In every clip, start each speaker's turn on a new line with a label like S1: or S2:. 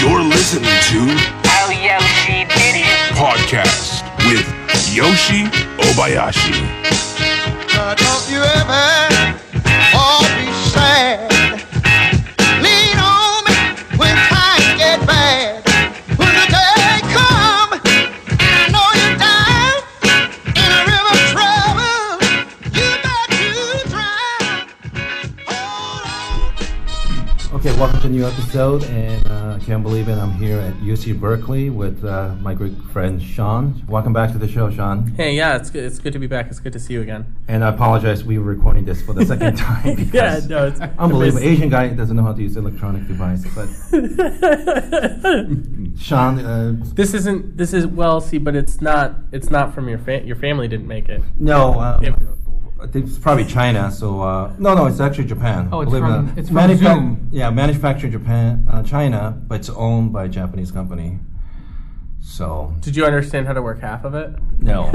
S1: You're listening to
S2: Oh, yo, she did it.
S1: Podcast with Yoshi Obayashi.
S3: Now, Don't you ever all be sad. Lean on me when times get bad. When the day come, and I know you're down in a river of trouble, you got to drown. Hold on.
S4: Okay, welcome to a new episode, and uh, can't believe it. I'm here at UC Berkeley with uh, my great friend Sean. Welcome back to the show, Sean.
S5: Hey, yeah, it's good. It's good to be back. It's good to see you again.
S4: And I apologize, we were recording this for the second time.
S5: yeah,
S4: because
S5: no, it's
S4: Unbelievable. Asian guy doesn't know how to use electronic device. But Sean, uh,
S5: This isn't. This is well. See, but it's not. It's not from your fa- your family didn't make it.
S4: no, uh,
S5: Yep.
S4: I think it's probably China. So uh, no, no, it's actually Japan.
S6: Oh, it's
S4: Believe it or
S6: from-
S4: not.
S6: it's from
S4: Manufa-
S6: Zoom.
S4: Yeah, manufactured in Japan, uh, China, but it's owned by a Japanese company. So
S5: Did you understand how to work half of it?
S4: no.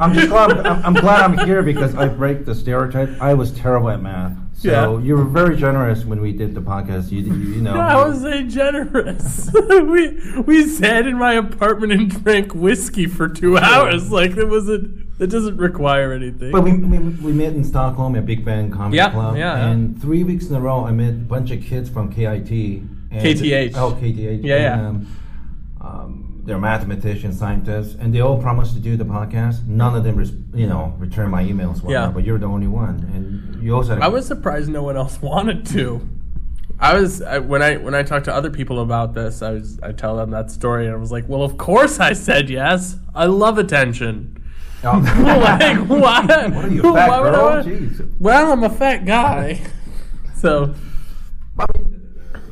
S4: I'm just glad I'm, I'm glad I'm here because I break the stereotype. I was terrible at math. So
S5: Yeah.
S4: you were very generous when we did the podcast. You you, you know.
S5: I was a generous. we we sat in my apartment and drank whiskey for two hours. Like it wasn't. It doesn't require anything.
S4: but we, we, we met in Stockholm at Big Bang Comedy
S5: Yeah,
S4: Club,
S5: yeah, yeah.
S4: and three weeks in a row I met a bunch of kids from KIT, and,
S5: KTH.
S4: oh KTH,
S5: Yeah, yeah.
S4: and, um, um, they're mathematicians, scientists, and they all promised to do the podcast. None of them, res- you know, returned my emails. Whatnot,
S5: Yeah.
S4: but you're the only one, and you also had a
S5: I was surprised no one else wanted to. I was I, when I when I talked to other people about this, I was I tell them that story and I was like, well, of course I said yes. I love attention.
S4: Oh.
S5: like why?
S4: What are you, a fat
S5: why would I
S4: girl?
S5: wanna-
S4: Jeez.
S5: Well, I'm a fat guy, so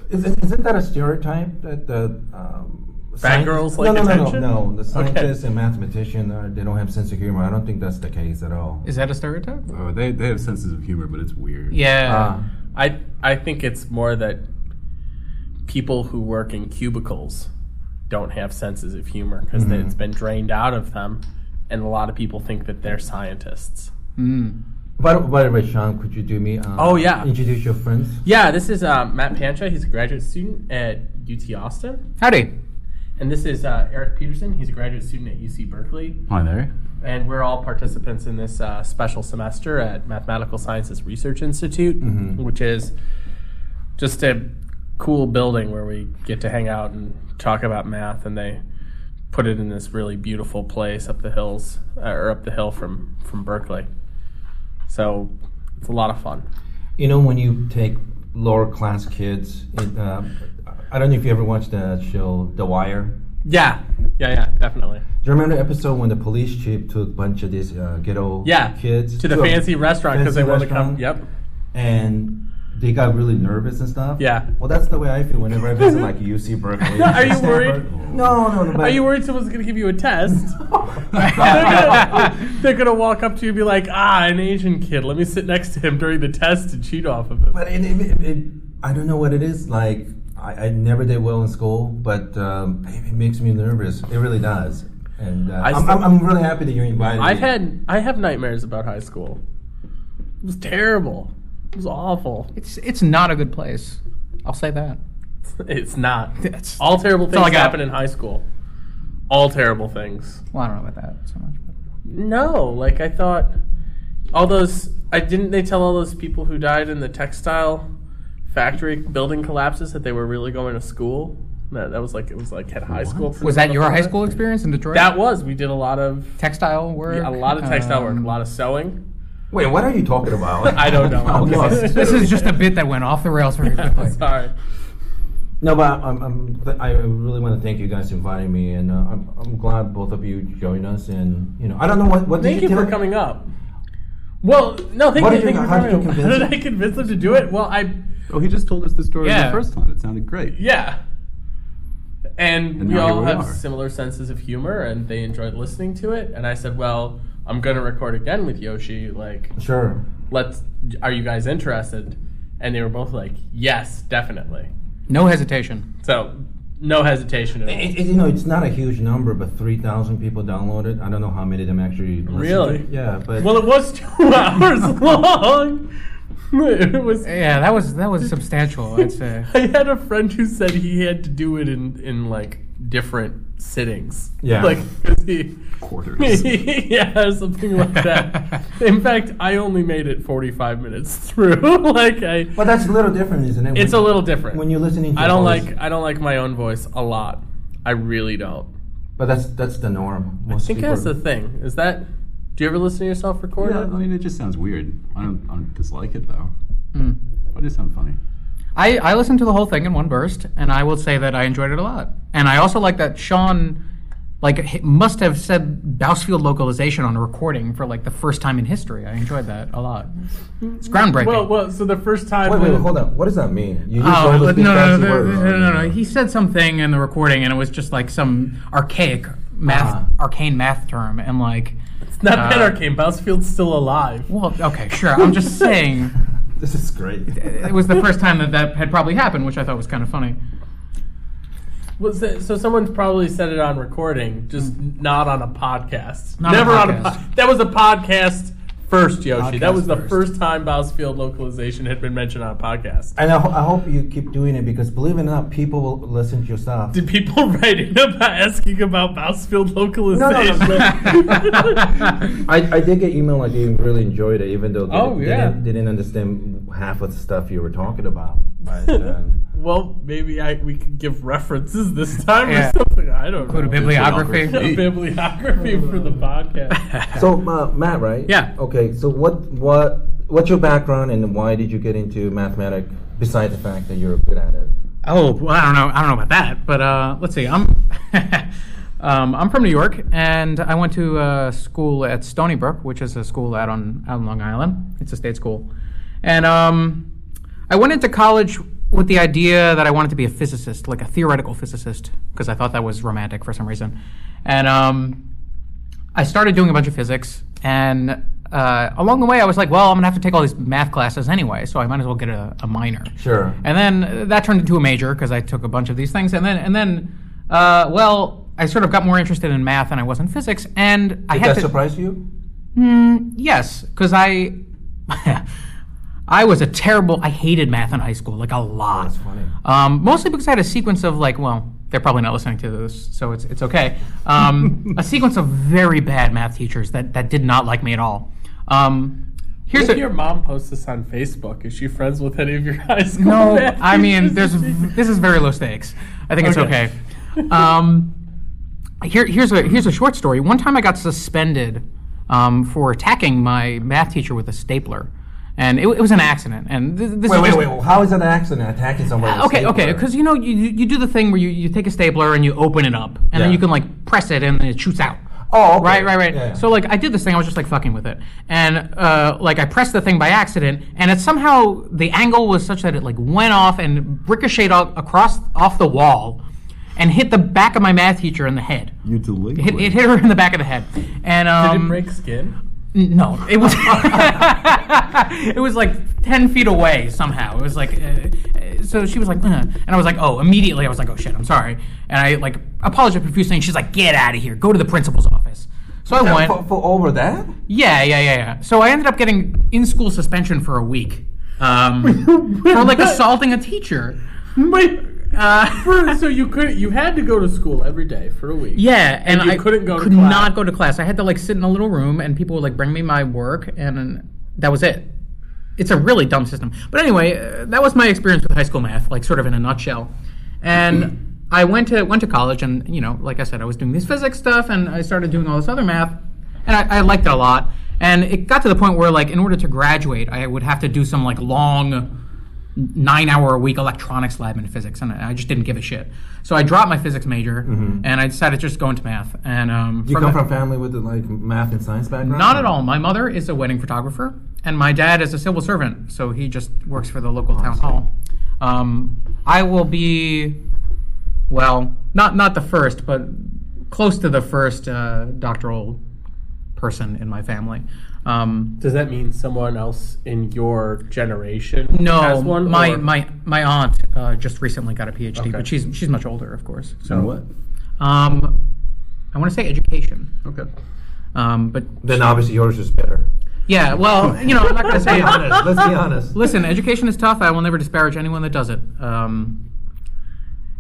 S4: Isn't, isn't that a stereotype that the um, science-
S5: girls
S4: no,
S5: like
S4: no, no,
S5: attention?
S4: No, no, the
S5: Okay.
S4: scientists and mathematicians are, they don't have sense of humor. I don't think that's the case at all.
S6: Is that a stereotype?
S7: Oh, they, they have senses of humor, but it's weird.
S6: Yeah.
S4: Uh,
S5: I I think it's more that people who work in cubicles don't have senses of humor because
S4: Mm-hmm.
S5: it's been drained out of them, and a lot of people think that they're scientists.
S4: by, by the way, Sean, could you do me? Uh,
S5: Oh, yeah.
S4: Introduce your friends.
S5: Yeah, this is uh, Matt Pancha. He's a graduate student at UT Austin.
S6: Howdy.
S5: And this is uh, Eric Peterson. He's a graduate student at UC Berkeley.
S7: Hi there.
S5: And we're all participants in this uh, special semester at Mathematical Sciences Research Institute,
S7: Mm-hmm.
S5: which is just a cool building where we get to hang out and talk about math. And they put it in this really beautiful place up the hills, uh, or up the hill from, from Berkeley. So it's a lot of fun.
S4: You know, when you take lower class kids, it, uh, I don't know if you ever watched the show The Wire.
S5: Yeah, yeah, yeah, definitely.
S4: Do you remember the episode when the police chief took a bunch of these uh, ghetto
S5: Yeah,
S4: kids
S5: to the
S4: a
S5: fancy restaurant because
S4: fancy
S5: they want to
S4: restaurant?
S5: come. Yep.
S4: and they got really nervous and stuff.
S5: Yeah.
S4: Well, that's the way I feel whenever I visit like UC Berkeley.
S5: Are you
S4: Stanford.
S5: worried?
S4: No, no, no. But
S5: Are you worried someone's going to give you a test? they're gonna- they're going to walk up to you and be like, ah, an Asian kid. Let me sit next to him during the test and cheat off of him.
S4: But it, it, it, it, I don't know what it is. Like I, I never did well in school, but um, it, it makes me nervous. It really does. And uh,
S5: I
S4: I'm,
S5: still-
S4: I'm, I'm really happy that you're invited.
S5: I've
S4: me.
S5: had I have nightmares about high school. It was terrible. It was awful.
S6: It's it's not a good place. I'll say that.
S5: It's not.
S6: That's-
S5: all terrible
S6: all I
S5: things
S6: got.
S5: happen in high school. All terrible things.
S6: Well, I don't know about that so much. But
S5: No, like I thought, all those. I didn't. They tell all those people who died in the textile factory building collapses that they were really going to school. That, that was like it was like had high school.
S6: was that your high school experience in Detroit?
S5: That was. We did a lot of
S6: textile work.
S5: a lot of textile work,
S6: um,
S5: a lot of sewing.
S4: Wait, what are you talking about?
S5: I don't know.
S4: I'm lost.
S6: This is just a bit that went off the rails very quickly.
S5: Sorry.
S4: No, but I'm, I'm, th- I really want to thank you guys for inviting me, and uh, I'm, I'm glad both of you joined us. And you know, I don't know what what
S5: Thank
S4: did
S5: you
S4: you
S5: for
S4: tell-
S5: coming up. Well, no, thank
S4: What
S5: you.
S4: did you-
S5: thank you
S4: how
S5: for
S4: did you
S5: coming.
S4: convince
S5: How did
S4: him?
S5: I convince them to do it? Well, I
S7: Oh, he just told us the story
S6: Yeah.
S7: the first time. It sounded great.
S5: Yeah. And, we
S7: now here
S5: all
S7: we
S5: have
S7: are.
S5: similar senses of humor, and they enjoyed listening to it. And I said, "Well, I'm going to record again with Yoshi. Like,
S4: Sure.
S5: let's. Are you guys interested?" And they were both like, "Yes, definitely."
S6: No hesitation.
S5: So, no hesitation at all.
S4: It, it, you know, it's not a huge number, but three thousand people downloaded. I don't know how many of them actually. listened to
S5: Really?
S4: it. Yeah, but
S5: Well, it was two hours long. it was.
S6: Yeah, that was that was substantial. I'd say.
S5: I had a friend who said he had to do it in in like different sittings.
S8: Yeah.
S5: like 'cause he.
S9: Quarters.
S5: yeah, something like that. In fact, I only made it 45 minutes through. like I,
S8: But that's a little different, isn't it?
S5: it's a
S8: When-
S5: little different.
S8: when you're listening. To
S5: I don't
S8: voice.
S5: like I don't like my own voice a lot. I really don't.
S8: But that's that's the norm. Most
S5: I think
S8: people-
S5: that's the thing. Is that? Do you ever listen to yourself record?
S9: Yeah, I mean, it just sounds weird. I don't, I don't dislike it though.
S6: Hmm.
S9: But it sounds funny.
S6: I, I listened to the whole thing in one burst, and I will say that I enjoyed it a lot. And I also like that Sean, like, h- must have said Bousfield localization on a recording for like the first time in history. I enjoyed that a lot. It's groundbreaking.
S5: Well, well. So the first time.
S8: Wait, wait,
S5: when-
S8: hold on. What does that mean? You used
S6: Oh,
S8: all
S6: no,
S8: those big
S6: no, no,
S8: fancy
S6: no,
S8: words.
S6: no, no, no. He said something in the recording, and it was just like some archaic math,
S8: Uh-huh.
S6: arcane math term, and like,
S5: It's not that
S6: Uh,
S5: arcane. Bousefield's still alive.
S6: well, okay, sure. I'm just saying,
S8: This is great.
S6: it was the first time that that had probably happened, which I thought was kind of funny.
S5: Was it, so someone's probably said it on recording, just not on a podcast.
S6: Hmm. Not a
S5: Never on a
S6: podcast.
S5: podcast. That was a podcast first, Yoshi. that
S6: Podcast
S5: was the
S6: first.
S5: first time Bousfield localization had been mentioned on a podcast.
S8: And I, ho- I hope you keep doing it because believe it or not, people will listen to your stuff.
S5: Did people write in about asking about Bousfield localization?
S8: I, I did get email like they really enjoyed it, even though they,
S5: Oh,
S8: they
S5: yeah.
S8: didn't, they didn't understand half of the stuff you were talking about. But, um,
S5: well, maybe I, we could give references this time
S6: Yeah.
S5: or something. I don't
S6: Go
S5: know.
S6: to bibliography.
S5: A bibliography for the podcast.
S8: so uh, Matt, right?
S6: Yeah.
S8: Okay. So what what what's your background and why did you get into mathematics? Besides the fact that you're good at it.
S6: Oh, well, I don't know. I don't know about that, but uh, let's see. I'm um, I'm from New York, and I went to uh, school at Stony Brook, which is a school out on out on Long Island. It's a state school, and um, I went into college with the idea that I wanted to be a physicist, like a theoretical physicist, because I thought that was romantic for some reason, and um, I started doing a bunch of physics, and uh, along the way, I was like, well, I'm gonna have to take all these math classes anyway, so I might as well get a, a minor.
S8: Sure.
S6: And then uh, that turned into a major because I took a bunch of these things. And then, and then, uh, well, I sort of got more interested in math than I was in physics. And I
S8: Did
S6: had
S8: that
S6: to,
S8: surprise you?
S6: yes, because I, I was a terrible. I hated math in high school, like a lot.
S8: that's funny.
S6: Um, mostly because I had a sequence of like, well, they're probably not listening to this, so it's it's okay. Um, a sequence of very bad math teachers that that did not like me at all. Um, here's
S5: If
S6: a,
S5: your mom posts this on Facebook, is she friends with any of your high school?
S6: No,
S5: math
S6: I mean,
S5: teachers?
S6: there's this is very low stakes. I think it's
S5: Okay.
S6: okay. Um, here, here's a here's a short story. One time, I got suspended um, for attacking my math teacher with a stapler, and it, it was an accident. And th- this
S8: Wait,
S6: is
S8: wait,
S6: just-
S8: wait. How is that an accident attacking somebody? with a
S6: Okay, okay,
S8: stapler?
S6: because you know you, you you do the thing where you, you take a stapler and you open it up, and
S8: Yeah.
S6: then you can like press it and then it shoots out.
S8: Oh, okay.
S6: Right, right, right.
S8: Yeah.
S6: So like I did this thing, I was just like fucking with it, and uh, like I pressed the thing by accident, and it somehow the angle was such that it like went off and ricocheted off, across off the wall, and hit the back of my math teacher in the head.
S9: You're delinquent.
S6: It, it hit her in the back of the head, and um,
S5: Did it break skin?
S6: N- No, it was it was like ten feet away somehow. It was like uh, uh, so she was like, "Uh," and I was like, oh, immediately I was like, oh shit, I'm sorry, and I like apologized profusely, and she's like, get out of here, go to the principal's office. So I went,
S8: For, for over that?
S6: yeah, yeah, yeah, yeah. So I ended up getting in school suspension for a week um, for like assaulting a teacher.
S5: Wait.
S6: Uh,
S5: so you could you had to go to school every day for a week.
S6: Yeah, and,
S5: you
S6: I
S5: couldn't go to
S6: could
S5: class.
S6: not go to class. I had to like sit in a little room, and people would like bring me my work, and, that was it. It's a really dumb system. But anyway, uh, that was my experience with high school math, like sort of in a nutshell. And I went to went to college, and you know, like I said, I was doing this physics stuff, and I started doing all this other math, and I, I liked it a lot. And it got to the point where, like, in order to graduate, I would have to do some like long nine hour a week electronics lab in physics, and I just didn't give a shit. So I dropped my physics major, and I decided to just go into math. And um,
S8: Mm-hmm. You come
S6: the-
S8: from family with like math and science background?
S6: not at all. My mother is a wedding photographer, and my dad is a civil servant, so he just works for the local
S8: Oh,
S6: town hall. Um, I will be, well, not not the first, but close to the first uh, doctoral person in my family. Um,
S5: Does that mean someone else in your generation
S6: No,
S5: has one?
S6: my,
S5: or-
S6: my my aunt uh, just recently got a PhD,
S5: Okay.
S6: but she's she's much older, of course.
S9: So what?
S6: Um, I want to say education,
S9: Okay.
S6: um, but
S8: Then obviously yours is better.
S6: Yeah, well, you know, I'm not going to
S4: Let's be
S6: say
S4: honest. Let's be honest.
S6: Listen, education is tough. I will never disparage anyone that does it. Um,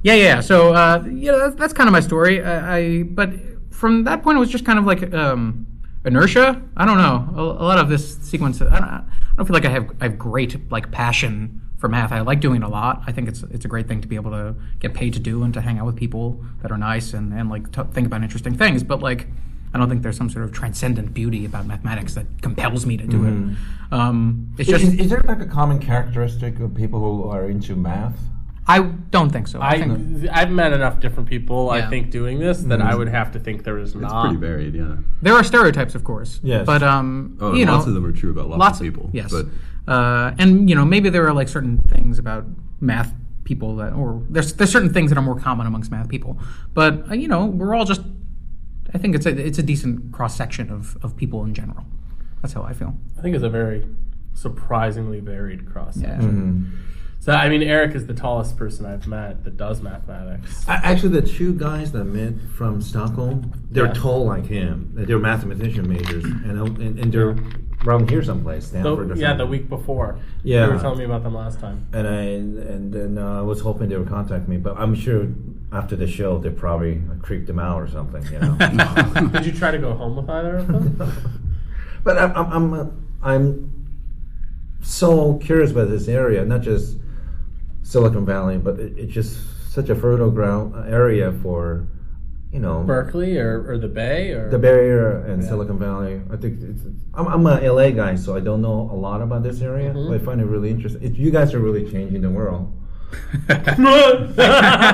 S6: yeah, yeah. So uh, yeah, that's, that's kind of my story. I, I but from that point, it was just kind of like um, inertia. I don't know. A, a lot of this sequence, I don't, I don't feel like I have I have great like passion for math. I like doing it a lot. I think it's it's a great thing to be able to get paid to do and to hang out with people that are nice and and like t- think about interesting things. But like. I don't think there's some sort of transcendent beauty about mathematics that compels me to do it. Um, it's just
S4: Is, is there like a common characteristic of people who are into math?
S6: I don't think so. I,
S5: I
S6: think
S5: I've met enough different people
S6: Yeah. Mm-hmm.
S5: I think doing this that I would have to think there is
S9: It's
S5: not.
S9: pretty varied, yeah.
S6: there are stereotypes, of course.
S4: Yes.
S6: But um,
S9: Oh,
S6: you
S9: and
S6: know,
S9: lots of them are true about lots,
S6: lots
S9: of people.
S6: Yes.
S9: But
S6: uh, and you know, maybe there are like certain things about math people that, or there's there's certain things that are more common amongst math people. But uh, you know, we're all just. I think it's a it's a decent cross section of of people in general. That's how I feel.
S5: I think it's a very surprisingly varied cross
S6: Yeah.
S4: Hmm.
S5: section.
S4: Mm-hmm.
S5: So I mean, Eric is the tallest person I've met that does mathematics.
S4: A- Actually, the two guys that I met from Stockholm, they're
S5: Yeah.
S4: tall like him. They're mathematician majors, and uh, and, and they're around here someplace,
S5: So-
S4: Stanford. or
S5: yeah, the
S4: something.
S5: week before.
S4: Yeah.
S5: you were telling me about them last time.
S4: And I and then uh, I was hoping they would contact me, but I'm sure after the show they probably creeped them out or something, you know.
S5: Did you try to go home with either of them?
S4: but I'm I'm I'm, uh, I'm so curious about this area, not just Silicon Valley, but it, it's just such a fertile ground uh, area for you know
S5: Berkeley or, or the Bay or
S4: the barrier and Silicon Valley. I think it's, it's- I'm I'm a LA guy, so I don't know a lot about this area,
S5: Mm-hmm.
S4: but I find it really interesting. It, you guys are really changing the world.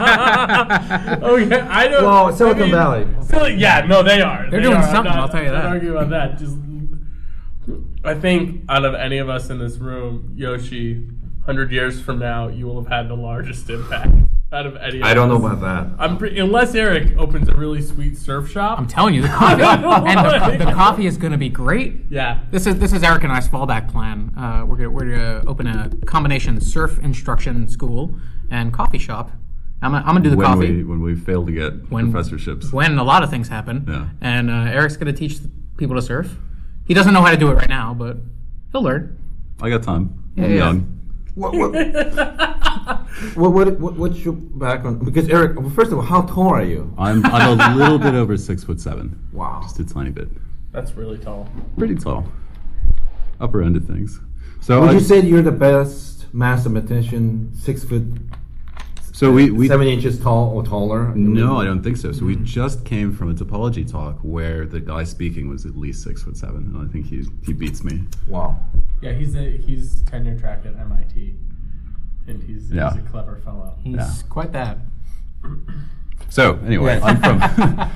S5: oh yeah, I don't.
S4: Well,
S5: I
S4: Silicon
S5: mean,
S4: Valley.
S5: Still, yeah, no, they are. They're
S6: doing something, I'll tell you that.
S5: Argue about that. Just, I think out of any of us in this room, Yoshi, hundred years from now, you will have had the largest impact out of any.
S4: I don't know about that.
S5: I'm pre- unless Eric opens a really sweet surf shop.
S6: I'm telling you, the coffee and the, the
S5: Why?
S6: coffee is going to be great.
S5: yeah.
S6: This is this is Eric and I's fallback plan. Uh, we're gonna, we're gonna open a combination surf instruction school and coffee shop. I'm gonna, I'm gonna do the
S9: when
S6: coffee
S9: we when we fail to get
S6: When-
S9: professorships,
S6: when a lot of things happen.
S9: Yeah.
S6: And uh, Eric's gonna teach people to surf. He doesn't know how to do it right now, but he'll learn.
S9: I got time. I'm
S6: yeah.
S9: young.
S4: What, what, what, what, what, what's your background? Because Eric, well, first of all, how tall are you?
S9: I'm I'm a little bit over six foot seven.
S4: Wow.
S9: Just a tiny bit.
S5: That's really tall.
S9: Pretty tall. Upper end of things. So
S4: Would
S9: I-
S4: you say you're the best mathematician, six foot,
S9: so we, we
S4: seven inches tall or taller?
S9: No, I don't think so. So we
S6: Hmm.
S9: just came from a topology talk where the guy speaking was at least six foot seven, and I think he he beats me.
S4: Wow.
S5: Yeah, he's a he's tenure track at MIT, and he's,
S9: Yeah.
S5: he's a clever fellow.
S6: He's quite that.
S9: So anyway,
S4: Yes.
S9: I'm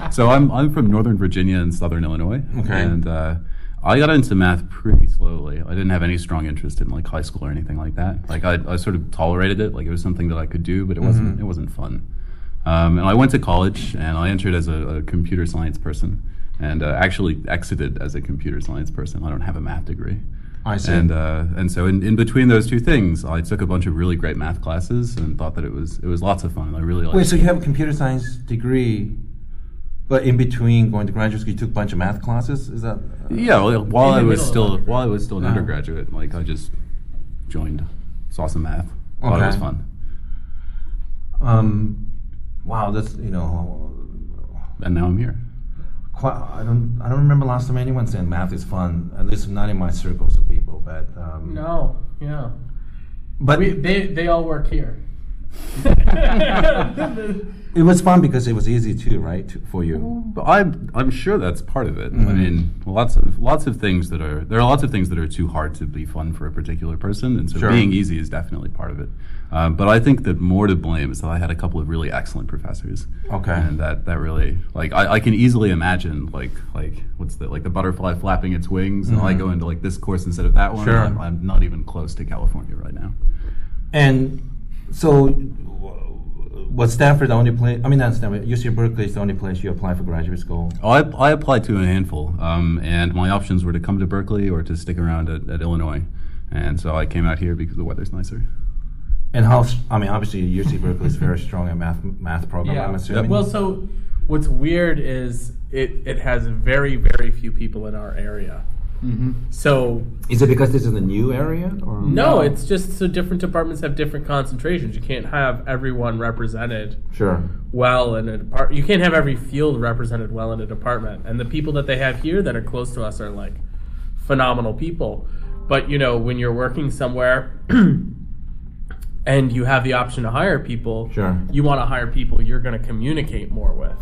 S9: from so I'm I'm from Northern Virginia and Southern Illinois,
S4: Okay.
S9: and uh, I got into math pretty slowly. I didn't have any strong interest in like high school or anything like that. Like I, I sort of tolerated it, like it was something that I could do,
S4: Mm-hmm.
S9: but it wasn't it wasn't fun. Um, and I went to college and I entered as a, a computer science person, and uh, actually exited as a computer science person. I don't have a math degree.
S4: I see.
S9: And uh, and so in, in between those two things, I took a bunch of really great math classes and thought that it was it was lots of fun. and I really liked.
S4: Wait,
S9: it.
S4: so you have a computer science degree, but in between going to graduate school, you took a bunch of math classes? Is that? uh,
S9: Yeah, well, while
S5: the
S9: I
S5: middle of
S9: was still
S5: undergrad.
S9: while I was still an undergraduate, like I just joined, saw some math, thought it was
S4: Okay.
S9: fun,
S4: Um, wow, that's, you know,
S9: and now I'm here.
S4: quite, I don't, I don't remember last time anyone said math is fun, at least not in my circles of people, but, um.
S5: No, yeah.
S4: But
S5: We, they they all work here.
S4: It was fun because it was easy too, right, to, for you?
S9: But I'm I'm sure that's part of it. I
S4: Mm-hmm.
S9: mean, lots of lots of things that are there are lots of things that are too hard to be fun for a particular person, and so
S4: Sure.
S9: being easy is definitely part of it. Um, but I think that more to blame is that I had a couple of really excellent professors.
S4: Okay.
S9: and that that really like I, I can easily imagine like like what's the like the butterfly flapping its wings, and I go into like this course instead of that one. and
S4: Mm-hmm. Sure.
S9: I'm, I'm not even close to California right now.
S4: And so, w- was Stanford the only place? I mean, not Stanford. UC Berkeley is the only place you apply for graduate school.
S9: I, I applied to a handful, um, and my options were to come to Berkeley or to stick around at, at Illinois. And so I came out here because the weather's nicer.
S4: And how? s- I mean, obviously, UC Berkeley is very strong in math math program. I'm assuming.
S5: Well, so what's weird is it, it has very, very few people in our area.
S4: Mm-hmm.
S5: So
S4: Is it because this is a new area? Or
S5: no, it's just so different departments have different concentrations. You can't have everyone represented
S4: Sure.
S5: well in a department. You can't have every field represented well in a department. And the people that they have here that are close to us are like phenomenal people. But you know, when you're working somewhere and you have the option to hire people,
S4: Sure.
S5: you want to hire people you're going to communicate more with,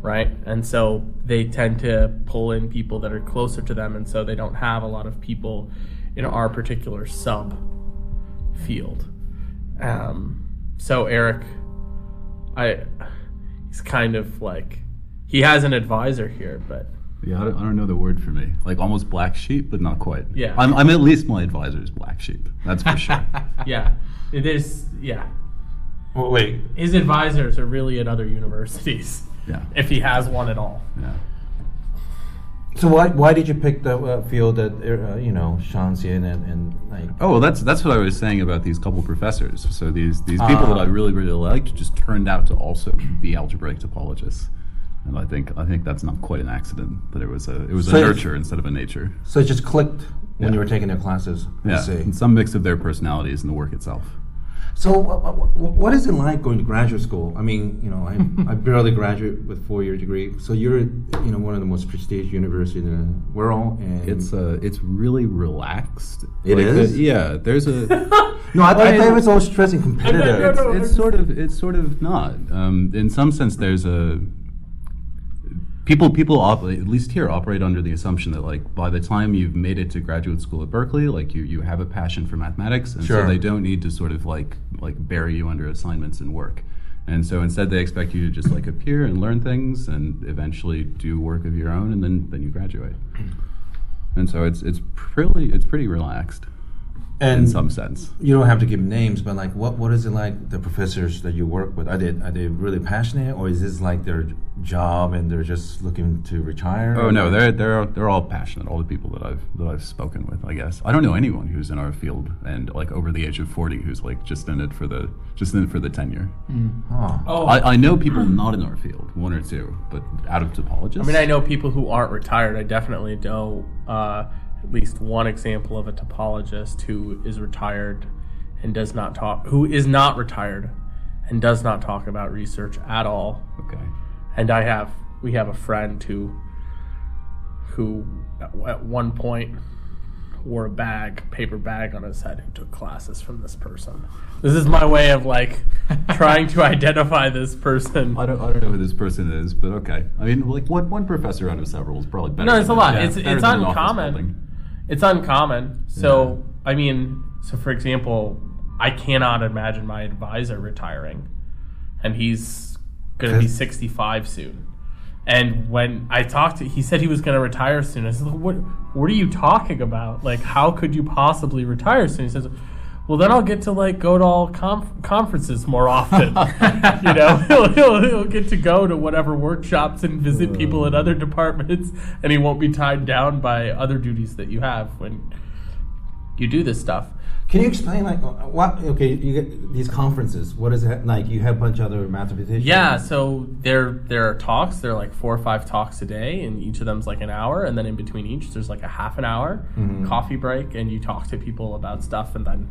S5: right? And so they tend to pull in people that are closer to them, and so they don't have a lot of people in our particular sub field. Um, so Eric, I, he's kind of like, he has an advisor here, but
S9: Yeah, I don't, I don't know the word for me. Like almost black sheep, but not quite.
S5: Yeah.
S9: I'm, I'm at least my advisor's black sheep. That's for sure.
S5: yeah, it is. Yeah,
S10: Well, wait.
S5: his advisors are really at other universities,
S9: yeah.
S5: if he has one at all.
S9: yeah.
S4: So why why did you pick the uh, field that uh, you know Sean's in and, and like?
S9: Oh well, that's that's what I was saying about these couple professors. So these
S5: Ah.
S9: these people that I really really liked just turned out to also be algebraic topologists, and I think I think that's not quite an accident. That it was a it was
S4: So
S9: a
S4: it's-
S9: nurture instead of a nature.
S4: So it just clicked when
S9: Yeah.
S4: you were taking their classes. I
S9: Yeah,
S4: see.
S9: and some mix of their personalities and the work itself.
S4: So wha- wha- wha- what is it like going to graduate school? I mean, you know, I, I barely graduate with four year degree. So you're you know one of the most prestigious universities in the world, and
S9: It's uh it's really relaxed.
S4: It
S9: It is.
S4: is?
S9: yeah, there's a
S4: no, I, I thought it was always stress and competitive.
S5: no, no.
S9: it's sort of it's sort of not. Um, in some sense, there's a people people op- at least here operate under the assumption that like by the time you've made it to graduate school at Berkeley, like you you have a passion for mathematics, and
S4: Sure.
S9: so they don't need to sort of like like bury you under assignments and work. And so instead, they expect you to just like appear and learn things, and eventually do work of your own, and then then you graduate. And so it's it's pretty it's pretty relaxed in
S4: And
S9: some sense.
S4: you don't have to give names, but like, what what is it like the professors that you work with? Are they are they really passionate, or is this like their job and they're just looking to retire?
S9: Oh no, they're they're they're all passionate. All the people that I've that I've spoken with, I guess. I don't know anyone who's in our field and like over the age of forty who's like just in it for the just in it for the tenure.
S4: Huh.
S5: Oh, I,
S9: I, I know people not in our field, one or two, but out of topologists.
S5: mean, I know people who aren't retired. I definitely know uh, at least one example of a topologist who is retired and does not talk, who is not retired and does not talk about research at all.
S9: Okay.
S5: and I have we have a friend who who at at one point wore a bag paper bag on his head who took classes from this person this is my way of like trying to identify this person
S9: I don't, I don't know who this person is, but okay. I mean, like one one professor out of several is probably better.
S5: No, it's
S9: than
S5: a lot.
S9: yeah,
S5: It's-
S9: better
S5: it's
S9: than an office
S5: uncommon.
S9: building.
S5: it's uncommon so i mean so for example i cannot imagine my advisor retiring and he's gonna be 65 soon and when i talked to he said he was gonna retire soon i said what what are you talking about like how could you possibly retire soon he says well then i'll get to like go to all conf- conferences more often you know he'll, he'll, he'll get to go to whatever workshops and visit people in other departments and he won't be tied down by other duties that you have when you do this stuff
S4: Can you explain like what? Okay, you get these conferences. What is that like? You have a bunch of other mathematicians.
S5: Yeah, so there there are talks. There are like four or five talks a day, and each of them's like an hour. And then in between each, there's like a half an hour coffee break, and you talk to people about stuff. And then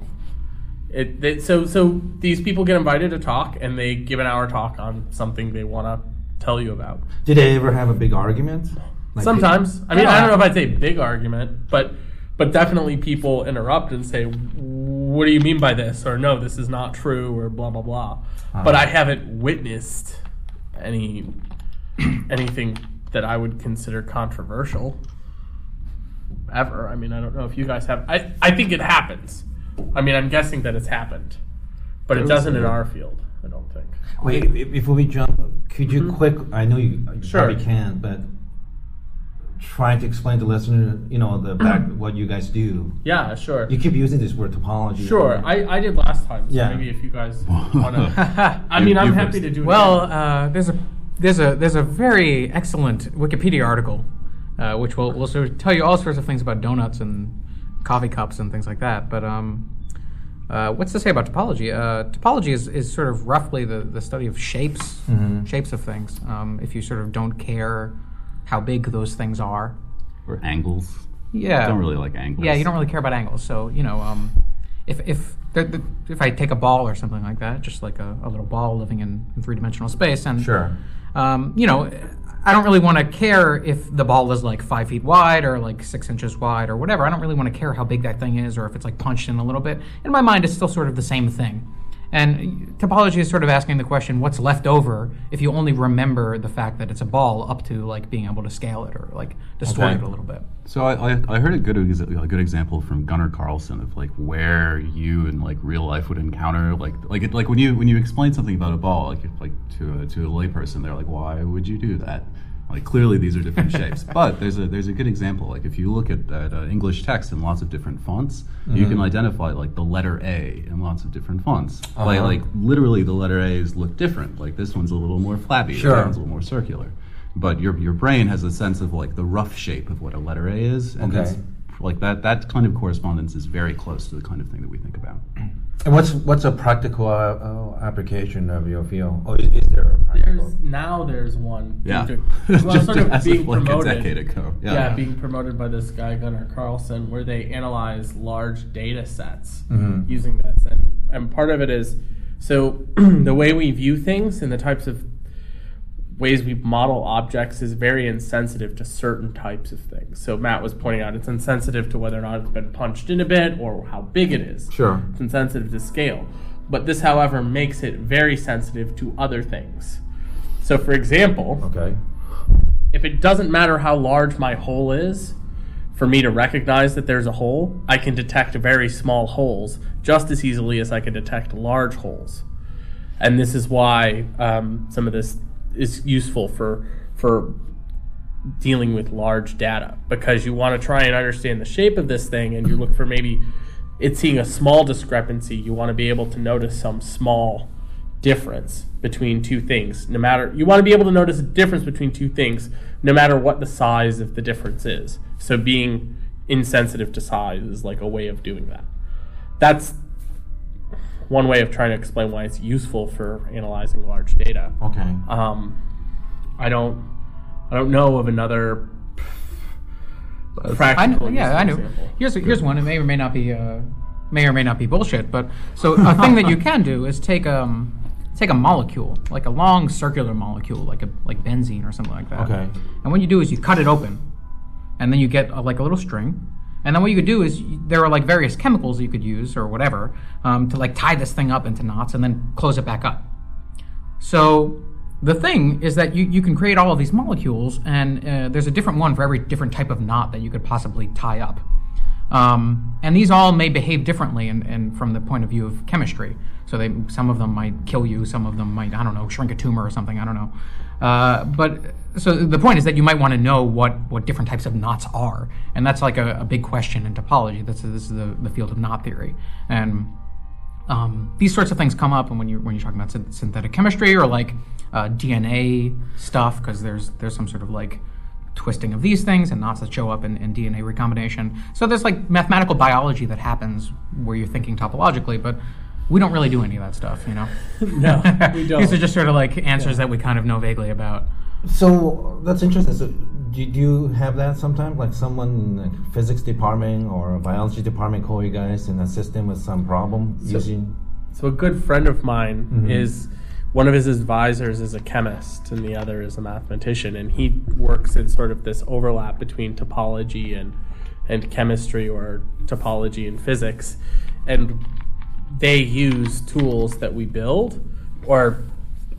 S5: it they, so so these people get invited to talk, and they give an hour talk on something they want to tell you about.
S4: Did they ever have a big argument? Like,
S5: Sometimes, I mean, I don't know if I'd say big argument, but but definitely people interrupt and say, "What do you mean by this?" or "No, this is not true," or blah blah blah.
S4: Uh-huh.
S5: But I haven't witnessed any anything that I would consider controversial ever. I mean, I don't know if you guys have. I I think it happens. I mean, I'm guessing that it's happened, but it doesn't in our field. I don't think.
S4: Wait, if- if- before we jump, could you quick? I know you, you
S5: Mm-hmm. Sure.
S4: probably can, but trying to explain to listener, you know, the back what you guys do.
S5: Yeah, sure.
S4: You keep using this word topology.
S5: Sure, I, I did last time. So
S4: Yeah.
S5: Maybe if you guys want to, I mean,
S9: You-
S5: I'm
S9: you
S5: happy
S9: first.
S5: to do it.
S6: Well, uh, there's a there's a there's a very excellent Wikipedia article, uh, which will will sort of tell you all sorts of things about donuts and coffee cups and things like that. But um, uh, what's to say about topology? Uh, topology is, is sort of roughly the, the study of shapes
S9: Mm-hmm.
S6: shapes of things. Um, if you sort of don't care how big those things are,
S9: Or angles.
S6: Yeah.
S9: I don't really like angles.
S6: Yeah, you don't really care about angles. So you know, um, if if the, the, if I take a ball or something like that, just like a, a little ball living in, in three dimensional space, and
S4: Sure.
S6: um, you know, I don't really want to care if the ball is like five feet wide or like six inches wide or whatever. I don't really want to care how big that thing is or if it's like punched in a little bit. In my mind, it's still sort of the same thing. And topology is sort of asking the question what's left over if you only remember the fact that it's a ball up to like being able to scale it or like distort
S9: Okay.
S6: it a little bit.
S9: So I, I, I heard a good ex- a good example from Gunnar Carlson of like where you in like real life would encounter like like it, like when you when you explain something about a ball like if, like to a, to a layperson they're like why would you do that like clearly these are different shapes but there's a there's a good example like if you look at, at uh, English text in lots of different fonts you
S4: Uh-huh.
S9: can identify like the letter A in lots of different fonts like
S4: Uh-huh.
S9: like literally the letter A's look different like this one's a little more flabby
S4: Sure.
S9: this one's a little more circular but your your brain has a sense of like the rough shape of what a letter A is, and
S4: Okay.
S9: that's like that that kind of correspondence is very close to the kind of thing that we think about.
S4: And what's what's a practical uh, oh, application of your field? Oh, is, is there a practical?
S5: There's now there's one.
S9: Yeah,
S5: well,
S9: just
S5: sort of
S9: as
S5: being
S9: of like
S5: promoted.
S9: a decade ago. Yeah,
S5: yeah. being promoted by this guy Gunnar Carlson, where they analyze large data sets
S9: Mm-hmm.
S5: using this, and and part of it is so the way we view things and the types of ways we model objects is very insensitive to certain types of things. So Matt was pointing out it's insensitive to whether or not it's been punched in a bit or how big it is.
S4: Sure.
S5: It's insensitive to scale. But this, however, makes it very sensitive to other things. So, for example,
S4: Okay.
S5: if it doesn't matter how large my hole is, for me to recognize that there's a hole, I can detect very small holes just as easily as I can detect large holes. And this is why um, some of this is useful for for dealing with large data because you want to try and understand the shape of this thing and you look for maybe it's seeing a small discrepancy you want to be able to notice some small difference between two things no matter you want to be able to notice a difference between two things no matter what the size of the difference is so being insensitive to size is like a way of doing that that's one way of trying to explain why it's useful for analyzing large data
S4: Okay.
S5: um, I don't, I don't know of another
S6: I know,
S5: practical.
S6: yeah,
S5: useful
S6: I know.
S5: example.
S6: Here's here's one. It may or may not be uh, may or may not be bullshit, but so a thing that you can do is take um take a molecule, like a long circular molecule, like a like benzene or something like that.
S4: Okay.
S6: And what you do is you cut it open, and then you get uh like a little string. And then what you could do is y there are like various chemicals you could use or whatever um, to like tie this thing up into knots and then close it back up. So the thing is that you, you can create all of these molecules, and uh, there's a different one for every different type of knot that you could possibly tie up. Um, and these all may behave differently and, and from the point of view of chemistry. So they, some of them might kill you, some of them might, I don't know, shrink a tumor or something, I don't know. Uh, but so the point is that you might want to know what, what different types of knots are. And that's like a, a big question in topology. That's, this is the, the field of knot theory. And um, these sorts of things come up, and when you when you're talking about syn- synthetic chemistry or like uh, DNA stuff, because there's there's some sort of like twisting of these things and knots that show up in, in DNA recombination. So there's like mathematical biology that happens where you're thinking topologically, but we don't really do any of that stuff, you know.
S5: No, we
S6: These are
S5: don't.
S6: just sort of like answers that we kind of know vaguely about.
S4: So that's interesting. So do, do you have that sometimes? Like someone in the physics department or biology department call you guys and assist them with some problem using.
S5: So a good friend of mine is one of his advisors is a chemist and the other is a mathematician, and he works in sort of this overlap between topology and and chemistry or topology and physics, and they use tools that we build, or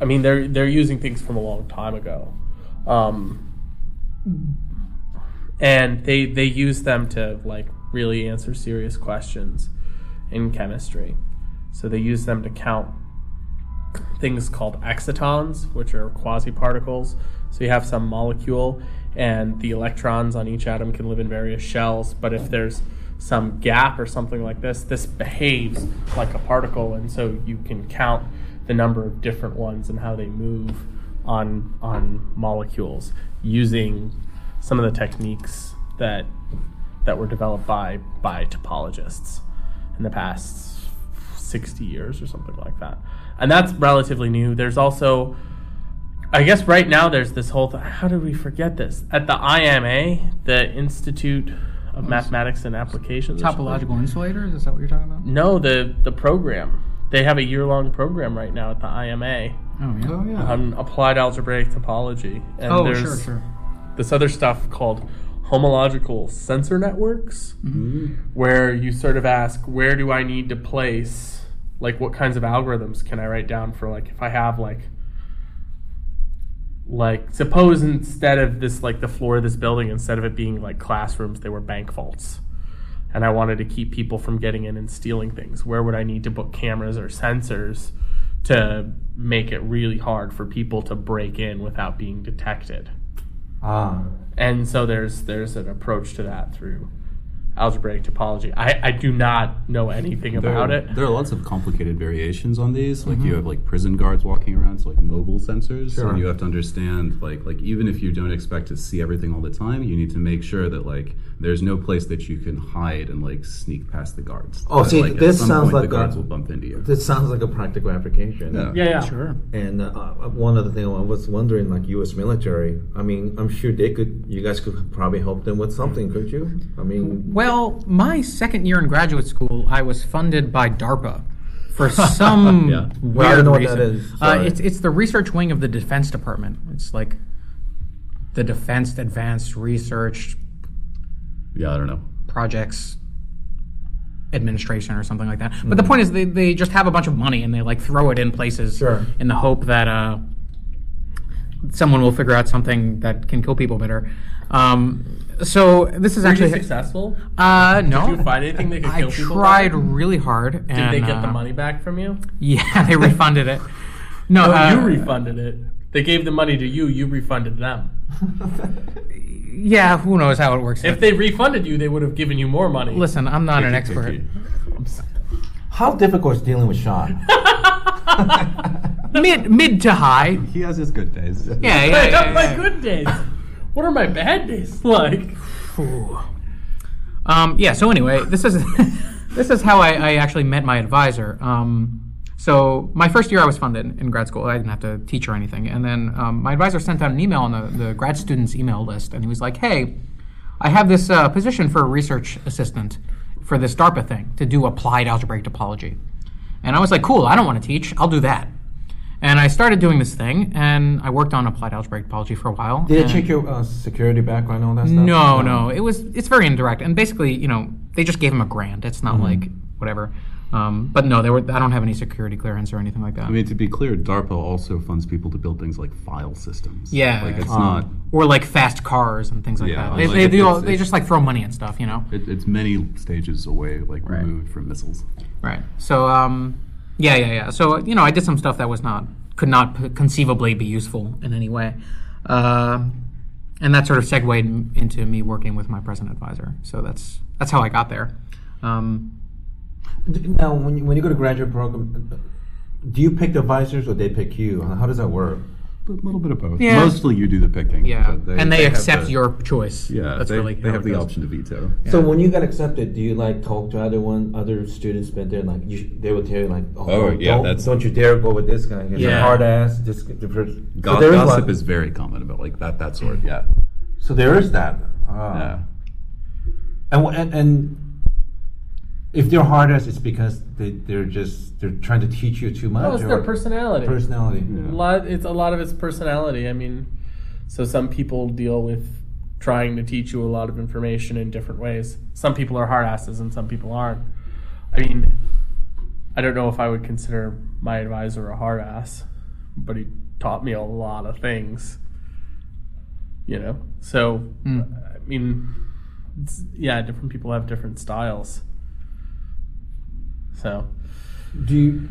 S5: I mean they're they're using things from a long time ago. Um, and they they use them to like really answer serious questions in chemistry. So they use them to count things called excitons, which are quasi-particles. So you have some molecule, and the electrons on each atom can live in various shells. But if there's some gap or something like this, this behaves like a particle, and so you can count the number of different ones and how they move on on molecules using some of the techniques that that were developed by by topologists in the past 60 years or something like that. And that's relatively new. There's also, I guess right now, there's this whole th- how did we forget this? At the IMA, the Institute of mathematics and applications.
S6: Oh, Topological insulators? Is that what you're talking about?
S5: No, the the program. They have a year long program right now at the IMA
S6: Oh, yeah.
S8: Oh, yeah.
S5: on applied algebraic topology. And
S6: oh,
S5: there's
S6: sure, sure.
S5: this other stuff called homological sensor networks, where you sort of ask, where do I need to place, like, what kinds of algorithms can I write down for, like, if I have, like, like suppose instead of this like the floor of this building instead of it being like classrooms they were bank vaults and i wanted to keep people from getting in and stealing things where would i need to put cameras or sensors to make it really hard for people to break in without being detected
S8: Ah,
S5: and so there's there's an approach to that through algebraic topology. I, I do not know anything about
S9: there,
S5: it.
S9: There are lots of complicated variations on these. Like you have like prison guards walking around, so like mobile sensors,
S8: Sure.
S9: and you have to understand like like even if you don't expect to see everything all the time, you need to make sure that like there's no place that you can hide and like sneak past the guards.
S4: Oh,
S9: That,
S4: see,
S9: like, at
S4: this
S9: some
S4: sounds
S9: point,
S4: like
S9: the guards
S4: a-
S9: will bump into you.
S4: This sounds like a practical application.
S9: Yeah.
S5: yeah, yeah.
S6: Sure.
S4: And uh, uh, one other thing I was wondering, like U.S. military. I mean, I'm sure they could. You guys could probably help them with something, could you? I mean,
S6: Well, my second year in graduate school, I was funded by DARPA for some
S9: Yeah.
S6: weird
S4: Well, I don't know what
S6: reason.
S4: that is.
S6: Uh,
S4: Sorry.
S6: it's it's the research wing of the Defense Department. It's like the Defense Advanced Research
S9: Yeah, I don't know.
S6: Projects Administration or something like that. But
S4: Hmm.
S6: the point is, they, they just have a bunch of money and they like throw it in places
S4: Sure.
S6: in the hope that uh, someone will figure out something that can kill people better. Um, so this is
S5: Were you
S6: actually
S5: successful?
S6: uh, no.
S5: Did you find anything that could
S6: I
S5: kill people?
S6: tried
S5: by it?
S6: really hard. And,
S5: Did they get the
S6: uh,
S5: money back from you?
S6: Yeah, they refunded it. No,
S5: Oh,
S6: uh,
S5: you refunded it. They gave the money to you. You refunded them.
S6: Yeah, who knows how it works?
S5: If they refunded you, they would have given you more money.
S6: Listen, I'm not an expert.
S4: how difficult is dealing with Sean?
S6: Mid, mid to high.
S9: He has his good days.
S6: Yeah, yeah,
S5: Hey, that's
S6: yeah,
S5: oh my
S6: yeah.
S5: good days. What are my bad days like?
S6: Um, yeah. So anyway, this is this is how I, I actually met my advisor. Um, so my first year I was funded in grad school. I didn't have to teach or anything. And then um, my advisor sent out an email on the, the grad students email list, and he was like, "Hey, I have this uh, position for a research assistant for this DARPA thing to do applied algebraic topology." And I was like, "Cool. I don't want to teach. I'll do that." And I started doing this thing, and I worked on applied algebraic topology for a while.
S4: Did
S6: and-
S4: they check your uh, security background and all that stuff?
S6: no, no. It was it's very indirect, and basically, you know, they just gave him a grant. It's
S9: Mm-hmm.
S6: not like whatever. Um, but no, there were. I don't have any security clearance or anything like that.
S9: I mean, to be clear, DARPA also funds people to build things like file systems.
S6: Yeah.
S9: like it's
S6: Um,
S9: not.
S6: or like fast cars and things like
S9: Yeah,
S6: that. They,
S9: like
S6: they,
S9: it-
S6: do all-
S9: it's-
S6: they
S9: it's-
S6: just like throw money at stuff, you know.
S9: It, it's many stages away, like
S6: Right.
S9: removed from missiles.
S6: Right. So, um, yeah, yeah, yeah. So, you know, I did some stuff that was not, could not p- conceivably be useful in any way. Uh, and that sort of segued m- into me working with my present advisor. So that's, that's how I got there. Um,
S4: D- Now, when you, when you go to graduate program, do you pick the advisors or they pick you? How does that work?
S9: A little bit of both.
S6: Yeah.
S9: Mostly you do the picking.
S6: yeah.
S9: but
S6: and they,
S9: have
S6: accept
S9: the-
S6: your choice.
S9: Yeah,
S6: That's
S9: they,
S6: really
S9: they
S6: how
S9: have
S6: it
S9: the
S6: goes.
S9: option to veto.
S4: So when you got accepted, do you like talk to other one other students? But they're like, you, sh- they would tell you like, oh,
S9: Oh, yeah,
S4: don't,
S9: that's-
S4: don't you dare go with this guy. He's
S5: Yeah.
S4: a hard ass. Just get the first.
S9: Go-
S4: so there is
S9: gossip
S4: one-
S9: is, very common about like that that sort. Yeah,
S4: So there is that. Ah.
S9: yeah.
S4: And, wh- and and if they're hard ass, it's because they they're just they're trying to teach you too much.
S5: Oh, it's their
S4: or
S5: personality.
S4: personality.
S5: A lot. It's a lot of it's personality. I mean, so some people deal with trying to teach you a lot of information in different ways. Some people are hard asses, and some people aren't. I mean, I don't know if I would consider my advisor a hard ass, but he taught me a lot of things. You know, so I mean, it's, yeah, different people have different styles. So
S4: Do you?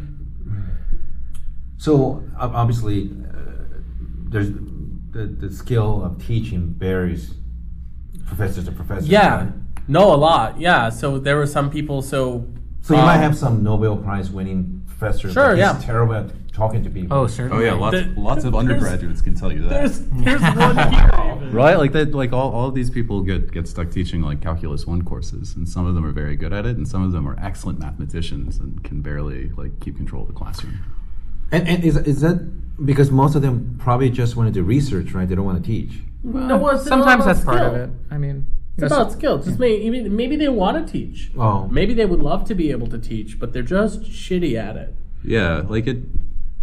S4: So ob- obviously, uh, there's the, the skill of teaching varies professor to professor.
S5: Yeah.
S4: right?
S5: No, a lot. Yeah. So there were some people. So.
S4: So you might
S5: um,
S4: have some Nobel Prize winning professor. but
S5: Sure,
S4: He's
S5: yeah.
S4: Terrible at talking to people.
S6: Oh, certainly.
S9: lots
S5: The- lots of undergraduates
S9: can tell you
S5: There's there's one here. even.
S9: Right, like that, like all, all of these people get get stuck teaching like calculus one courses, and some of them are very good at it, and some of them are excellent mathematicians and can barely like keep control of the classroom.
S4: And, and is is that because most of them probably just want to do research, right? They don't want to teach.
S5: No, well, it's
S6: Sometimes
S5: all about
S6: that's part of
S5: skill.
S6: it. I mean,
S5: It's about skills. Just may- maybe, maybe they want to teach.
S4: Oh.
S5: Maybe they would love to be able to teach, but they're just shitty at it.
S9: Yeah, like it,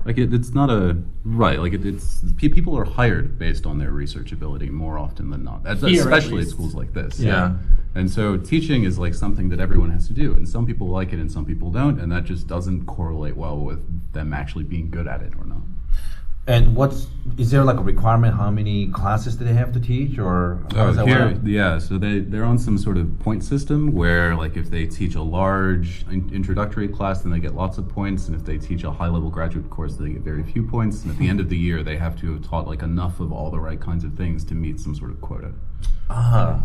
S9: like it, it's not a right. Like it, it's pe- people are hired based on their research ability more often than not, That's
S5: Here, at
S9: especially at
S5: least.
S9: schools like this.
S4: Yeah.
S9: and so teaching is like something that everyone has to do, and some people like it and some people don't, and that just doesn't correlate well with them actually being good at it or not.
S8: And what's is there like a requirement? How many classes do they have to teach, or how does
S9: Oh,
S8: that
S9: here,
S8: work?
S9: yeah. So they they're on some sort of point system where, like, if they teach a large in- introductory class, then they get lots of points, and if they teach a high level graduate course, they get very few points. And at the end of the year, they have to have taught like enough of all the right kinds of things to meet some sort of quota.
S8: Ah.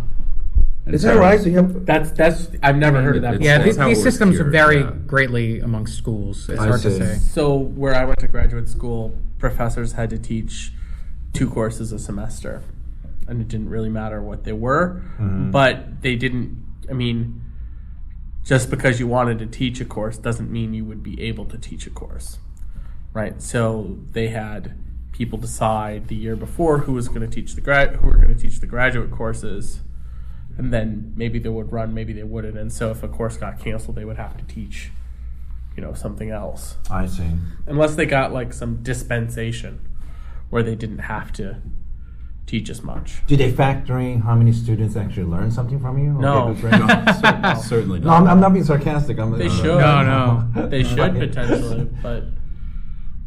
S9: And
S4: Is that
S9: so-
S4: right? So you have
S5: That's that's I've never heard of that.
S9: It's-
S5: before.
S6: Yeah,
S9: That's
S6: these,
S9: how it
S6: these
S9: works
S6: systems
S9: here,
S6: vary
S9: yeah.
S6: greatly among schools. It's
S4: I
S6: hard
S4: see.
S6: to say.
S5: So where I went to graduate school, professors had to teach two courses a semester, and it didn't really matter what they were, but they didn't. I mean, just because you wanted to teach a course doesn't mean you would be able to teach a course, right? So they had people decide the year before who was going to teach the grad, who were going to teach the graduate courses. And then maybe they would run, maybe they wouldn't. And so, if a course got canceled, they would have to teach, you know, something else
S8: I see.
S5: unless they got like some dispensation where they didn't have to teach as much.
S4: do they factor in how many students actually learn something from you? Or
S5: No.
S4: they just bring up-
S9: Certainly
S4: no, I'm, I'm not being sarcastic. I'm,
S5: They
S4: I'm-
S5: should.
S6: No, no.
S5: They should
S4: Right.
S5: potentially, but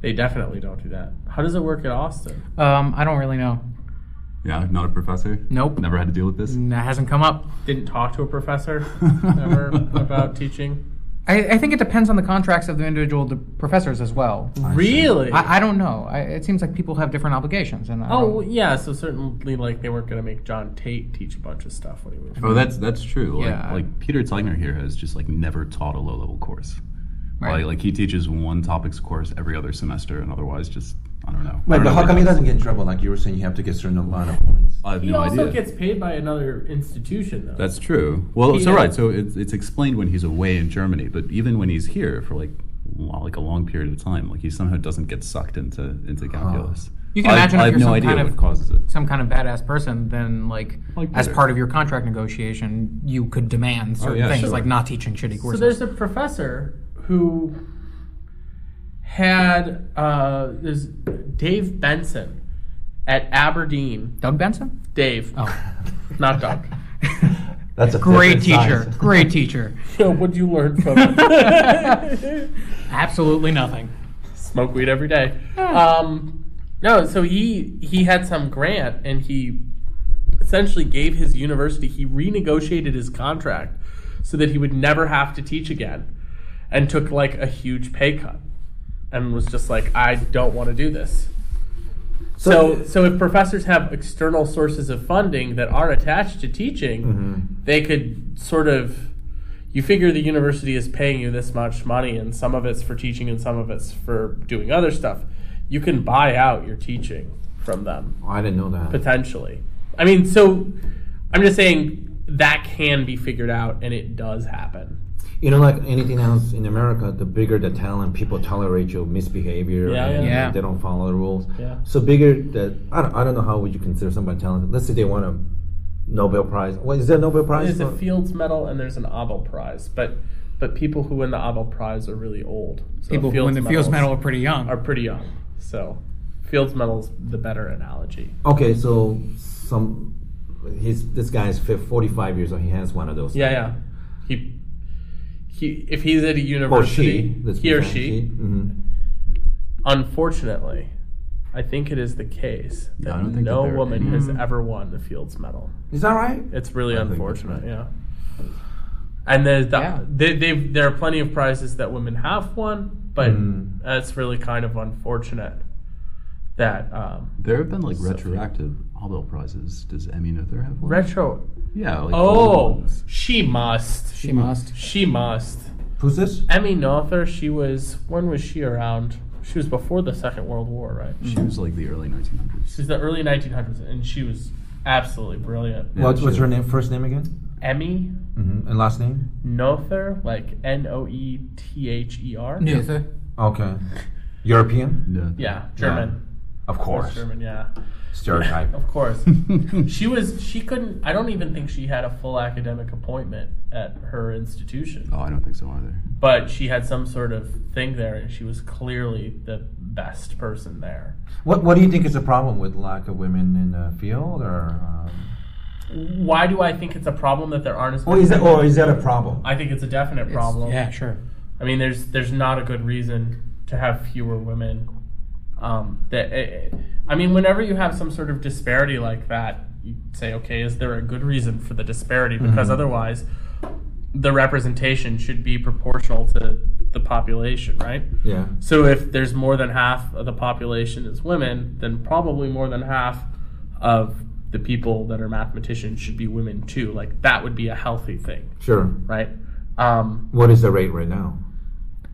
S5: they definitely don't do that. How does it work at Austin?
S6: Um, I don't really know.
S9: Yeah, not a professor.
S6: Nope.
S9: Never had to deal with this.
S6: That hasn't come up.
S5: Didn't talk to a professor ever about teaching.
S6: I, I think it depends on the contracts of the individual the professors as well.
S5: Really?
S6: I, I don't know. I, it seems like people have different obligations, and I
S5: oh
S6: don't-
S5: well, yeah. So certainly, like they weren't going to make John Tate teach a bunch of stuff when he was.
S9: Oh, that's that's true. Like,
S6: Yeah.
S9: like Peter Tegner here has just like never taught a low level course.
S6: Right.
S9: Like, like he teaches one topics course every other semester, and otherwise just I don't know. I
S8: Wait,
S9: don't
S8: but
S9: know
S8: how
S9: what
S8: come he
S9: does.
S8: doesn't get in trouble? Like you were saying, you have to get certain amount of points.
S9: I have
S5: He
S9: no
S5: also
S9: idea.
S5: gets paid by another institution, though.
S9: That's true. Well,
S5: He
S9: so
S5: has-
S9: right. So it's, it's explained when he's away in Germany, but even when he's here for like lo- like a long period of time, like he somehow doesn't get sucked into into calculus.
S6: You can
S9: I-
S6: imagine
S9: I,
S6: if
S9: have
S6: you're
S9: no
S6: some
S9: idea
S6: kind
S9: what
S6: of-
S9: causes it.
S6: some kind of badass person, then like,
S9: Like
S6: as
S9: Peter.
S6: part of your contract negotiation, you could demand certain
S9: yeah,
S6: things
S9: sure.
S6: like not teaching shitty
S5: So
S6: courses.
S5: there's a professor who had uh, there's Dave Benson at Aberdeen.
S6: Doug Benson,
S5: Dave,
S6: oh,
S5: not Doug.
S4: That's a
S6: great
S4: different
S6: teacher,
S4: science.
S6: great teacher.
S5: so what'd you learn from it?
S6: Absolutely nothing.
S5: Smoke weed every day. Um, no, so he he had some grant and he essentially gave his university he renegotiated his contract so that he would never have to teach again and took like a huge pay cut and was just like I don't want to do this. So, so if professors have external sources of funding that are attached to teaching, they could sort of you figure the university is paying you this much money and some of it's for teaching and some of it's for doing other stuff. You can buy out your teaching from them
S4: Oh, I didn't know that.
S5: potentially. I mean, so I'm just saying that can be figured out and it does happen.
S4: You know, like anything else in America, the bigger the talent, people tolerate your misbehavior.
S5: Yeah,
S4: and
S5: yeah.
S6: Yeah.
S4: They don't follow the rules.
S5: Yeah.
S4: So bigger that I don't, I don't know how would you consider somebody talented. Let's say they won a Nobel Prize. Well, is there a Nobel Prize?
S5: There's a
S4: for-
S5: Fields Medal and there's an Abel Prize, but but people who win the Abel Prize are really old. So
S6: People who win the
S5: medals-
S6: Fields Medal are pretty young.
S5: are pretty young. So Fields medal's the better analogy.
S6: Oh.
S4: Okay, so some he's this guy's fif- 45 years old. He has one of those.
S5: Yeah, yeah. He he if he's at a university
S4: let's
S5: he
S4: be
S5: or
S4: frank,
S5: she,
S4: mhm.
S5: unfortunately, I think it is the case that
S9: I don't think
S5: no
S9: that there-
S5: woman has
S6: Mm.
S5: ever won the Fields medal.
S4: Is that right?
S5: It's really
S4: that's
S5: unfortunate, yeah. And there's the,
S6: Yeah.
S5: they, they've, there are plenty of prizes that women have won, but
S4: Hmm. Mm-hmm.
S5: that's really kind of unfortunate that um,
S9: There have been like retroactive Nobel prizes. Does Emmy Noether have one?
S5: retro.
S9: yeah. Like old
S5: Oh,
S9: ones.
S5: she must. She,
S6: she must.
S5: must.
S8: Who's this?
S5: Emmy Noether. She was. When was she around? She was before the Second World War, right?
S9: She was like the early 1900s.
S5: She's the early 1900s, and she was absolutely brilliant.
S8: What, what's
S9: sure.
S8: her name? First name again?
S5: Emmy
S4: Mm-hmm.
S8: hmm And last name?
S5: Noether, like N O E T H E R.
S6: Nuther.
S8: Okay. European?
S9: Yeah.
S5: Yeah, German.
S8: Of course.
S5: German, yeah.
S8: Stereotype.
S5: Of course. she was she couldn't I don't even think she had a full academic appointment at her institution.
S9: Oh, I don't think so either.
S5: But she had some sort of thing there and she was clearly the best person there.
S4: What What do you think is the problem with lack of women in the field, or um,
S5: Why do I think it's a problem that there aren't as
S4: or
S5: many
S4: Oh, is that
S5: women?
S4: or is that a problem?
S5: I think it's a definite problem.
S6: Yeah, sure.
S5: I mean, there's there's not a good reason to have fewer women. Um, that eh, eh, I mean, whenever you have some sort of disparity like that, you say, okay, is there a good reason for the disparity? Because otherwise, the representation should be proportional to the population, right?
S4: yeah.
S5: So if there's more than half of the population is women, then probably more than half of the people that are mathematicians should be women too. Like that would be a healthy thing,
S4: Sure.
S5: right? Um,
S4: What is the rate right now?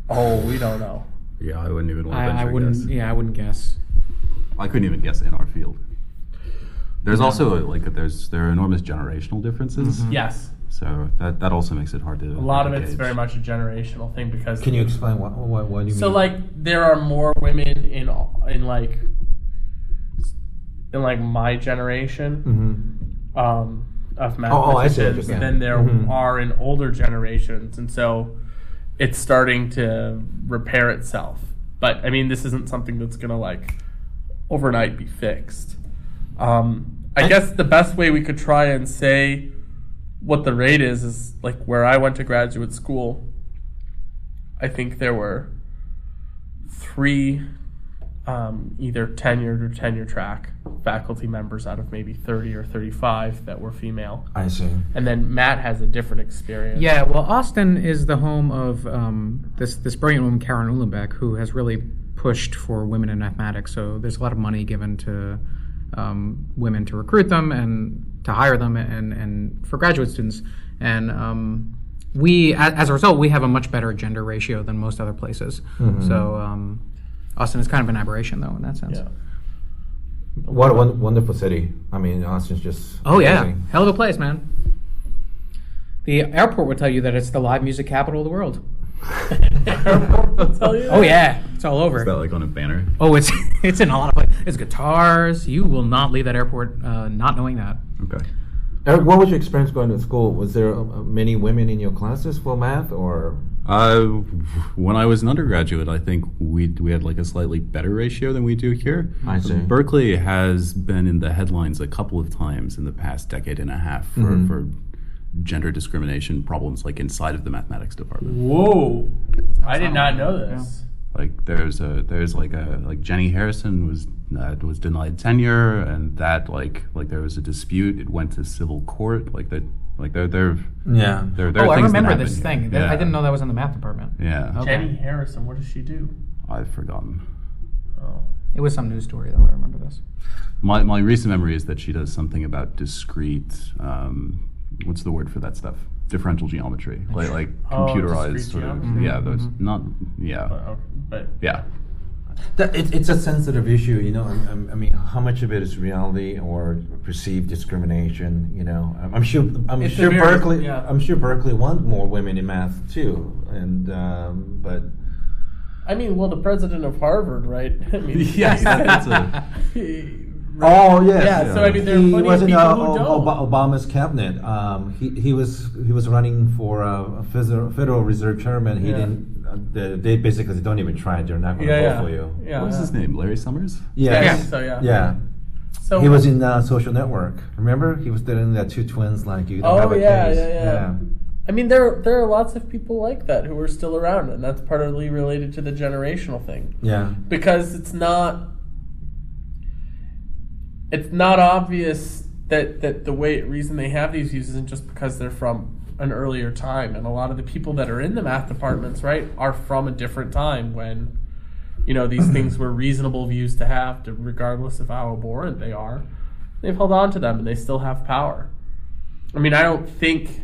S5: Oh, we don't know.
S9: Yeah, I wouldn't even want to
S6: I, I
S9: venture a
S6: wouldn't.
S5: e-
S9: guess.
S6: Yeah, I wouldn't guess.
S9: I couldn't even guess in our field. There's also like there's there are enormous generational differences,
S5: Yes,
S9: so that, that also makes it hard to.
S5: Mm-hmm. a lot of it's very much a generational thing because
S4: Can you explain what what, what you
S5: so
S4: mean?
S5: like there are more women in all- in like in like my generation
S4: Mhm.
S5: um, of
S4: Oh, oh, I see what you're
S5: mathematicians
S4: saying.
S5: than there
S4: Mhm.
S5: are in older generations, and so it's starting to repair itself. But I mean, this isn't something that's gonna like overnight be fixed. Um, I guess the best way we could try and say what the rate is is like where I went to graduate school. I think there were three um, either tenured or tenure track faculty members out of maybe 30 or 35 that were female.
S4: I see.
S5: And then Matt has a different experience.
S6: Yeah, well, Austin is the home of um, this this brilliant woman, Karen Uhlenbeck, who has really pushed for women in mathematics. So there's a lot of money given to um, women to recruit them and to hire them and and for graduate students. And um, we, a- as a result, we have a much better gender ratio than most other places. So um, Austin is kind of an aberration, though, in that sense.
S5: Yeah.
S4: What a won- wonderful city. I mean, Austin's just.
S6: Oh yeah,
S4: amazing.
S6: hell of a place, man. The airport will tell you that it's the live music capital of the world.
S5: I'll tell you.
S6: Oh yeah, it's all over.
S9: Is that like on a banner?
S6: Oh, it's it's in a lot of it's guitars. You will not leave that airport uh, not knowing that.
S9: Okay.
S4: Eric, what was your experience going to school? Was there uh, many women in your classes for math, or
S9: Uh, when I was an undergraduate, I think we we had like a slightly better ratio than we do here.
S5: Mm-hmm.
S4: I see.
S9: Berkeley has been in the headlines a couple of times in the past decade and a half for,
S5: Mm-hmm.
S9: for gender discrimination problems, like inside of the mathematics department.
S5: Whoa. I did not know this.
S9: like there's a there's like a like Jenny Harrison was uh, was denied tenure and that like like there was a dispute it went to civil court like that like there there
S4: yeah?
S9: there, there
S6: oh,
S9: are
S6: I
S9: things that
S6: remember
S9: happen
S6: this
S9: here.
S6: thing. That- I
S9: Yeah.
S6: didn't know that was in the math department.
S9: yeah
S6: Okay.
S5: Jenny Harrison, what does she do?
S9: I've forgotten
S5: Oh.
S6: It was some news story though. I remember this.
S9: my my recent memory is that she does something about discrete um what's the word for that stuff differential geometry like like
S5: Oh,
S9: computerized
S5: discrete
S9: sort of
S5: geometry. Mm-hmm.
S9: yeah those not yeah
S5: But, okay, Oh, but
S9: yeah
S4: That, it, it's a sensitive issue, you know. I, I mean, how much of it is reality or perceived discrimination? You know, I'm, I'm sure. I'm
S5: It's a
S4: sure
S5: very-
S4: Berkeley.
S5: yeah.
S4: I'm sure Berkeley wanted more women in math too, and um, but
S5: I mean, well, the president of Harvard, right? I mean,
S9: yeah that's a
S5: he-
S4: oh yes,
S5: Yeah, so I mean, there are
S4: he
S5: plenty of
S4: was in
S5: people
S4: uh,
S5: who
S4: Ob-
S5: don't.
S4: Ob- Obama's cabinet. Um, he he was he was running for uh, Federal Federal Reserve Chairman. He
S5: Yeah.
S4: didn't. Uh, they, they basically don't even try. They're not going to
S5: yeah,
S4: vote
S5: yeah.
S4: for you.
S5: Yeah,
S9: what was
S5: yeah.
S9: his name Larry Summers
S5: Yeah,
S4: Yes.
S5: so yeah.
S4: Yeah.
S5: So
S4: He was in uh, Social Network. Remember, he was dating that two twins. Like you don't
S5: Oh,
S4: have a
S5: yeah,
S4: case.
S5: yeah, yeah. I mean, there there are lots of people like that who are still around, and that's partly related to the generational thing
S4: yeah,
S5: because it's not it's not obvious that that the way reason they have these views isn't just because they're from an earlier time, and a lot of the people that are in the math departments, right, are from a different time when you know these things were reasonable views to have, to, regardless of how abhorrent they are. They've held on to them, and they still have power. I mean, I don't think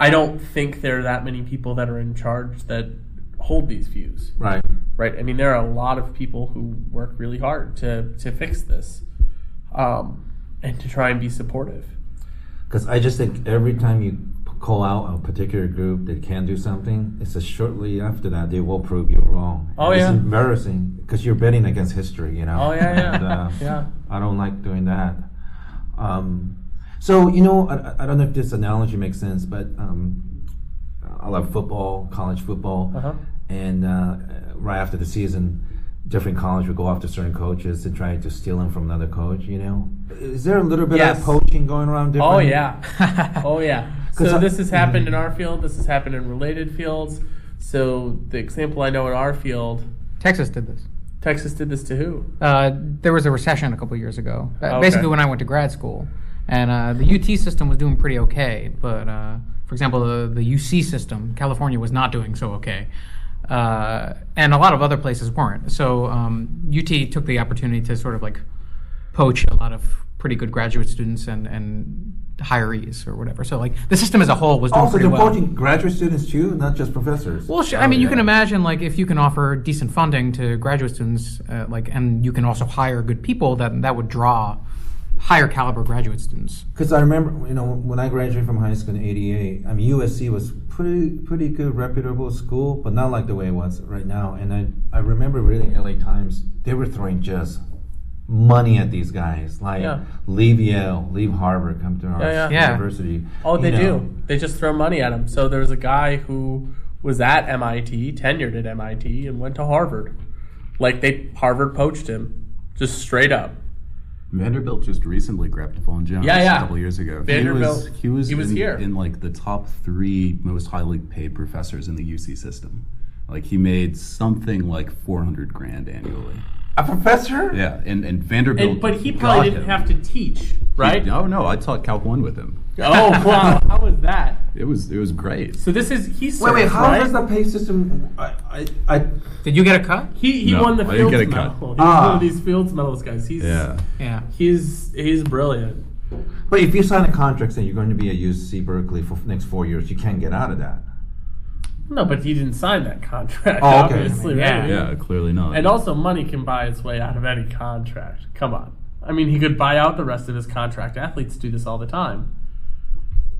S5: I don't think there are that many people that are in charge that hold these views,
S4: Right.
S5: right? I mean, there are a lot of people who work really hard to to fix this, um, and to try and be supportive.
S4: Because I just think every time you p- call out a particular group that can do something, it's just shortly after that they will prove you wrong.
S5: Oh,
S4: it's
S5: yeah.
S4: embarrassing because you're betting against history, you know.
S5: Oh, yeah, yeah.
S4: And, uh,
S5: Yeah.
S4: I don't like doing that. Um, so you know, I- I, I don't know if this analogy makes sense, but um, I love football, college football,
S5: Uh-huh.
S4: and uh, right after the season, different college would go after certain coaches and try to steal him from another coach. You know, is there a little bit
S5: Yes.
S4: of poaching going around? Different?
S5: Oh yeah, oh yeah.
S4: 'Cause
S5: So
S4: I-
S5: this has happened in our field. This has happened in related fields. So the example I know in our field,
S6: Texas did this.
S5: Texas did this to who?
S6: Uh, there was a recession a couple years ago. Uh,
S5: Okay.
S6: Basically, when I went to grad school, and uh, the UT system was doing pretty okay, but uh, for example, the, the UC system, California was not doing so okay, uh, and a lot of other places weren't. So um, UT took the opportunity to sort of like poach a lot of pretty good graduate students and and hirees or whatever. So like the system as a whole was doing
S4: Also,
S6: pretty
S4: they're
S6: well.
S4: poaching graduate students too, not just professors.
S6: Well, sh- I
S4: Oh,
S6: mean, you
S4: yeah.
S6: can imagine like if you can offer decent funding to graduate students, uh, like, and you can also hire good people, then that would draw higher caliber graduate students.
S4: Because I remember, you know, when I graduated from high school in '88, I mean, USC was pretty, pretty good, reputable school, but not like the way it was right now. And I, I remember reading LA Times; they were throwing just money at these guys, like
S5: Yeah.
S4: leave Yale, leave Harvard, come to our
S5: Yeah, yeah.
S6: Yeah.
S4: university.
S5: Oh,
S4: You
S5: they
S4: know,
S5: do. They just throw money at him. So there was a guy who was at MIT, tenured at MIT, and went to Harvard. Like they Harvard poached him, just straight up.
S9: Vanderbilt just recently grabbed Vaughn Jones
S5: Yeah, yeah.
S9: a couple years ago.
S5: Vanderbilt,
S9: he was, he was,
S5: he was
S9: in,
S5: here.
S9: in like the top three most highly paid professors in the UC system. Like he made something like four hundred grand annually.
S4: A professor?
S9: Yeah, and, and Vanderbilt.
S5: And, but he
S9: got
S5: probably didn't
S9: him.
S5: have to teach, right?
S9: No, no, I taught Calc One with him.
S5: Oh wow, how was that?
S9: It was it was great.
S5: So this is he. Served,
S4: Wait, wait. How
S5: right?
S4: does the pay system? I, I, I
S6: Did you get a cut?
S5: He he
S9: No,
S5: won the
S9: I didn't
S5: Fields
S9: get a
S5: medal.
S9: cut.
S5: He's
S4: Ah.
S5: one of these Fields medals guys. He's
S9: Yeah.
S6: Yeah.
S5: he's he's brilliant.
S4: but if you sign a contract saying you're going to be at UC Berkeley for the next four years, you can't get out of that.
S5: No, but he didn't sign that contract.
S4: Oh, okay.
S5: Obviously,
S6: Yeah.
S5: right?
S9: Yeah, clearly not.
S5: And also, money can buy its way out of any contract. Come on. I mean, he could buy out the rest of his contract. Athletes do this all the time,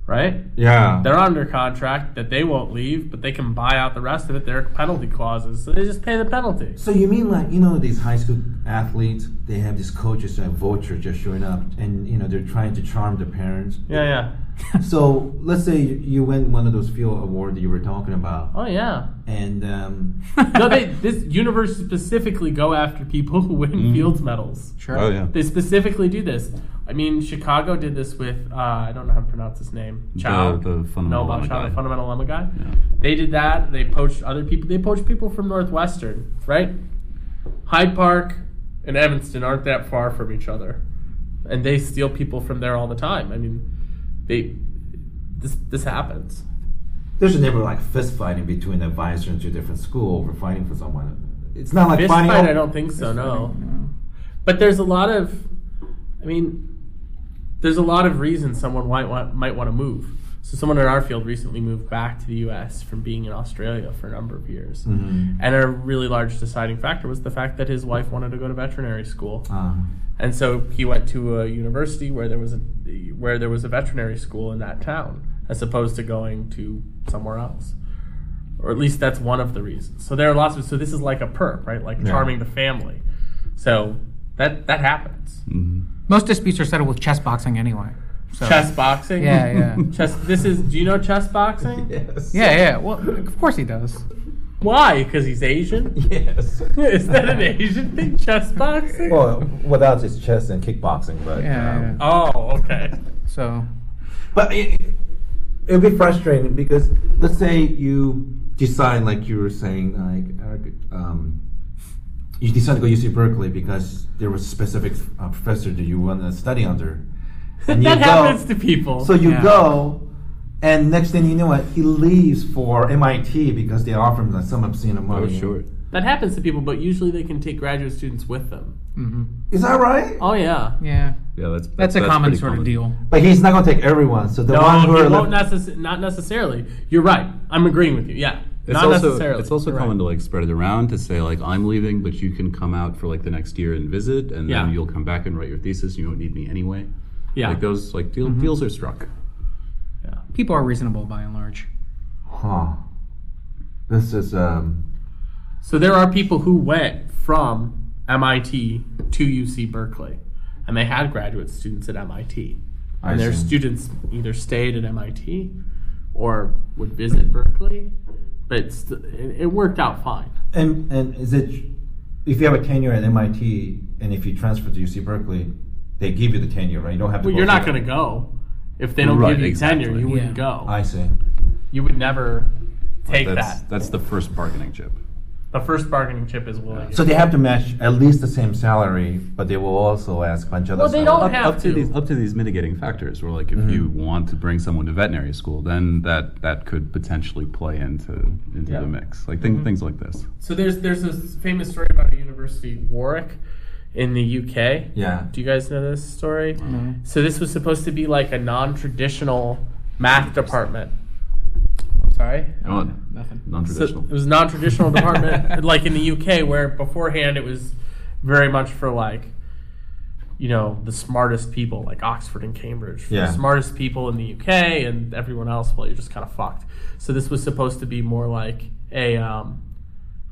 S5: right?
S4: Yeah.
S5: They're under contract that they won't leave, but they can buy out the rest of it. There are penalty clauses, so they just pay the penalty.
S4: So you mean like you know these high school athletes? They have these coaches that vulture just showing up, and you know they're trying to charm the parents.
S5: Yeah, yeah.
S4: So let's say you you win one of those field award that you were talking about,
S5: Oh, yeah.
S4: and um,
S5: No, they this universe specifically go after people who win
S9: Mm-hmm.
S5: Fields medals.
S6: Sure.
S9: Oh, yeah.
S5: They specifically do this. I mean, Chicago did this with uh, I don't know how to pronounce his name. Chow,
S9: the fundamental
S5: no, Bob
S9: Lemma
S5: Chow, the
S9: guy.
S5: fundamental Lemma guy.
S9: Yeah.
S5: They did that. They poached other people. They poached people from Northwestern, right? Hyde Park and Evanston aren't that far from each other, and they steal people from there all the time. I mean, they this this happens.
S4: there's never like fist fighting between the advisor and two different school over fighting for someone. It's not like
S5: Fist
S4: fighting.
S5: fight,
S4: oh,
S5: I don't think so. No. But there's a lot of, I mean, there's a lot of reasons someone might want might want to move. So someone in our field recently moved back to the U.S. from being in Australia for a number of years,
S4: Mm-hmm. Mm.
S5: and a really large deciding factor was the fact that his wife wanted to go to veterinary school,
S4: Uh,
S5: and so he went to a university where there was a where there was a veterinary school in that town, as opposed to going to somewhere else. Or at least that's one of the reasons. So there are lots of so this is like a perp, right? Like charming the family. So that that happens.
S6: Most disputes are settled with chess boxing anyway. So.
S5: Chess boxing.
S6: Yeah, yeah.
S5: Chess. This is. Do you know chess boxing?
S4: yes.
S6: yeah, yeah. Well, of course he does.
S5: Why? Because he's Asian.
S4: Yes.
S5: is that an Asian thing? Chess boxing.
S4: well, without his chess and kickboxing, but
S6: Yeah.
S4: um,
S6: yeah.
S5: Oh, okay.
S6: So
S4: But it, it'd be frustrating because let's say you decide, like you were saying, like Eric, um, you decide to go UC Berkeley because there was a specific uh, professor that you want to study under, and
S5: that happens to people.
S4: so you
S6: Yeah.
S4: go, and next thing you know, it he leaves for MIT because they offer him like, some obscene amount.
S9: Oh,
S4: of money.
S9: sure.
S5: that happens to people, but usually they can take graduate students with them.
S4: Is that right?
S5: Oh yeah.
S6: yeah,
S9: Yeah, that's
S6: that's, a common
S9: pretty
S6: sort of deal.
S4: But he's not going to take everyone. So the
S5: No,
S4: one who
S5: he
S4: are
S5: won't
S4: left-
S5: necess- not necessarily. You're right. I'm agreeing with you. Yeah.
S9: It's
S5: not
S9: also
S5: necessarily.
S9: it's also
S5: You're
S9: common
S5: right.
S9: to like spread it around to say like I'm leaving, but you can come out for like the next year and visit, and
S5: Yeah.
S9: then you'll come back and write your thesis. You won't need me anyway.
S5: Yeah. Mm-hmm.
S9: Like those like deal, deals are struck.
S5: yeah.
S6: people are reasonable by and large.
S4: Huh. This is um.
S5: So there are people who went from MIT to UC Berkeley, and they had graduate students at MIT.
S4: I
S5: and their
S4: see.
S5: students either stayed at MIT or would visit Berkeley, but st- it, it worked out fine.
S4: And and is it if you have a tenure at MIT and if you transfer to UC Berkeley, they give you the tenure, right? You don't have to.
S5: Well,
S4: go
S5: you're not
S4: through
S5: going to
S4: that.
S5: go if they don't
S9: Right,
S5: give you
S9: exactly.
S5: tenure. You wouldn't
S6: Yeah.
S5: go.
S4: I see.
S5: you would never take
S9: That's
S5: that.
S9: that's the first bargaining chip.
S5: The first bargaining chip is willing.
S4: So they have to match at least the same salary, but they will also ask a bunch of.
S5: Well,
S4: other
S5: they
S4: salary.
S5: don't have
S9: up to
S5: to.
S9: these up to these mitigating factors where like if you want to bring someone to veterinary school then that that could potentially play into into
S5: Yeah. Mm-hmm.
S9: the mix like thing, things like this
S5: So there's there's this famous story about a university, Warwick, in the UK.
S4: Yeah.
S5: Do you guys know this story? So this was supposed to be like a non-traditional math department. Sorry.
S9: nothing non-traditional
S5: So it was a non-traditional department, like in the UK, where beforehand it was very much for like, you know, the smartest people, like Oxford and Cambridge, for
S4: Yeah.
S5: the smartest people in the UK, and everyone else, well, you're just kind of fucked. So this was supposed to be more like a um,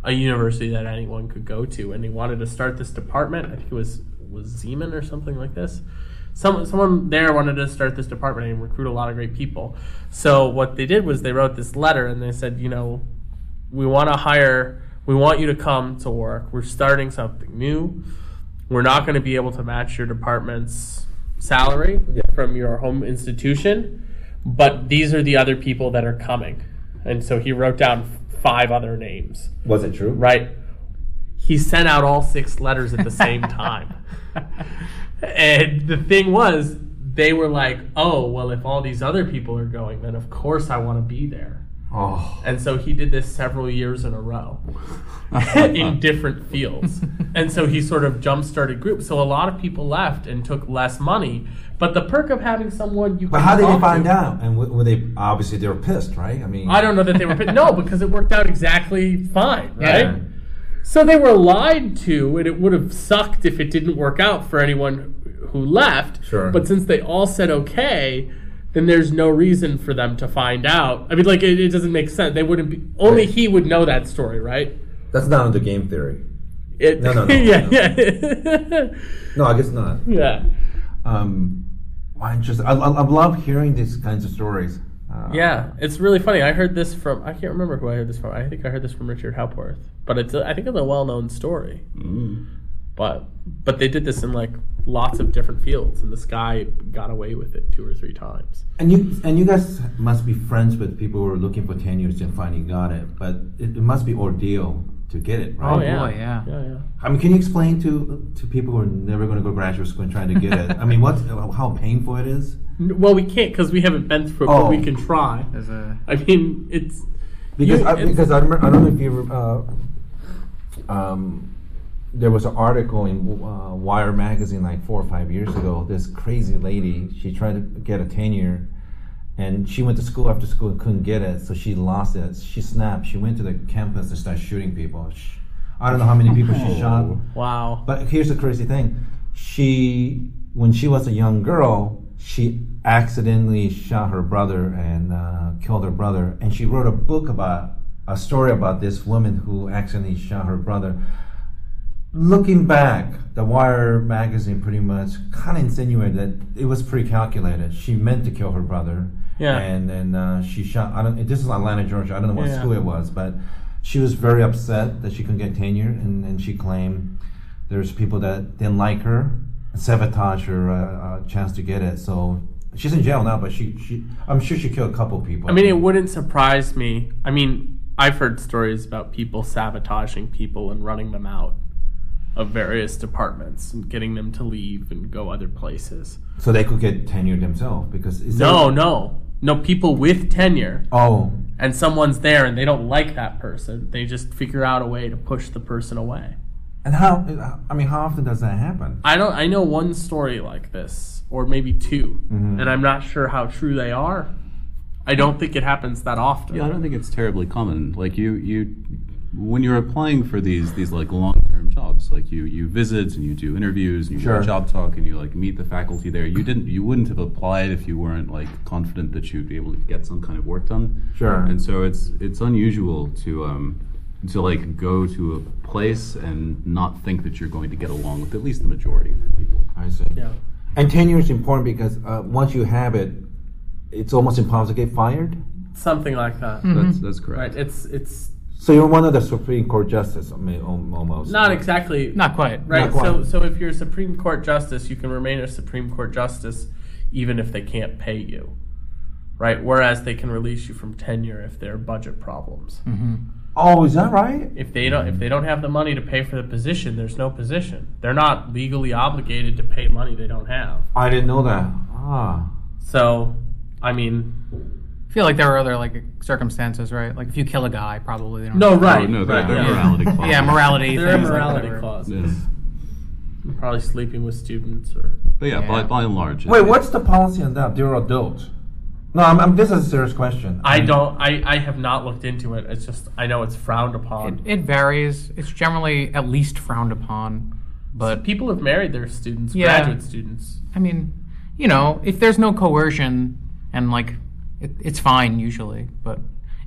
S5: a university that anyone could go to, and they wanted to start this department. I think it was was Zeman or something like this. Some, someone there wanted to start this department and recruit a lot of great people. So what they did was they wrote this letter and they said, you know, we want to hire we want you to come to work we're starting something new we're not going to be able to match your department's salary from your home institution but these are the other people that are coming and so he wrote down five other names
S4: Was it true?
S5: right he sent out all six letters at the same time and the thing was they were like oh well if all these other people are going then of course i want to be there
S4: Oh.
S5: and so he did this several years in a row in different fields. And so he sort of jump started groups. So a lot of people left and took less money. But the perk of having someone you
S4: But
S5: can
S4: how did they
S5: talk
S4: find
S5: to-
S4: out? And w- were they obviously they were pissed, right? I mean,
S5: I don't know that they were no, because it worked out exactly fine, right?
S4: Yeah.
S5: So they were lied to, and it would have sucked if it didn't work out for anyone who left.
S4: Sure.
S5: But since they all said okay, then there's no reason for them to find out. I mean, like it, it doesn't make sense. They wouldn't be. Only he would know that story, right?
S4: That's not under game theory.
S5: It,
S4: No, no, no,
S5: yeah,
S4: no.
S5: yeah,
S4: No, I guess not.
S5: yeah,
S4: Um, why interesting. I, I, I love hearing these kinds of stories. Uh,
S5: yeah. It's really funny. I heard this from. I can't remember who I heard this from. I think I heard this from Richard Hepworth, but it's. a- I think it's a well-known story.
S4: Mm.
S5: But but they did this in like lots of different fields, and this guy got away with it two or three times.
S4: And you and you guys must be friends with people who are looking for tenures and finally got it, but it, it must be ordeal to get it, right?
S6: Oh,
S5: yeah.
S6: boy, yeah.
S5: Yeah, yeah.
S4: I mean, can you explain to to people who are never going to go to graduate school and trying to get it? I mean, what's how painful it is?
S5: N- Well, we can't because we haven't been through it, but
S4: Oh.
S5: we can try.
S6: There's a
S5: I mean, it's
S4: Because
S5: You-
S4: I,
S5: it's-
S4: because I, remember, I don't know if you uh, um, there was an article in uh, Wire magazine like four or five years ago. This crazy lady, she tried to get a tenure, and she went to school after school and couldn't get it, so she lost it. She snapped. She went to the campus and started shooting people. Sh I don't know how many people she shot.
S5: Oh. wow.
S4: But here's the crazy thing: she, when she was a young girl, she accidentally shot her brother and uh, killed her brother, and she wrote a book about a story about this woman who accidentally shot her brother. Looking back, the Wire magazine pretty much kind of insinuated that it was pre-calculated. She meant to kill her brother,
S5: Yeah.
S4: and then uh, she shot. I don't. This is Atlanta, Georgia. I don't know what
S5: Yeah.
S4: school it was, but she was very upset that she couldn't get tenure, and, and she claimed there's people that didn't like her sabotage her uh, uh, chance to get it so she's in jail now but she, she i'm sure she killed a couple people
S5: I mean, it wouldn't surprise me. I mean, I've heard stories about people sabotaging people and running them out of various departments and getting them to leave and go other places.
S4: so they could get tenure themselves because is
S5: No,
S4: there-
S5: no. No, people with tenure
S4: oh
S5: and someone's there and they don't like that person. They just figure out a way to push the person away.
S4: and how i mean how often does that happen
S5: I don't I know one story like this or maybe 2
S9: Mm-hmm.
S5: and I'm not sure how true they are. I don't think it happens that often.
S9: Yeah, I don't think it's terribly common. Like you, you, when you're applying for these these like long term jobs, jobs. Like you, you visit and you do interviews and you
S8: Sure.
S9: do a job talk and you like meet the faculty there. You didn't, you wouldn't have applied if you weren't like confident that you'd be able to get some kind of work done.
S4: Sure.
S9: And so it's it's unusual to um, to like go to a place and not think that you're going to get along with at least the majority of
S5: Mm-hmm.
S9: the people.
S4: I see.
S5: Yeah.
S4: And tenure is important because uh, once you have it, it's almost impossible to get fired.
S5: Something like that.
S9: That's that's
S5: Right.
S9: correct.
S5: It's it's
S4: So you're one of the Supreme Court justices, I mean, al- almost.
S5: not exactly
S6: Not quite.
S5: right.
S4: not
S5: So
S4: quite.
S5: so if you're a Supreme Court justice, you can remain a Supreme Court justice even if they can't pay you. Right? Whereas they can release you from tenure if there are budget problems.
S4: Oh, is that right?
S5: If they don't if they don't have the money to pay for the position, there's no position. They're not legally obligated to pay money they don't have.
S4: I didn't know that. Ah.
S5: So, I mean,
S6: I feel like there are other like circumstances, right? Like if you kill a guy, probably they don't.
S5: no, right?
S9: Oh, no, they're,
S5: right,
S9: they're
S5: yeah.
S9: morality clauses.
S6: Yeah, morality.
S5: There are
S6: things like
S5: morality
S6: whatever.
S5: clauses.
S9: Yeah.
S5: Probably sleeping with students or
S9: But yeah, By,
S6: Yeah.
S9: by and large.
S4: Wait,
S9: it-
S4: what's the policy on that? They're adults. No, I'm, I'm, this is a serious question.
S5: I don't. I I have not looked into it. It's just I know it's frowned
S6: It,
S5: upon.
S6: it varies. It's generally at least frowned upon, but
S5: People have married their students,
S6: Yeah.
S5: graduate students.
S6: I mean, you know, if there's no coercion and like, it, it's fine usually. But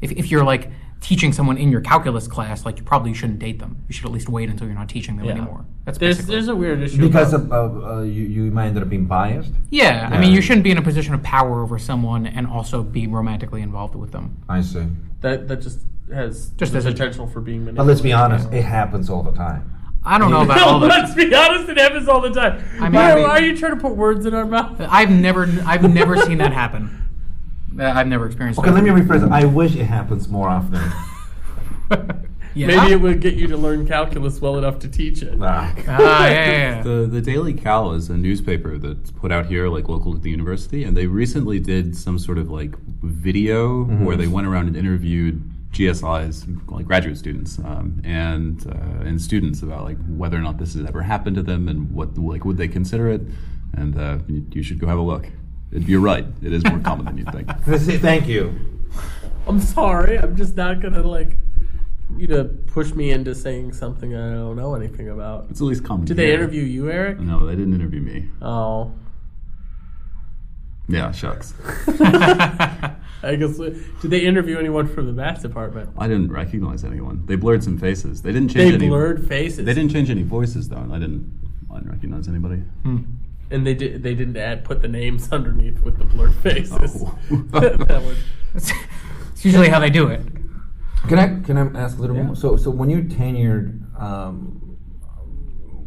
S6: if, if you're like teaching someone in your calculus class, like you probably shouldn't date them. You should at least wait until you're not teaching them
S5: Yeah.
S6: anymore. That's
S5: There's
S6: basically.
S5: there's a weird issue
S4: because
S5: about-
S4: of, of, uh, you, you might end up being biased.
S6: yeah, I
S9: Yeah.
S6: mean, you shouldn't be in a position of power over someone and also be romantically involved with them.
S4: I see.
S5: that that just has
S6: Just
S5: the
S6: as a-
S5: potential for being
S4: But let's
S5: manipulated.
S4: be honest, it happens all the time.
S6: I don't know about
S5: No,
S6: all the.
S5: let's be honest. It happens all the time.
S6: mean-
S5: why,
S6: I mean-
S5: why are you trying to put words in our mouth?
S6: I've never, I've never seen that happen. Uh, I've never experienced.
S4: Okay,
S6: that.
S4: let me rephrase. I wish it happens more often.
S6: Yeah.
S5: Maybe it would get you to learn calculus well enough to teach it.
S4: Nah.
S6: Ah, yeah, yeah, yeah.
S9: The, the Daily Cal is a newspaper that's put out here, like local to the university, and they recently did some sort of like video
S5: Mm-hmm.
S9: where they went around and interviewed GSIs, like graduate students, um, and uh, and students about like whether or not this has ever happened to them and what like would they consider it, and uh, you, you should go have a look. You're right; it is more common than you think.
S4: Thank you.
S5: I'm sorry. I'm just not gonna like you to push me into saying something I don't know anything about.
S9: It's at least common.
S5: Did they
S9: here.
S5: interview you, Eric?
S9: No, they didn't interview me.
S5: Oh,
S9: Yeah, shucks.
S5: I guess. uh, Did they interview anyone from the math department?
S9: I didn't recognize anyone. They blurred some faces. They didn't change
S5: They
S9: any.
S5: blurred faces.
S9: They didn't change any voices though, and I didn't. I didn't recognize anybody.
S5: Hmm. and they did. They didn't add put the names underneath with the blurred faces.
S9: Oh.
S5: that would,
S6: It's usually how they do it.
S4: Can I can I ask a little bit
S5: Yeah.
S4: more? So so when you're tenured, um,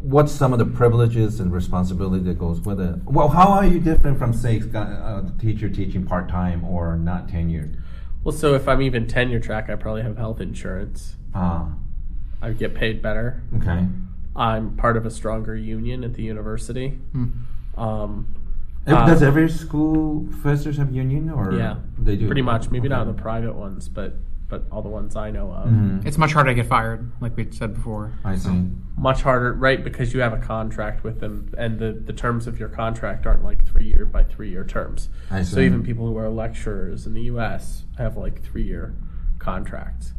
S4: what's some of the privileges and responsibility that goes with it? Well, how are you different from say a uh, teacher teaching part time or not tenured?
S5: well, so if I'm even tenure track, I probably have health insurance.
S4: Ah,
S5: I get paid better.
S4: okay.
S5: I'm part of a stronger union at the university. Um,
S4: Ev- Does every school professors have union or
S5: yeah,
S4: they do
S5: pretty much. Maybe not the private ones, but but all the ones I know of.
S6: It's much harder to get fired, like we said before.
S4: I see.
S5: much harder, right? Because you have a contract with them, and the, the terms of your contract aren't like three year by three year terms.
S4: I
S5: So
S4: see.
S5: even people who are lecturers in the U.S. have like three year contracts.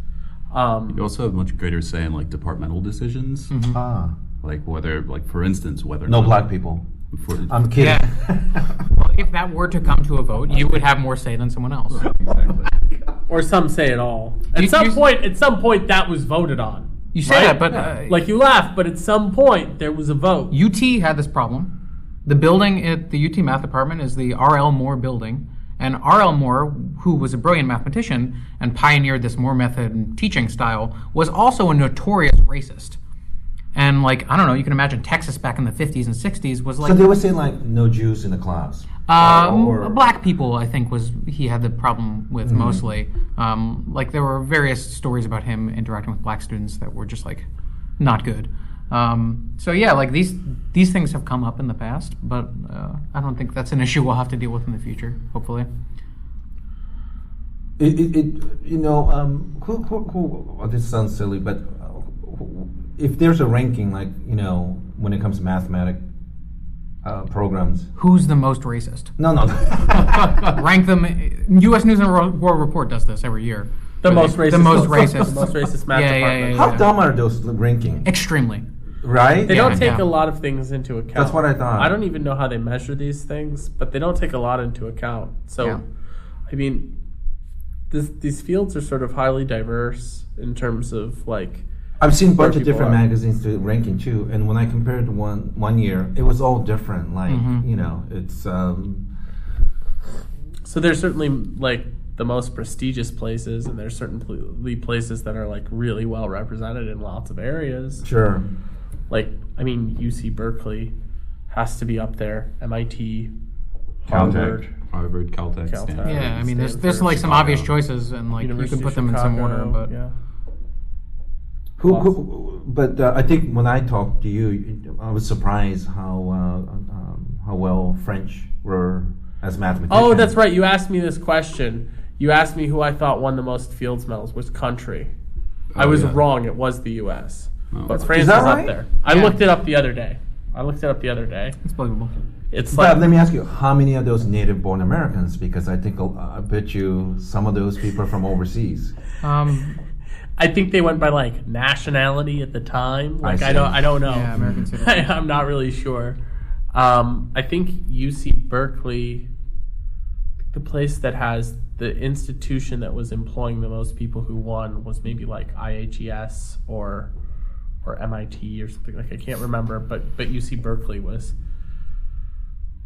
S9: You
S5: Um,
S9: also have much greater say in like departmental decisions,
S5: Mm-hmm.
S4: Ah,
S9: like whether, like for instance, whether
S4: no black people.
S9: For,
S4: I'm kidding.
S6: Yeah. well, if that were to come to a vote, you would have more say than someone else.
S9: exactly.
S5: or some say it all. At
S6: You-
S5: some
S6: you-
S5: point, at some point, that was voted on.
S6: You say
S5: Right?
S6: that, but uh, like
S5: Like you laugh, but at some point there was a vote.
S6: UT had this problem. The building at the UT math department is the R.L. Moore building, and R.L. Moore, who was a brilliant mathematician and pioneered this Moore method and teaching style, was also a notorious racist. And like I don't know, you can imagine Texas back in the 50s and 60s was like
S4: So they would say like no Jews in the class.
S6: Um,
S4: Or- or-
S6: black people, I think, was he had the problem with mostly. Um, like there were various stories about him interacting with black students that were just like not good. Um, so yeah, like these these things have come up in the past, but uh, I don't think that's an issue we'll have to deal with in the future. Hopefully,
S4: It, it, it you know, um, who, who, who, well, this sounds silly, but uh, who- if there's a ranking, like, you know, when it comes to mathematic uh, programs,
S6: who's the most racist?
S4: no, no,
S6: Rank them. U.S. News and Ro- World Report does this every year.
S5: The most racist.
S6: the most racist.
S5: The most racist math
S6: Yeah, yeah,
S5: department.
S6: yeah, yeah.
S4: how dumb are those rankings?
S6: Extremely.
S4: right?
S5: They don't take
S6: Yeah.
S5: a lot of things into account.
S4: That's what I thought.
S5: I don't even know how they measure these things, but they don't take a lot into account. So,
S6: Yeah.
S5: I mean, this, these fields are sort of highly diverse in terms of like,
S4: I've seen a bunch of
S5: people
S4: different
S5: are.
S4: magazines do ranking too, and when I compared one one year, it was all different. Like
S5: Mm-hmm.
S4: you know, it's um,
S5: so there's certainly like the most prestigious places, and there's certainly places that are like really well represented in lots of areas.
S4: sure.
S5: Like, I mean, UC Berkeley has to be up there, MIT, Harvard.
S9: Caltech, Harvard, Caltech,
S5: Caltech.
S9: Stanford.
S6: Yeah, I mean, there's
S5: Stanford,
S6: there's like some
S9: Chicago.
S6: obvious choices, and like you can
S5: University
S6: put
S5: of
S6: them in some order,
S5: Chicago,
S6: but
S5: yeah.
S4: Who, who but uh, I think when I talked to you, you- I was surprised how uh, um, how well French were as mathematicians.
S5: Oh, that's right. You asked me this question. You asked me who I thought won the most Fields medals, which country. I
S9: Oh,
S5: was
S9: yeah.
S5: wrong. It was the U.S.
S6: Oh,
S5: But France
S4: Is
S5: is
S4: that
S5: up
S4: right?
S5: there. I
S6: Yeah.
S5: looked it up the other day. I looked it up the other day.
S6: it's believable.
S5: It's
S4: But
S5: like
S4: let me ask you, how many of those native-born Americans? Because I think a- I bet you some of those people are from overseas.
S6: Um,
S5: I think they went by like nationality at the time. Like I,
S4: see.
S5: don't I don't know.
S6: yeah, American citizens.
S5: I, I'm not really sure. Um, I think UC Berkeley, the place that has the institution that was employing the most people who won was maybe like IHES or or MIT or something like I can't remember, but but UC Berkeley was.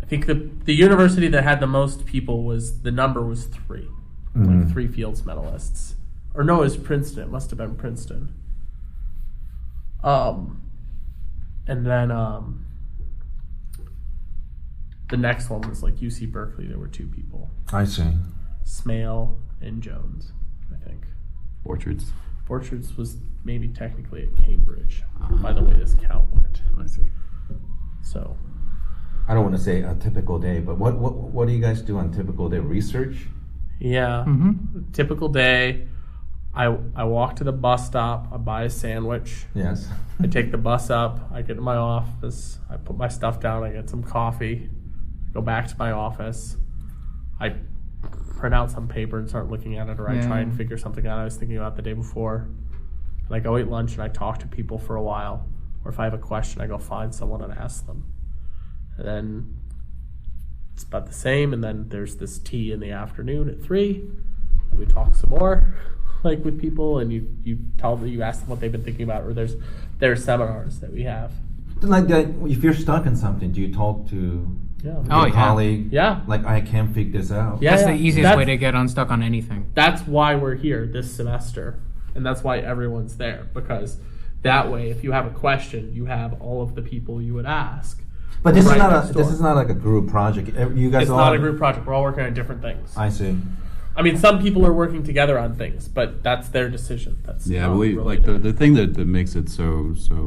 S5: I think the the university that had the most people was the number was 3 like three Fields medalists, or no, it was Princeton. It must have been Princeton. Um, and then um, the next one was like UC Berkeley. There were two people,
S4: I see.
S5: Smale and Jones, I think.
S9: Orchards.
S5: Borchards was maybe technically at Cambridge, by the way this count went.
S9: I see.
S5: So
S4: I don't want to say a typical day, but what what what do you guys do on typical day? Research.
S5: yeah,
S9: Mm-hmm.
S5: typical day. I I walk to the bus stop. I buy a sandwich.
S4: Yes.
S5: I take the bus up. I get to my office. I put my stuff down. I get some coffee. Go back to my office. I print out some paper and start looking at it, or I try
S6: Yeah.
S5: and figure something out I was thinking about the day before. And I go eat lunch and I talk to people for a while. Or if I have a question, I go find someone and ask them. And then it's about the same. And then there's this tea in the afternoon at three. We talk some more, like with people, and you you tell them you ask them what they've been thinking about, or there's there's seminars that we have.
S4: Like that, if you're stuck in something, do you talk to
S5: Yeah.
S6: Oh,
S4: your
S6: yeah.
S4: colleague?
S5: Yeah.
S4: Like I can't figure this out.
S5: Yeah,
S6: that's
S5: yeah.
S6: the easiest
S5: That's-
S6: way to get unstuck on anything.
S5: that's why we're here this semester and that's why everyone's there because that way if you have a question you have all of the people you would ask
S4: But this
S5: Right
S4: is not
S5: next
S4: a this
S5: door.
S4: is not like a group project. Ev- You guys
S5: it's
S4: all
S5: not a group project we're all working on different things
S4: I see.
S5: i mean some people are working together on things but that's their decision that's
S9: Yeah,
S5: not
S9: but we like
S5: related.
S9: the, the thing that, that makes it so so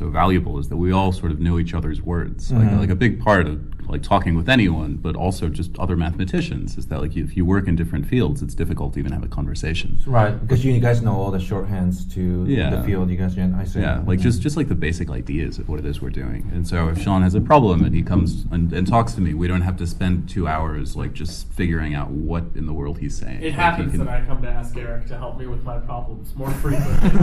S9: so valuable is that we all sort of know each other's words.
S5: Mm-hmm.
S9: Like, like a big part of like talking with anyone, but also just other mathematicians, is that like if you work in different fields, it's difficult to even have a conversation.
S4: Right, because you guys know all the shorthands to the
S9: Yeah.
S4: field. You guys, yeah, I see.
S9: Yeah, like just just like the basic ideas of what it is we're doing. And so if Sean has a problem and he comes and, and talks to me, we don't have to spend two hours like just figuring out what in the world he's saying.
S5: it
S9: Like, he
S5: happens
S9: can-
S5: that i come to ask eric to help me with my problems more frequently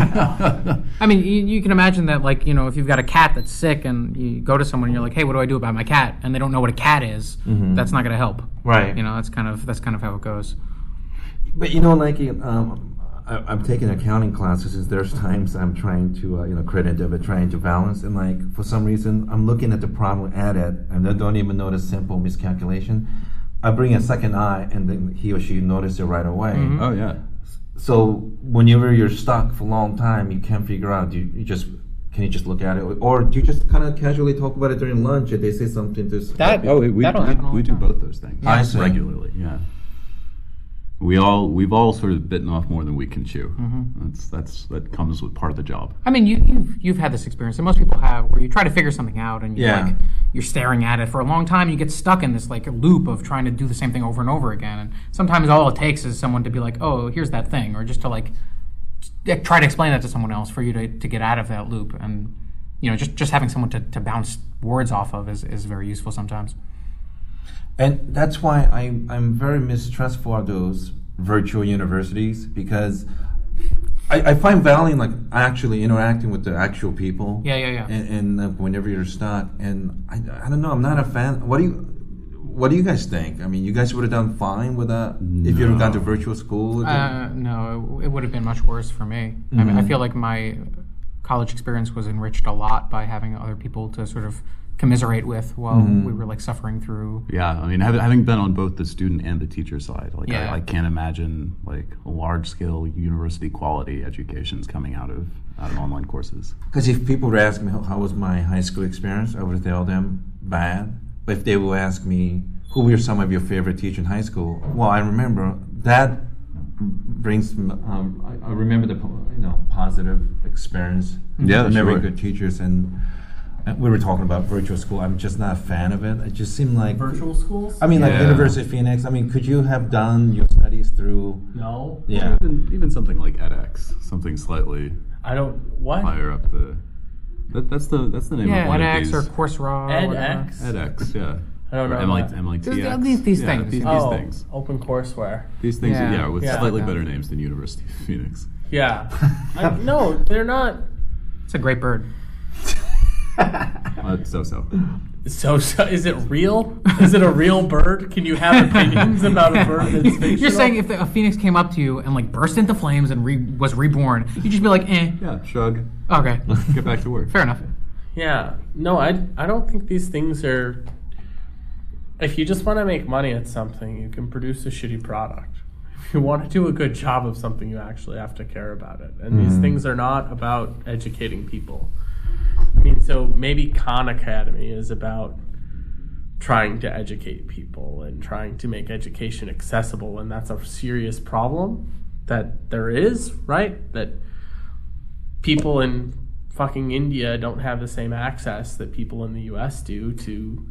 S6: I mean, you, you can imagine that, like you know, if you've got a cat that's sick and you go to someone and you're like, "Hey, what do I do about my cat?" and they don't know what a cat is, that's not going to help.
S4: right.
S6: You know, that's kind of that's kind of how it goes.
S4: But you know, like um, I, I'm taking accounting classes, and there's times I'm trying to, uh, you know, credit debit, trying to balance, and like for some reason I'm looking at the problem at it, and I don't even notice simple miscalculation. I bring a second eye, and then he or she notices it right away.
S9: Oh yeah.
S4: So whenever you're stuck for a long time, you can't figure out. Do you, you just can you just look at it, or do you just kind of casually talk about it during lunch, and they say something to
S6: That
S9: Oh, we, we,
S6: That'll happen all
S9: we
S6: the
S9: do
S6: time.
S9: both those things
S4: I see.
S9: regularly. Yeah. We all we've all sort of bitten off more than we can chew.
S6: Mm-hmm.
S9: That's that's that comes with part of the job.
S6: I mean, you, you've you've had this experience, and most people have, where you try to figure something out, and you
S4: Yeah.
S6: like you're staring at it for a long time. You get stuck in this like loop of trying to do the same thing over and over again. And sometimes all it takes is someone to be like, "Oh, here's that thing," or just to like t- eh, try to explain that to someone else for you to, to get out of that loop. And you know, just just having someone to, to bounce words off of is, is very useful sometimes.
S4: And that's why I, I'm very mistrustful of those virtual universities because I I, I find value in like actually interacting with the actual people.
S6: Yeah, yeah, yeah.
S4: And, and uh, whenever you're stuck, and I, I don't know, I'm not a fan. What do you, what do you guys think? I mean, you guys would have done fine with that if you had gone to virtual school. if you-
S6: Uh, no, it, it would have been much worse for me. I mean, I feel like my college experience was enriched a lot by having other people to sort of commiserate with while we were like suffering through.
S9: Yeah, I mean, having, having been on both the student and the teacher side, like
S6: Yeah.
S9: I, I can't imagine like large scale university quality educations coming out of out of online courses.
S4: Because if people were asking me how, how was my high school experience, I would tell them bad. But if they will ask me who were some of your favorite teachers in high school, well, I remember that brings. m- Um, I, I remember the po- you know positive experience.
S9: Yeah,
S4: remembering
S9: sure.
S4: good teachers and. and We were talking about virtual school. I'm just not a fan of it. It just seemed like
S5: Virtual schools?
S4: I mean, like
S9: Yeah.
S4: University of Phoenix. I mean, could you have done your studies through?
S5: no.
S4: Yeah.
S9: Even, even something like edX, something slightly
S5: I don't. What?
S9: higher up the. That, that's the that's the name
S6: Yeah,
S9: of one
S6: edX
S9: of these.
S6: or Coursera. or whatever.
S5: edX?
S9: edX, yeah.
S5: I don't know
S9: Or MIT,
S5: that.
S9: MITx.
S6: There's- these- these
S9: yeah,
S6: things,
S9: These,
S6: yeah.
S5: oh,
S9: these things.
S5: Open courseware.
S9: These things,
S6: Yeah.
S9: yeah, with
S5: Yeah.
S9: slightly
S6: Yeah.
S9: better names than University of Phoenix.
S5: Yeah. I, no, they're not.
S6: It's a great bird.
S9: Uh, so so.
S5: So, so is it real? Is it a real bird? Can you have opinions about a bird that's fictional?
S6: You're saying if a phoenix came up to you and like burst into flames and re- was reborn, you'd just be like, eh,
S9: Yeah, shrug.
S6: okay,
S9: Get back to work.
S6: fair enough.
S5: Yeah. No, I I don't think these things are if you just want to make money at something, you can produce a shitty product. If you want to do a good job of something, you actually have to care about it. And these things are not about educating people. I mean, so maybe Khan Academy is about trying to educate people and trying to make education accessible and that's a serious problem that there is, right? That people in fucking India don't have the same access that people in the US do to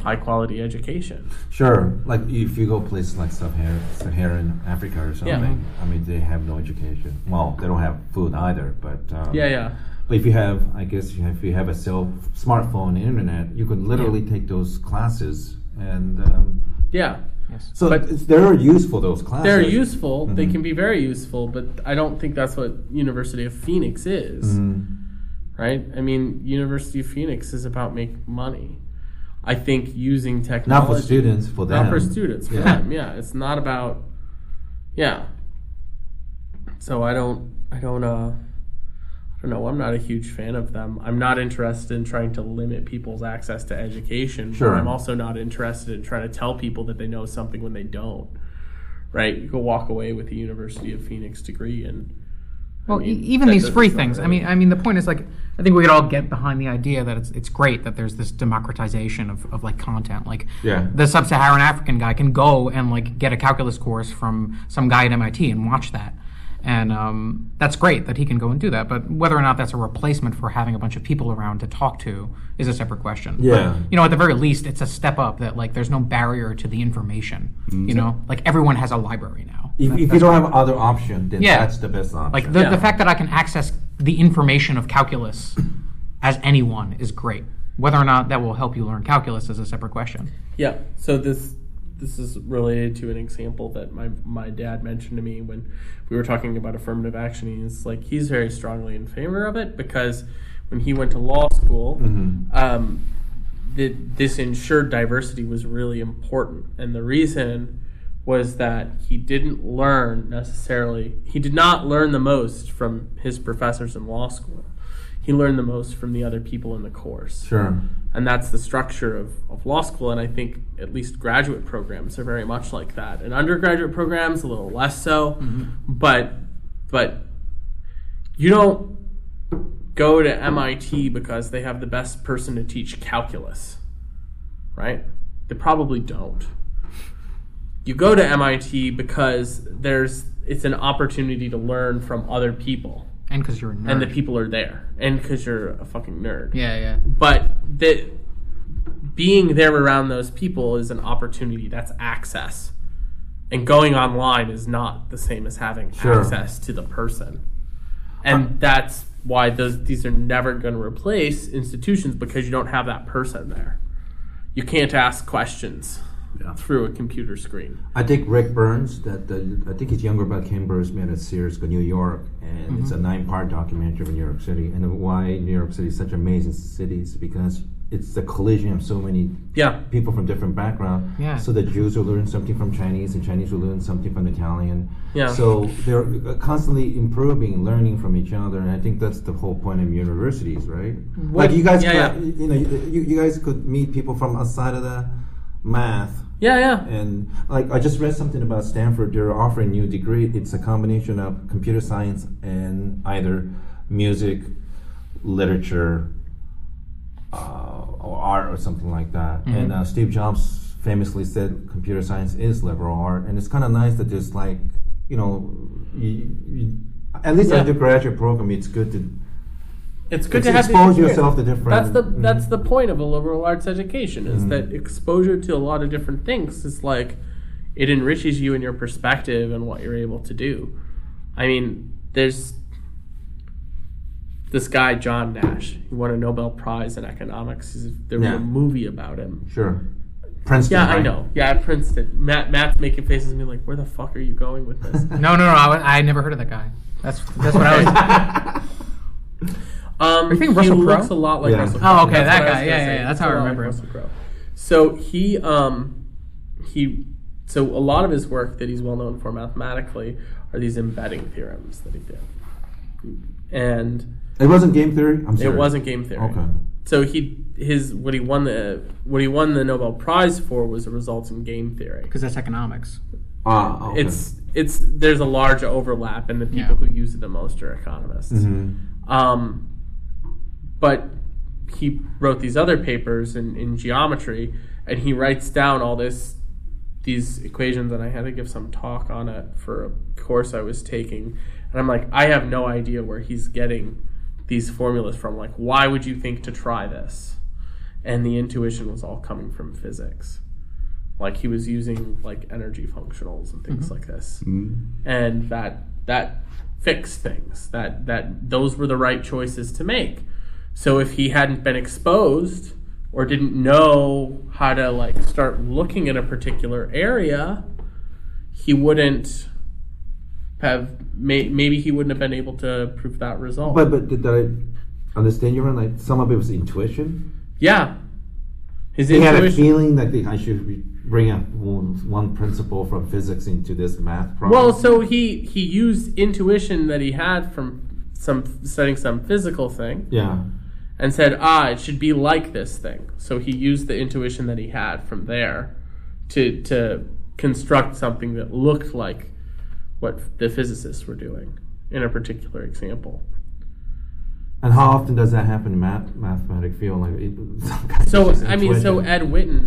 S5: high quality education.
S4: Sure, like if you go places like Sahara, Saharan Africa or something, I mean they have no education. Well, they don't have food either. But um,
S5: Yeah, yeah.
S4: But if you have, I guess, you have- if you have a cell, smartphone, internet, you can literally take those classes, and um,
S5: Yeah.
S4: so
S5: But-
S4: it's, they're useful. Those classes.
S5: They're useful,
S4: Mm-hmm.
S5: they can be very useful, but I don't think that's what University of Phoenix is.
S4: Mm-hmm.
S5: Right? I mean, University of Phoenix is about make money. I think using technology
S4: Not for students, for them.
S5: Not for students, for
S4: Yeah.
S5: them. Yeah, it's not about. Yeah. So I don't. I don't. Uh, I don't know. I'm not a huge fan of them. I'm not interested in trying to limit people's access to education. but
S4: Sure.
S5: I'm also not interested in trying to tell people that they know something when they don't. Right. You can walk away with a University of Phoenix degree and.
S6: Well,
S5: mean,
S6: e- even
S5: that
S6: these
S5: doesn't
S6: free
S5: sound
S6: things. I
S5: right.
S6: mean, I mean, the point is like, I think we could all get behind the idea that it's it's great that there's this democratization of, of like content. Like,
S4: Yeah.
S6: the sub-Saharan African guy can go and like get a calculus course from some guy at MIT and watch that, and um, that's great that he can go and do that. But whether or not that's a replacement for having a bunch of people around to talk to is a separate question. But,
S4: Yeah.
S6: you know, at the very least, it's a step up that like there's no barrier to the information.
S5: Mm.
S6: You know, like everyone has a library now.
S4: If, if you don't have other option, then
S6: Yeah.
S4: that's the best option.
S6: Like the,
S5: Yeah.
S6: the fact that I can access the information of calculus as anyone is great. Whether or not that will help you learn calculus is a separate question.
S5: Yeah. So this this is related to an example that my my dad mentioned to me when we were talking about affirmative action. He's like he's very strongly in favor of it because when he went to law school, um, the, this ensured diversity was really important, and the reason was that he didn't learn necessarily. He did not learn the most from his professors in law school. He learned the most from the other people in the course
S4: sure.
S5: and that's the structure of, of law school and i think at least graduate programs are very much like that and undergraduate programs a little less so but but you don't go to mit because they have the best person to teach calculus right they probably don't you go to mit because there's it's an opportunity to learn from other people
S6: And because you're a nerd.
S5: and the people are there and because you're a fucking nerd
S6: yeah, yeah.
S5: but that being there around those people is an opportunity that's access and going online is not the same as having
S4: Sure. Uh,
S5: access to the person and that's why those these are never going to replace institutions because you don't have that person there you can't ask questions
S9: Yeah.
S5: through a computer screen.
S4: I think Rick Burns, that the, I think he's younger, but Ken Burns made a series called New York, and it's
S5: Mm-hmm.
S4: a nine-part documentary of New York City. And why New York City is such an amazing city is because it's the collision of so many
S5: Yeah.
S4: people from different background.
S6: Yeah.
S4: So the Jews will learn something from Chinese, and Chinese will learn something from Italian.
S5: Yeah.
S4: So they're uh, constantly improving, learning from each other, and I think that's the whole point of universities, right? Like you guys,
S5: yeah,
S4: could,
S5: yeah.
S4: you know, you, you guys could meet people from outside of the math
S5: Yeah, yeah.
S4: and like I just read something about Stanford. They're offering new degree. It's a combination of computer science and either music, literature, uh, or art, or something like that.
S5: Mm-hmm.
S4: And uh, Steve Jobs famously said, "Computer science is liberal art," and it's kind of nice that there's like, you know, you, you, at least
S5: Yeah.
S4: at the graduate program, it's good to
S5: It's good
S4: ex-
S5: to have the
S4: expose
S5: experience.
S4: yourself to different.
S5: That's the
S4: Mhm.
S5: that's the point of a liberal arts education is that
S4: Mm-hmm.
S5: exposure to a lot of different things is like it enriches you in your perspective and what you're able to do. I mean, there's this guy John Nash. He won a Nobel Prize in economics. He's, there was
S4: Yeah.
S5: a movie about him.
S4: Mm-hmm. sure. Princeton.
S5: Yeah, I
S4: right?
S5: know. Yeah, at Princeton. Matt Matt's making faces at me like, "Where the fuck are you going with this?"
S6: No, no, no. I, wa- I never heard of that guy. That's that's what I was.
S5: Um,
S6: you thinking
S5: he
S6: Russell Crowe?
S5: looks a lot like
S4: Yeah.
S5: Russell Crowe.
S6: Oh, okay,
S5: That's what I
S6: that
S5: was
S6: guy.
S5: gonna
S6: Yeah,
S5: say.
S6: yeah, yeah,
S5: Looks
S6: that's how
S5: a
S6: I
S5: lot like
S6: remember him.
S5: Russell Crowe. So he, um, he, so a lot of his work that he's well known for mathematically are these embedding theorems that he did, and
S4: It wasn't game theory. I'm sorry.
S5: it wasn't game theory.
S4: Okay.
S5: So he his what he won the what he won the Nobel Prize for was the results in game theory.
S6: Because that's economics.
S4: Ah, okay.
S5: It's it's there's a large overlap, and the people
S6: Yeah.
S5: who use it the most are economists.
S4: Mm-hmm.
S5: Um, but he wrote these other papers in, in geometry, and he writes down all this these equations. And I had to give some talk on it for a course I was taking, and I'm like, I have no idea where he's getting these formulas from. Like, why would you think to try this? And the intuition was all coming from physics. Like he was using like energy functionals and things like this and that that fixed things that that those were the right choices to make so if he hadn't been exposed or didn't know how to like start looking at a particular area he wouldn't have may, maybe he wouldn't have been able to prove that result
S4: But but did, I understand you right? Like some of it was intuition.
S5: yeah his
S4: They had a
S5: intuition
S4: feeling that they, I should be- bring up one, one principle from physics into this math problem.
S5: Well, so he he used intuition that he had from some studying some physical thing
S4: yeah,
S5: and said, "Ah, it should be like this thing." So he used the intuition that he had from there to to construct something that looked like what the physicists were doing in a particular example.
S4: and how often does that happen in math mathematic field? Like it, some guys
S5: So
S4: use
S5: I mean, so
S4: intuition.
S5: Ed Witten.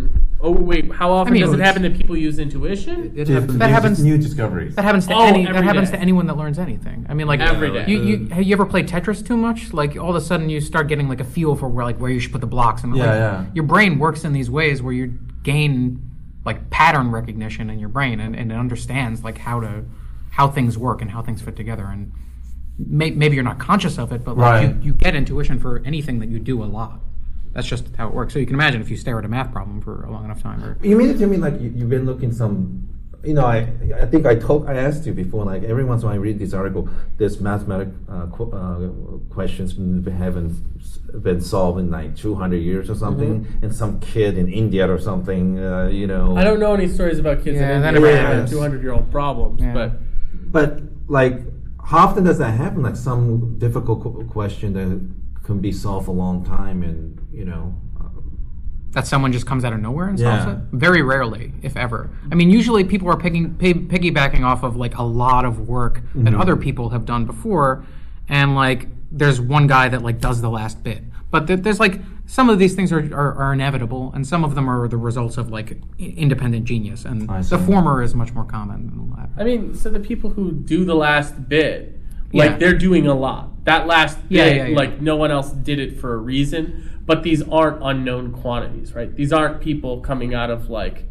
S5: Oh wait, how often
S6: mean,
S5: does it
S6: it's-
S5: happen that people use intuition?
S8: It
S4: Just
S8: happens-
S4: new-
S6: that happens-
S4: New discoveries.
S6: That happens to
S5: Oh,
S6: any. That
S5: every
S6: happens
S5: day.
S6: to anyone that learns anything. I mean, like
S5: Every day.
S6: You,
S4: Mm.
S6: you have you ever played Tetris too much? Like all of a sudden you start getting like a feel for where like where you should put the blocks and
S4: Yeah,
S6: like,
S4: yeah.
S6: Your brain works in these ways where you gain like pattern recognition in your brain and, and it understands like how to how things work and how things fit together and may, maybe you're not conscious of it but like
S4: Right.
S6: you, you get intuition for anything that you do a lot. That's just how it works. So you can imagine if you stare at a math problem for a long enough time or
S4: You mean to me like you, you've been looking some, you know, I I think I told I asked you before like every once in a while I read this article, this mathematic uh, qu- uh, questions haven't s- been solved in like two hundred years or something, and some kid in India or something, uh, you know.
S5: Mm-hmm. I don't know any stories about kids
S6: Yeah, that
S5: in India
S4: never happens.
S5: two hundred year old problems,
S6: Yeah.
S5: but
S4: But like, how often does that happen? Like some difficult qu- question that can be solved for a long time, and you know. uh,
S6: that someone just comes out of nowhere and solves
S4: Yeah.
S6: it? Very rarely, if ever. I mean, usually people are picking, pi- piggybacking off of like a lot of work that
S4: Mm-hmm.
S6: other people have done before, and like there's one guy that like does the last bit. But there, there's like some of these things are, are, are inevitable, and some of them are the results of like i- independent genius, and the
S4: see.
S6: former is much more common than the latter.
S5: I mean, so the people who do the last bit, like
S6: Yeah.
S5: they're doing a lot. That last
S6: Yeah,
S5: bit,
S6: yeah, yeah.
S5: like no one else did it for a reason. But these aren't unknown quantities, right? These aren't people coming out of like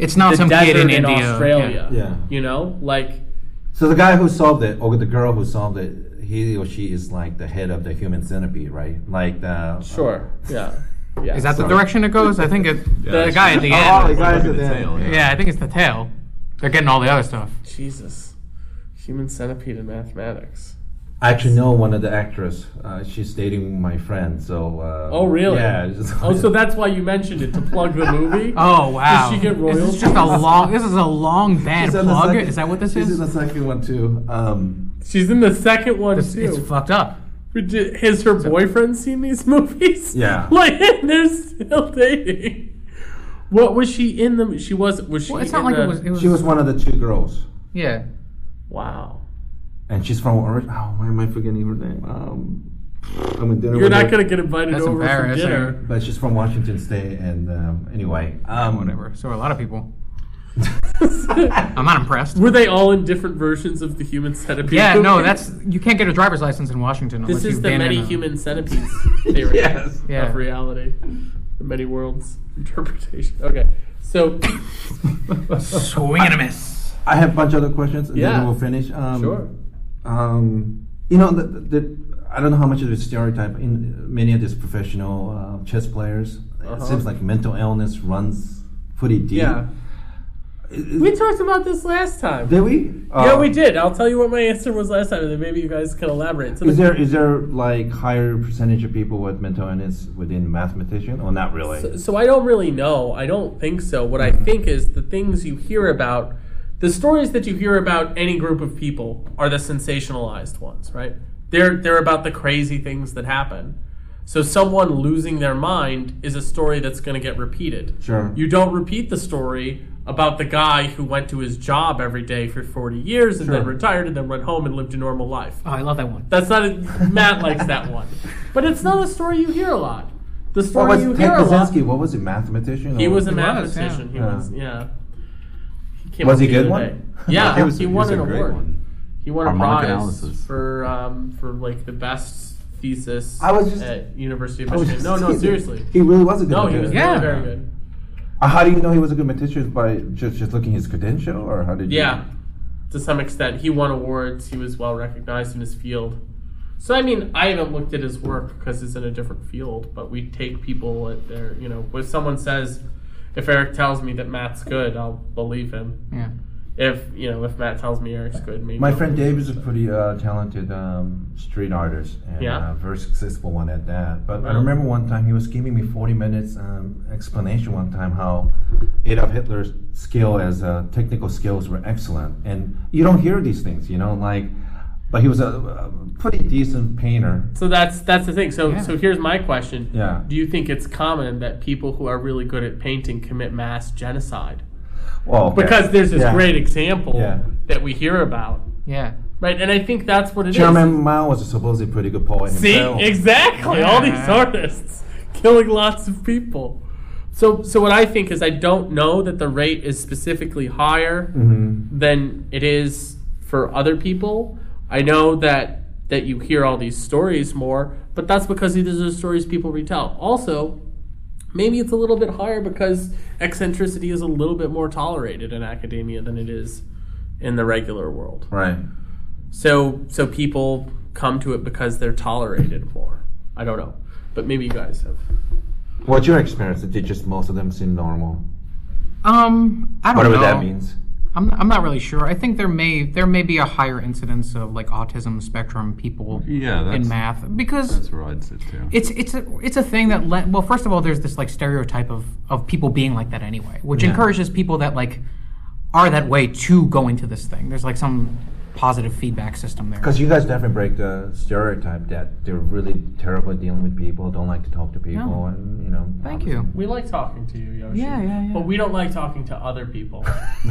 S6: it's not
S5: the
S6: some
S5: desert
S6: kid in,
S5: in,
S6: India, yeah.
S5: Australia.
S4: Yeah.
S5: you know, like
S4: So the guy who solved it, or the girl who solved it, he or she is like the head of the human centipede, right? Like the
S5: sure, yeah. Yeah,
S6: Is that the
S5: so-
S6: direction it goes? I think it's the guy at the
S5: Oh,
S6: end.
S5: oh,
S4: the guy at
S9: Look
S4: the
S9: at the
S4: end.
S9: tail,
S6: Yeah, I think it's the tail. They're getting all the other stuff.
S5: Jesus. Human centipede in mathematics.
S4: I actually know one of the actress. Uh, she's dating my friend, so. Uh,
S5: Oh, really?
S4: Yeah. just-
S5: Oh, so that's why you mentioned it to plug the movie?
S6: Oh wow!
S5: Does she get
S6: This
S5: royalties?
S6: is just a long. This is a long bad
S4: She's in the
S6: plug.
S4: second-
S6: is that what this
S4: she's
S6: is?
S4: in the second one too. Um,
S5: She's in the second one
S6: It's,
S5: too.
S6: it's fucked up.
S5: Did- Has her boyfriend seen these movies?
S4: Yeah.
S5: like and they're still dating. What was she in the? She was. Was she?
S6: Well, it's not
S5: in
S6: like
S5: the,
S6: it was. It was.
S4: she was one of the two girls,
S6: yeah.
S5: Wow.
S4: and she's from. Ori- Oh, why am I forgetting her name? Um, I'm in dinner.
S5: You're
S4: with
S5: not
S4: her-
S5: gonna get invited
S6: That's
S5: over for
S6: embarrassing.
S5: dinner.
S4: But she's from Washington State, and um, anyway, um,
S6: Whatever. So are a lot of people. I'm not impressed.
S5: Were they all in different versions of the human centipede?
S6: Yeah,
S5: movie?
S6: no, that's you can't get a driver's license in Washington unless
S5: This is
S6: you've
S5: the
S6: been
S5: many
S6: in a,
S5: human centipedes theory
S4: Yes.
S6: Yeah.
S5: of reality, the many worlds interpretation. Okay, so
S6: swing and a miss.
S4: I have a bunch other questions, and
S5: Yeah.
S4: then we'll finish. Um,
S5: sure.
S4: Um, you know, the, the, I don't know how much of a stereotype in many of these professional uh, chess players. It
S5: Uh-huh.
S4: seems like mental illness runs pretty deep.
S5: Yeah,
S4: Is-
S5: we talked about this last time.
S4: Did we?
S5: yeah,
S4: Uh,
S5: we did. I'll tell you what my answer was last time, and then maybe you guys can elaborate. So
S4: Is
S5: the-
S4: there is there like higher percentage of people with mental illness within mathematician, or not really?
S5: So I don't really know. I don't think so. What I think is the things you hear about, the stories that you hear about any group of people are the sensationalized ones, right? They're they're about the crazy things that happen. So someone losing their mind is a story that's going to get repeated.
S4: Sure.
S5: You don't repeat the story about the guy who went to his job every day for 40 years and then
S4: Sure.
S5: retired and then went home and lived a normal life.
S6: Oh, I love that one.
S5: That's not a, Matt likes that one, but it's not a story you hear a lot. The
S4: what
S5: story
S4: was
S5: you
S4: Ted
S5: hear a lot.
S4: Kaczynski? What was he, mathematician?
S5: He
S4: or-
S5: was a
S6: He was,
S5: mathematician.
S6: yeah.
S5: He was, yeah. He came
S4: Was
S5: up
S4: he
S5: the
S4: good
S5: other
S4: one?
S5: day. Yeah,
S9: It
S5: he,
S9: was- it
S5: won
S9: was a
S5: an
S9: great
S5: award.
S9: one.
S5: He won a
S9: Harmonic
S5: prize
S9: analysis.
S5: for um, for like the best thesis.
S4: I was just-
S5: at University of
S4: I was just
S5: Michigan. No, no,
S4: kidding.
S5: seriously.
S4: He really was a good.
S5: No, he was
S4: mathematician.
S5: really
S6: Yeah.
S5: very good.
S4: Uh, How do you know he was a good mathematician by just just looking at his credential, or how did you?
S5: Yeah, to some extent, he won awards. He was well recognized in his field. So I mean, I haven't looked at his work because it's in a different field. But we take people at their, you know, if someone says, if Eric tells me that Matt's good, I'll believe him.
S6: Yeah.
S5: If you know, if Matt tells me Eric's good, maybe
S4: My
S5: I'll
S4: friend
S5: believe
S4: Dave
S5: him.
S4: is a pretty uh, talented um, street artist and
S5: Yeah.
S4: uh, very successful one at that. But I
S5: Wow.
S4: remember one time he was giving me 40 minutes um, explanation one time how Adolf Hitler's skill as uh, technical skills were excellent, and you don't hear these things, you know, like. But he was a, a pretty decent painter.
S5: So that's that's the thing. So
S6: Yeah.
S5: so here's my question.
S4: Yeah.
S5: Do you think it's common that people who are really good at painting commit mass genocide?
S4: Well, okay.
S5: Because there's this
S4: Yeah.
S5: great example
S4: Yeah.
S5: that we hear about,
S6: Yeah.
S5: right? And I think that's what it is.
S4: Chairman Mao was a supposedly pretty good poet.
S5: See,
S4: himself.
S5: exactly. All these
S6: Yeah.
S5: artists killing lots of people. So, so what I think is, I don't know that the rate is specifically higher than it is for other people. I know that that you hear all these stories more, but that's because these are stories people retell. Also, maybe it's a little bit higher because eccentricity is a little bit more tolerated in academia than it is in the regular world.
S4: Right.
S5: So so people come to it because they're tolerated more. I don't know, but maybe you guys have.
S4: What's your experience? Did just most of them seem normal?
S6: Um, I don't
S4: Whatever
S6: know.
S4: that means.
S6: I'm, I'm not really sure. I think there may there may be a higher incidence of like autism spectrum people
S9: Yeah, that's,
S6: in math because
S9: that's where I'd sit too.
S6: it's it's a it's a thing that le- well first of all there's this like stereotype of of people being like that anyway which encourages people that like are that way to go into this thing there's like some positive feedback system there
S4: Because you guys definitely break the stereotype that they're really terrible at dealing with people, don't like to talk to people,
S6: No.
S4: and you know.
S6: thank you
S5: We like talking to you, Yoshi.
S6: Yeah, yeah, yeah.
S5: But we don't like talking to other people.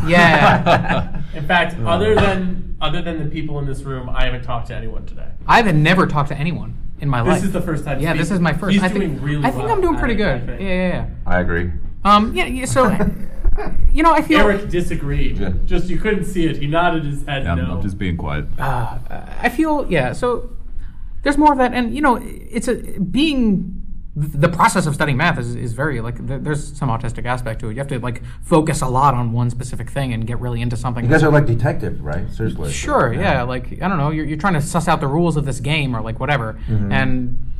S6: yeah
S5: In fact, other than other than the people in this room, I haven't talked to anyone today.
S6: I've never talked to anyone in my life
S5: This is the first time.
S6: yeah this
S5: speaking.
S6: is my first
S5: He's
S6: I think
S5: doing really
S6: I think
S5: well
S6: I'm doing
S5: at
S6: pretty
S5: it, I
S6: good yeah
S5: think.
S6: yeah
S4: I agree.
S6: yeah um yeah, yeah so you know I feel
S5: Eric disagreed.
S4: Yeah.
S5: Just you couldn't see it. He nodded his head.
S9: Yeah, I'm,
S5: no.
S9: I'm just being quiet.
S6: Ah, I feel yeah. So there's more of that, and you know, it's a being the process of studying math is, is very like there- there's some autistic aspect to it. You have to like focus a lot on one specific thing and get really into something.
S4: You guys are like detective, right? Seriously.
S6: sure,
S9: Mm-hmm.
S6: yeah. Like I don't know, you're, you're trying to suss out the rules of this game or like whatever, and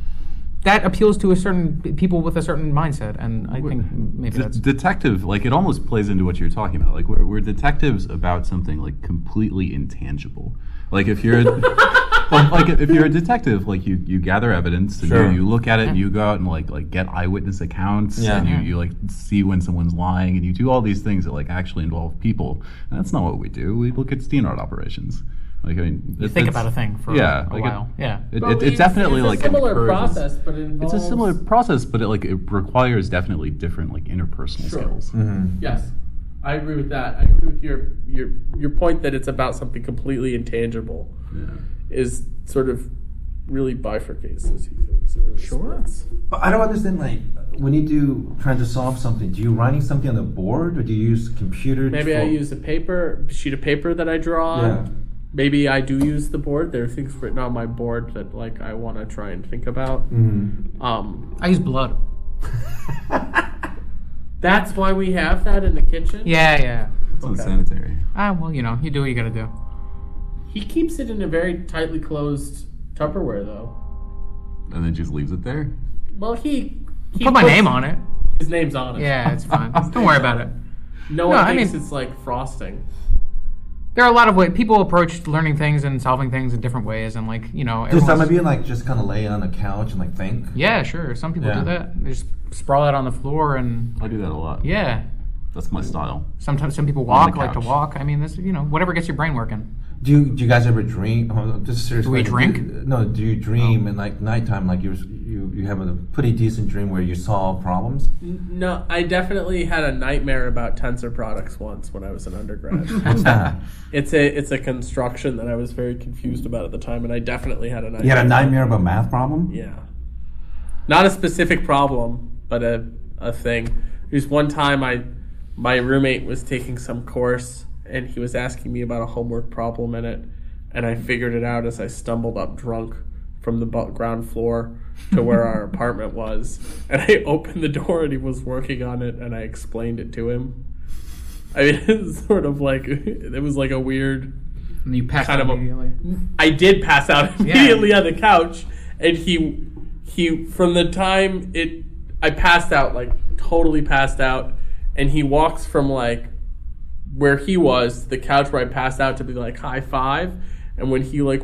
S6: that appeals to a certain p- people with a certain mindset, and I think maybe
S9: De-
S6: that's
S9: detective, like it almost plays into what you're talking about. Like we're, we're detectives about something like completely intangible. Like if you're, well, like if you're a detective, like you, you gather evidence and
S4: Sure.
S9: you, you look at it and you go out and like like get eyewitness accounts
S4: Yeah.
S9: and you, you like see when someone's lying and you do all these things that like actually involve people. And that's not what we do. We look at steamroad operations. Like I mean, it-
S6: think
S9: it's-
S6: about a thing for
S9: yeah,
S6: a
S9: like it-
S6: while. yeah,
S9: It, it, it definitely
S5: it's
S9: like
S5: a similar
S9: encourages-
S5: process, but it
S9: It's
S5: involves
S9: a similar process, but it like it requires definitely different like interpersonal
S5: Sure.
S9: skills.
S5: Yes, I agree with that. I agree with your your your point that it's about something completely intangible is sort of really bifurcates those two things. Sure.
S4: But I don't understand. Like, when you do trying to solve something, do you writing something on the board, or do you use computer?
S5: Maybe I
S4: for-
S5: use a paper sheet of paper that I draw.
S4: Yeah.
S5: on. Maybe I do use the board. There are things written on my board that like I want to try and think about.
S4: Mm-hmm.
S5: Um,
S6: I use blood.
S5: that's why we have that in the kitchen.
S6: Yeah, yeah.
S9: It's unsanitary.
S6: Ah, well, you know, you do what you gotta do.
S5: He keeps it in a very tightly closed Tupperware though.
S9: And then just leaves it there.
S5: Well, he, he
S6: Put my
S5: puts
S6: name on it.
S5: His name's on it.
S6: Yeah, it's fine. Don't worry about it.
S5: No one
S6: No, I
S5: thinks
S6: mean-
S5: it's like frosting.
S6: There are a lot of ways people approach learning things and solving things in different ways, and like you know,
S4: Do some
S6: everyone's-
S4: of you like just kind of lay on a couch and like think?
S6: yeah, sure. Some people
S4: Yeah.
S6: do that. They just sprawl out on the floor and
S9: I do that a lot.
S6: yeah.
S9: That's my style.
S6: Sometimes some people walk, like to
S9: couch.
S6: walk. I mean, this you know, whatever gets your brain working.
S4: Do you, do you guys ever dream? Oh, just seriously.
S6: we
S4: like,
S6: drink?
S4: do- no. Do you dream and like nighttime? Like you you you have a pretty decent dream where you solve problems.
S5: No, I definitely had a nightmare about tensor products once when I was an undergrad.
S4: What's that?
S6: Mm-hmm.
S5: it's a it's a construction that I was very confused about at the time, and I definitely had a nightmare.
S4: You had a nightmare of a math problem.
S5: Yeah, not a specific problem, but a a thing. There's one time I my roommate was taking some course, and he was asking me about a homework problem in it, and I figured it out as I stumbled up drunk from the bu- ground floor to where our apartment was, and I opened the door and he was working on it, and I explained it to him. I mean, it's sort of like it was like a weird
S6: And you pass
S5: Kind
S6: out
S5: of a-
S6: immediately.
S5: I did pass out immediately on the couch, and he he from the time it I passed out like totally passed out, and he walks from like where he was the couch where I passed out to be like high five, and when he like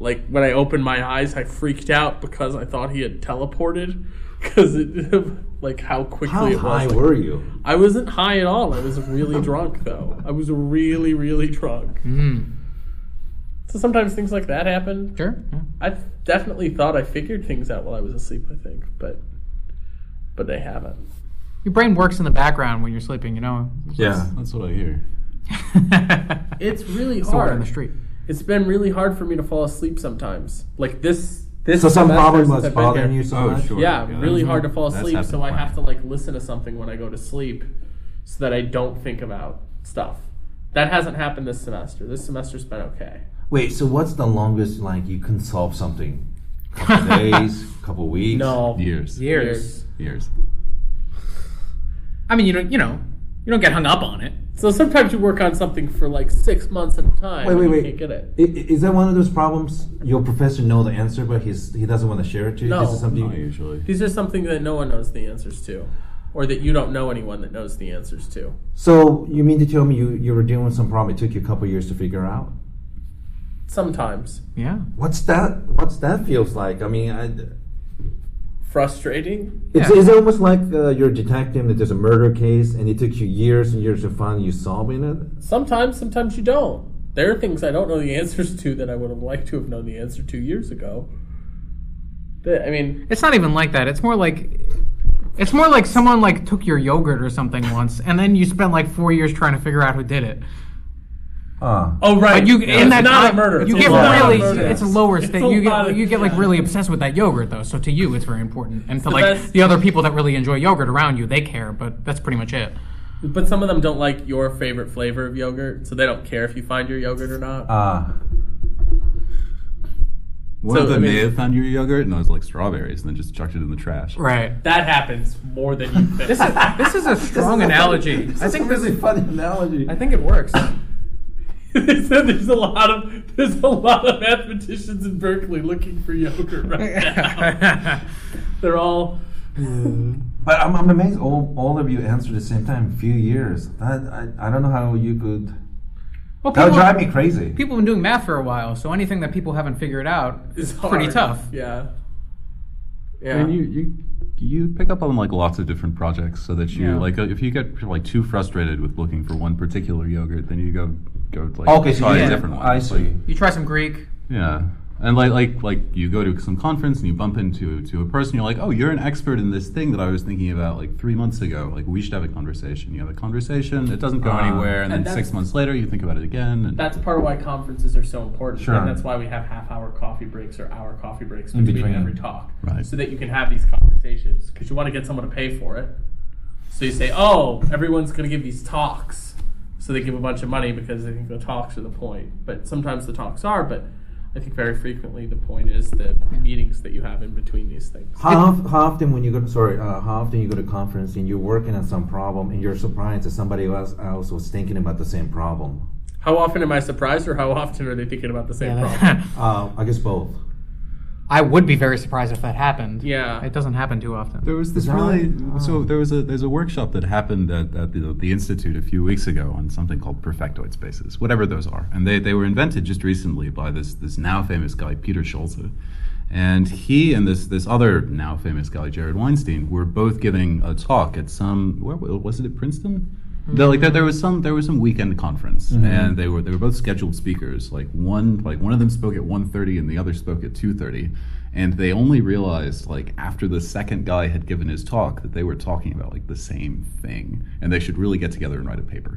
S5: like when I opened my eyes, I freaked out because I thought he had teleported because it like how quickly
S4: How
S5: it was.
S4: high
S5: Like,
S4: were you?
S5: I wasn't high at all. I was really drunk though. I was really, really drunk. So sometimes things like that happen.
S6: Sure. yeah.
S5: I definitely thought I figured things out while I was asleep. I think, but but they haven't.
S6: Your brain works in the background when you're sleeping. You know.
S4: Yeah.
S9: That's what I hear.
S5: It's really
S6: Still
S5: hard.
S6: on the street.
S5: It's been really hard for me to fall asleep sometimes. Like this. This
S4: So some
S5: semester
S4: problem
S5: since
S4: was
S5: I've been
S4: bothering
S5: here.
S4: you so
S9: Oh,
S4: much.
S9: sure.
S5: Yeah,
S9: Yeah,
S5: really
S9: that's-
S5: hard to fall
S9: that's
S5: asleep.
S9: happened
S5: So I
S9: plenty.
S5: have to like listen to something when I go to sleep, so that I don't think about stuff. That hasn't happened this semester. This semester's been okay.
S4: Wait. So what's the longest like you can solve something? Couple days, couple weeks.
S5: No.
S9: Years.
S5: Years.
S9: Years.
S6: I mean, you don't. You know, you don't get hung up on it.
S5: So sometimes you work on something for like six months at a time.
S4: Wait,
S5: and
S4: wait,
S5: you
S4: wait.
S5: Can't get it.
S4: I- i- Is that one of those problems? Your professor know the answer, but he's he doesn't want to share it to you.
S5: No.
S4: This is something.
S9: Not usually.
S5: These are something that no one knows the answers to, or that you don't know anyone that knows the answers to.
S4: So you mean to tell me you, you were dealing with some problem? It took you a couple years to figure out.
S5: Sometimes
S6: Yeah.
S4: What's that? What's that feels like? I mean, I,
S5: frustrating.
S4: it's,
S6: Yeah.
S4: it's almost like uh, you're a detective that there's a murder case, and it took you years and years to finally you solving it.
S5: Sometimes, sometimes you don't. There are things I don't know the answers to that I would have liked to have known the answer to years ago. That- I mean,
S6: It's not even like that. It's more like it's more like someone like took your yogurt or something once, and then you spent like four years trying to figure out who did it.
S4: Uh,
S5: oh right,
S6: But you in that
S5: not
S6: time,
S5: a murder.
S6: You
S5: It's a
S6: get
S5: lot of
S6: really
S5: murder.
S6: it's a lower state.
S5: a
S6: You
S5: lot
S6: get
S5: of-
S6: you get like
S5: yeah.
S6: really obsessed with that yogurt though. So to you, it's very important, and to
S5: the
S6: like
S5: best-
S6: the other people that really enjoy yogurt around you, they care. But that's pretty much it.
S5: But some of them don't like your favorite flavor of yogurt, so they don't care if you find your yogurt or not.
S4: uh,
S9: One
S5: So,
S9: of
S5: I
S9: them
S5: mean-
S9: may have found your yogurt, and I was like strawberries, and then just chucked it in the trash.
S6: Right.
S5: that happens more than you think.
S6: This is a strong analogy. I think this.
S4: funny analogy.
S6: I think it works.
S5: they said there's a lot of there's a lot of mathematicians in Berkeley looking for yogurt right now. They're all
S4: But I'm, I'm amazed all, all of you answered at the same time. Few years. That I, I don't know how you could.
S6: Well,
S4: That would
S6: people-
S4: drive me crazy.
S6: People have been doing math for a while, so anything that people haven't figured out
S5: it's
S6: is pretty
S5: hard.
S6: tough.
S5: Yeah. Yeah.
S9: And you you you pick up on like lots of different projects, so that you
S6: Yeah.
S9: like uh, if you get like too frustrated with looking for one particular yogurt, then you go go like
S4: Okay, so
S9: try
S4: you
S9: a
S4: did-
S9: different one.
S4: I
S9: Like,
S4: see.
S6: You try some Greek.
S9: yeah. And like like like you go to some conference and you bump into to a person, you're like, oh, you're an expert in this thing that I was thinking about like three months ago. Like we should have a conversation. You have a conversation, it doesn't go
S4: Ah.
S9: anywhere,
S5: And
S9: and, then
S5: that's-
S9: six months later you think about it again. And
S5: that's part of why conferences are so important.
S4: Sure.
S5: And that's why we have half hour coffee breaks or hour coffee breaks
S4: In
S5: between,
S4: between.
S5: every talk.
S9: Right.
S5: So that you can have these conversations because you want to get someone to pay for it. So you say, oh, everyone's going to give these talks. So they give a bunch of money because they think the talks are the point. But sometimes the talks are, but I think very frequently the point is the meetings that you have in between these things.
S4: How, of- how often when you go sorry uh, how often you go to conference and you're working on some problem and you're surprised that somebody else else was thinking about the same problem?
S5: How often am I surprised or how often are they thinking about the same problem?
S6: I
S4: Uh, I guess both.
S6: would be very surprised if that happened.
S5: Yeah.
S6: It doesn't happen too often.
S9: There was this
S4: Design?
S9: really
S4: Oh.
S9: so there was a there's a workshop that happened at, at the, the institute a few weeks ago on something called perfectoid spaces, whatever those are, and they, they were invented just recently by this this now famous guy Peter Schulze, and he and this this other now famous guy Jared Weinstein were both giving a talk at some where was it at Princeton. There- Like there, there was some there was some weekend conference and they were they were both scheduled speakers like one like one of them spoke at 1.30 and the other spoke at 2.30 and they only realized like after the second guy had given his talk that they were talking about like the same thing and they should really get together and write a paper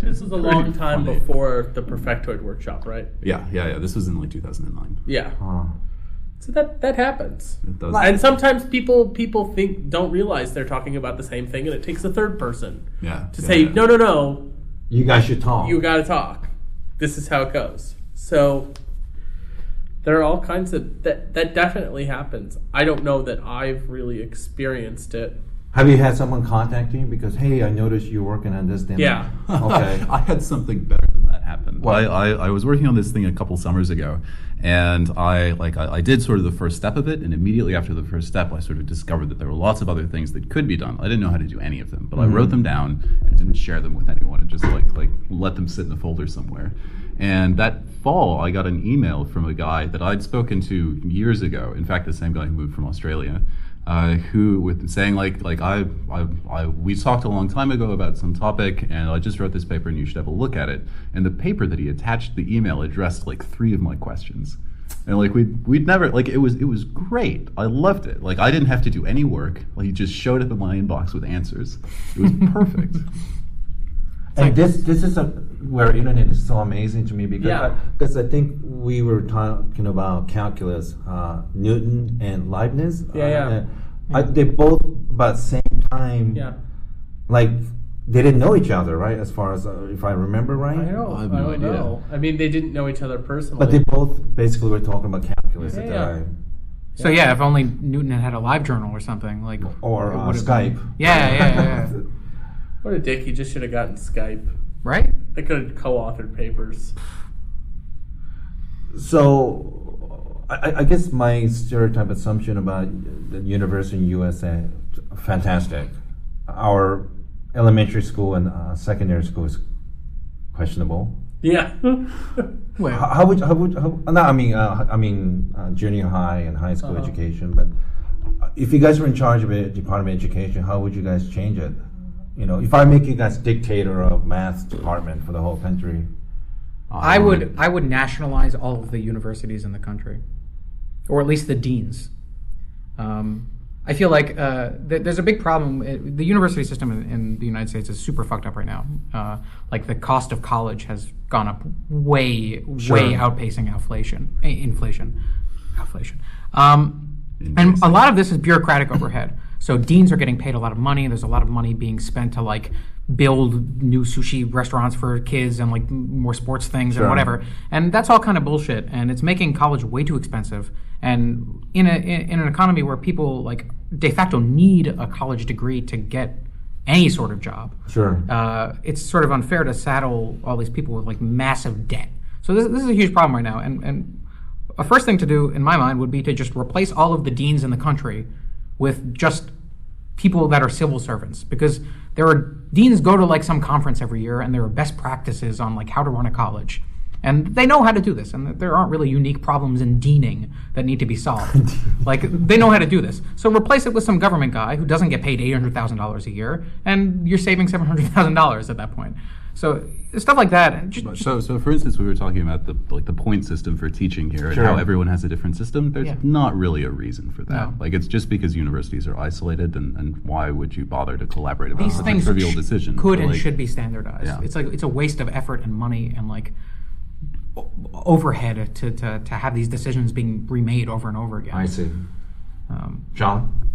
S5: This was a
S9: Pretty
S5: long time
S9: funny.
S5: before the Perfectoid workshop, right?
S9: yeah yeah yeah this was in like 2009
S5: Yeah.
S4: Uh,
S5: So that that happens.
S9: It does-
S5: And sometimes people people think don't realize they're talking about the same thing, and it takes a third person
S9: yeah
S5: to say, "No, no, no,
S4: you guys should talk.
S5: you got to talk. This is how it goes." So there are all kinds of that that definitely happens. I don't know that I've really experienced it.
S4: Have you had someone contact you because hey, I noticed you're working on this thing?
S5: Yeah.
S4: Okay.
S9: I had something better than that happen. Well, I, I, I was working on this thing a couple summers ago, and I like I, I did sort of the first step of it, and immediately after the first step, I sort of discovered that there were lots of other things that could be done. I didn't know how to do any of them, but I wrote them down and didn't share them with anyone, and just like like let them sit in a folder somewhere. And that fall, I got an email from a guy that I'd spoken to years ago. In fact, the same guy who moved from Australia uh, who with saying like like I, I I we talked a long time ago about some topic and I just wrote this paper and you should have a look at it and the paper that he attached the email addressed like three of my questions and like we we'd never like it was it was great I loved it like I didn't have to do any work like he just showed up in my inbox with answers it was perfect
S4: And this this is a where internet is so amazing to me because
S5: Yeah.
S4: because I think we were talking about calculus, uh, Newton and Leibniz.
S5: Yeah, yeah.
S4: Uh, I, they both about same time.
S5: Yeah.
S4: Like they didn't know each other, right? As far as uh, if I remember right.
S5: I don't,
S9: I
S5: I
S9: have no
S5: don't
S9: idea.
S5: know. I mean, they didn't know each other personally.
S4: But they both basically were talking about calculus at the
S5: Yeah.
S4: time,
S6: So yeah, if only Newton had had a live journal or something like.
S4: or
S6: it
S4: uh,
S6: would've been-
S4: Skype.
S6: Yeah, yeah, yeah, yeah.
S5: what a dick! He just should have gotten Skype.
S6: right?
S5: They could have co-authored papers.
S4: So, I, I- I guess my stereotype assumption about the university in USA, fantastic. Our elementary school and uh, secondary school is questionable.
S5: Yeah.
S6: Wait,
S4: How, how would how would how, no? I mean, uh, I mean, uh, junior high and high school
S6: Uh-huh.
S4: education. But uh, if you guys were in charge of a department of education, how would you guys change it? You know, if I make you guys dictator of math department for the whole country,
S6: I would I would nationalize all of the universities in the country, or at least the deans. Um, I feel like uh, th- there's a big problem. Uh, The university system in, in the United States is super fucked up right now. Uh, like the cost of college has gone up way, way outpacing inflation. eh, Inflation, inflation. Um, and a lot of this is bureaucratic overhead. So deans are getting paid a lot of money. There's a lot of money being spent to like build new sushi restaurants for kids and like m- more sports things and whatever. And that's all kind of bullshit. And it's making college way too expensive. And in a in, in an economy where people like de facto need a college degree to get any sort of job.
S4: Sure.
S6: Uh, it's sort of unfair to saddle all these people with like massive debt. So this, this is a huge problem right now. And and a first thing to do in my mind would be to just replace all of the deans in the country with just people that are civil servants because there are deans go to like some conference every year and there are best practices on like how to run a college and they know how to do this and there aren't really unique problems in deaning that need to be solved like they know how to do this so replace it with some government guy who doesn't get paid $800000 a year and you're saving $700000 at that point so stuff like that and ju-
S9: So, so for instance, we were talking about the like the point system for teaching here and how everyone has a different system. There's
S6: Yeah.
S9: not really a reason for that.
S6: No.
S9: Like it's just because universities are isolated, and, and why would you bother to collaborate about
S6: these
S9: such
S6: things
S9: a trivial
S6: sh-
S9: decision?
S6: could
S9: But,
S6: and
S9: like,
S6: should be standardized.
S9: Yeah.
S6: It's like it's a waste of effort and money and like o- overhead to, to, to have these decisions being remade over and over again.
S4: I see.
S6: Um,
S4: John,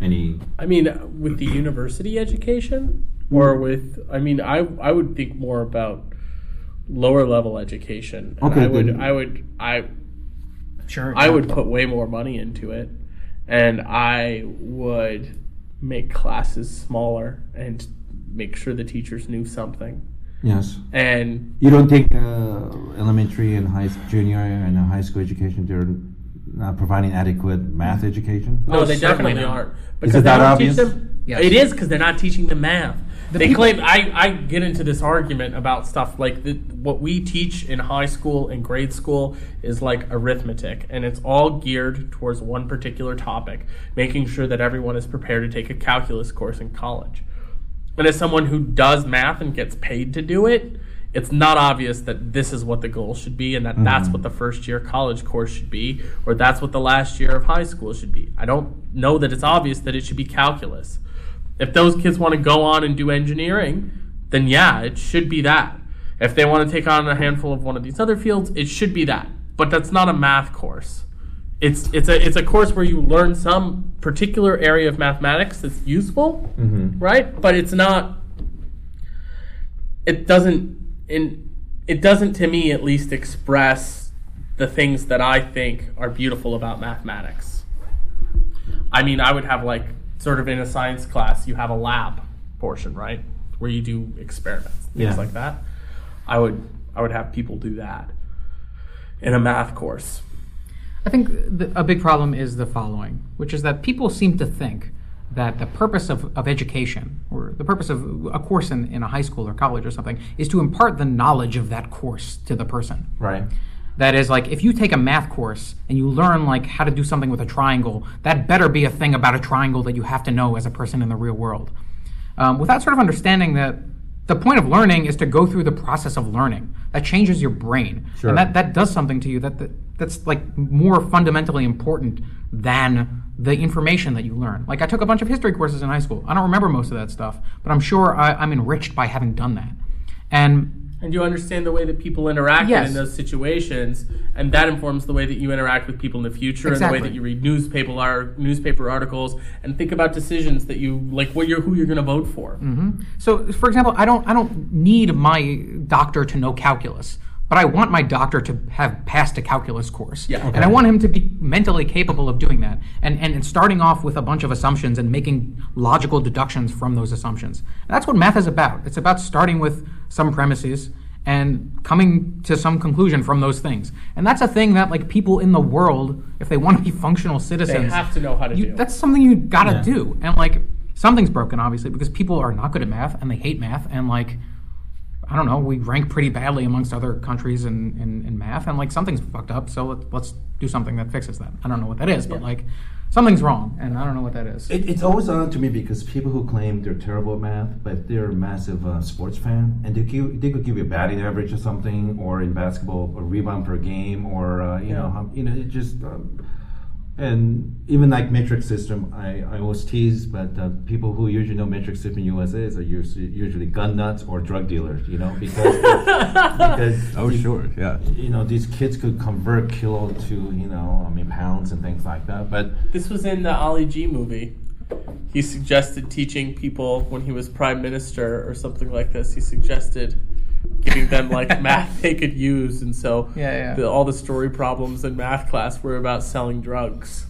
S4: any?
S5: I mean, with the university education, or with I mean, I I would think more about lower level education. And
S4: Okay,
S5: I would
S4: then-
S5: I would I
S6: sure.
S5: I would put way more money into it, and I would make classes smaller and make sure the teachers knew something.
S4: Yes.
S5: And
S4: You don't think uh, elementary and high, junior and uh, high school education they're not providing adequate math education?
S5: no, they
S6: certainly
S5: definitely
S6: not.
S5: aren't.
S4: Oh, Is it
S5: they
S4: that
S5: don't
S4: obvious?
S5: Teach them,
S6: Yes.
S5: It is because they're not teaching them math. they
S6: people-
S5: claim I, I get into this argument about stuff like the, what we teach in high school and grade school is like arithmetic, and it's all geared towards one particular topic, making sure that everyone is prepared to take a calculus course in college. And as someone who does math and gets paid to do it, it's not obvious that this is what the goal should be and that that's what the first year college course should be or that's what the last year of high school should be. I don't know that it's obvious that it should be calculus. If those kids want to go on and do engineering, then yeah, it should be that. If they want to take on a handful of one of these other fields, it should be that. But that's not a math course it's it's a it's a course where you learn some particular area of mathematics that's useful, right? But it's not. It doesn't in it doesn't to me at least express the things that I think are beautiful about mathematics. I mean, I would have like sort of in a science class, you have a lab portion, right, where you do experiments,
S4: Yeah.
S5: things like that. I would I would have people do that in a math course.
S6: I think the, a big problem is the following, which is that people seem to think that the purpose of, of education or the purpose of a course in, in a high school or college or something is to impart the knowledge of that course to the person.
S4: Right.
S6: That is like if you take a math course and you learn like how to do something with a triangle, that better be a thing about a triangle that you have to know as a person in the real world. Um, without sort of understanding that the point of learning is to go through the process of learning. That changes your brain.
S4: Sure.
S6: And that, that does something to you that, that that's like more fundamentally important than the information that you learn. Like I took a bunch of history courses in high school. I don't remember most of that stuff, but I'm sure I, I'm enriched by having done that. And
S5: and you understand the way that people interact
S6: Yes.
S5: in those situations, and that informs the way that you interact with people in the future, and the
S6: Exactly.
S5: way that you read newspaper ar- newspaper articles, and think about decisions that you like, what you're who you're going to vote for.
S6: Mm-hmm. So, for example, I don't I don't need my doctor to know calculus, but I want my doctor to have passed a calculus course,
S5: Yeah. Okay.
S6: and I want him to be mentally capable of doing that, and, and and starting off with a bunch of assumptions and making logical deductions from those assumptions. And that's what math is about. It's about starting with some premises and coming to some conclusion from those things. And that's a thing that like people in the world, if they want to be functional citizens,
S5: have to know how to
S6: you-
S5: do.
S6: That's something you gotta do. And like something's broken, obviously, because people are not good at math and they hate math and like I don't know, we rank pretty badly amongst other countries in, in, in math and like something's fucked up, so let, let's do something that fixes that. I don't know what that is, but like something's wrong and I don't know what that is.
S4: It, it's always odd to me because people who claim they're terrible at math, but they're a massive uh, sports fan, and they, give, they could give you a batting average or something, or in basketball, a rebound per game, or uh, you know, how- you know, it just. Um, and even like metric system, I, I always tease, but uh, people who usually know metric system in USA is are usually, usually gun nuts or drug dealers, you know, because because
S9: Oh sure, yeah.
S4: you know these kids could convert kilo to you know I mean pounds and things like that, but.
S5: This was in the Ali G movie. He suggested teaching people when he was prime minister or something like this. He suggested giving them like math they could use, and so
S6: Yeah, yeah.
S5: The, all the story problems in math class were about selling drugs.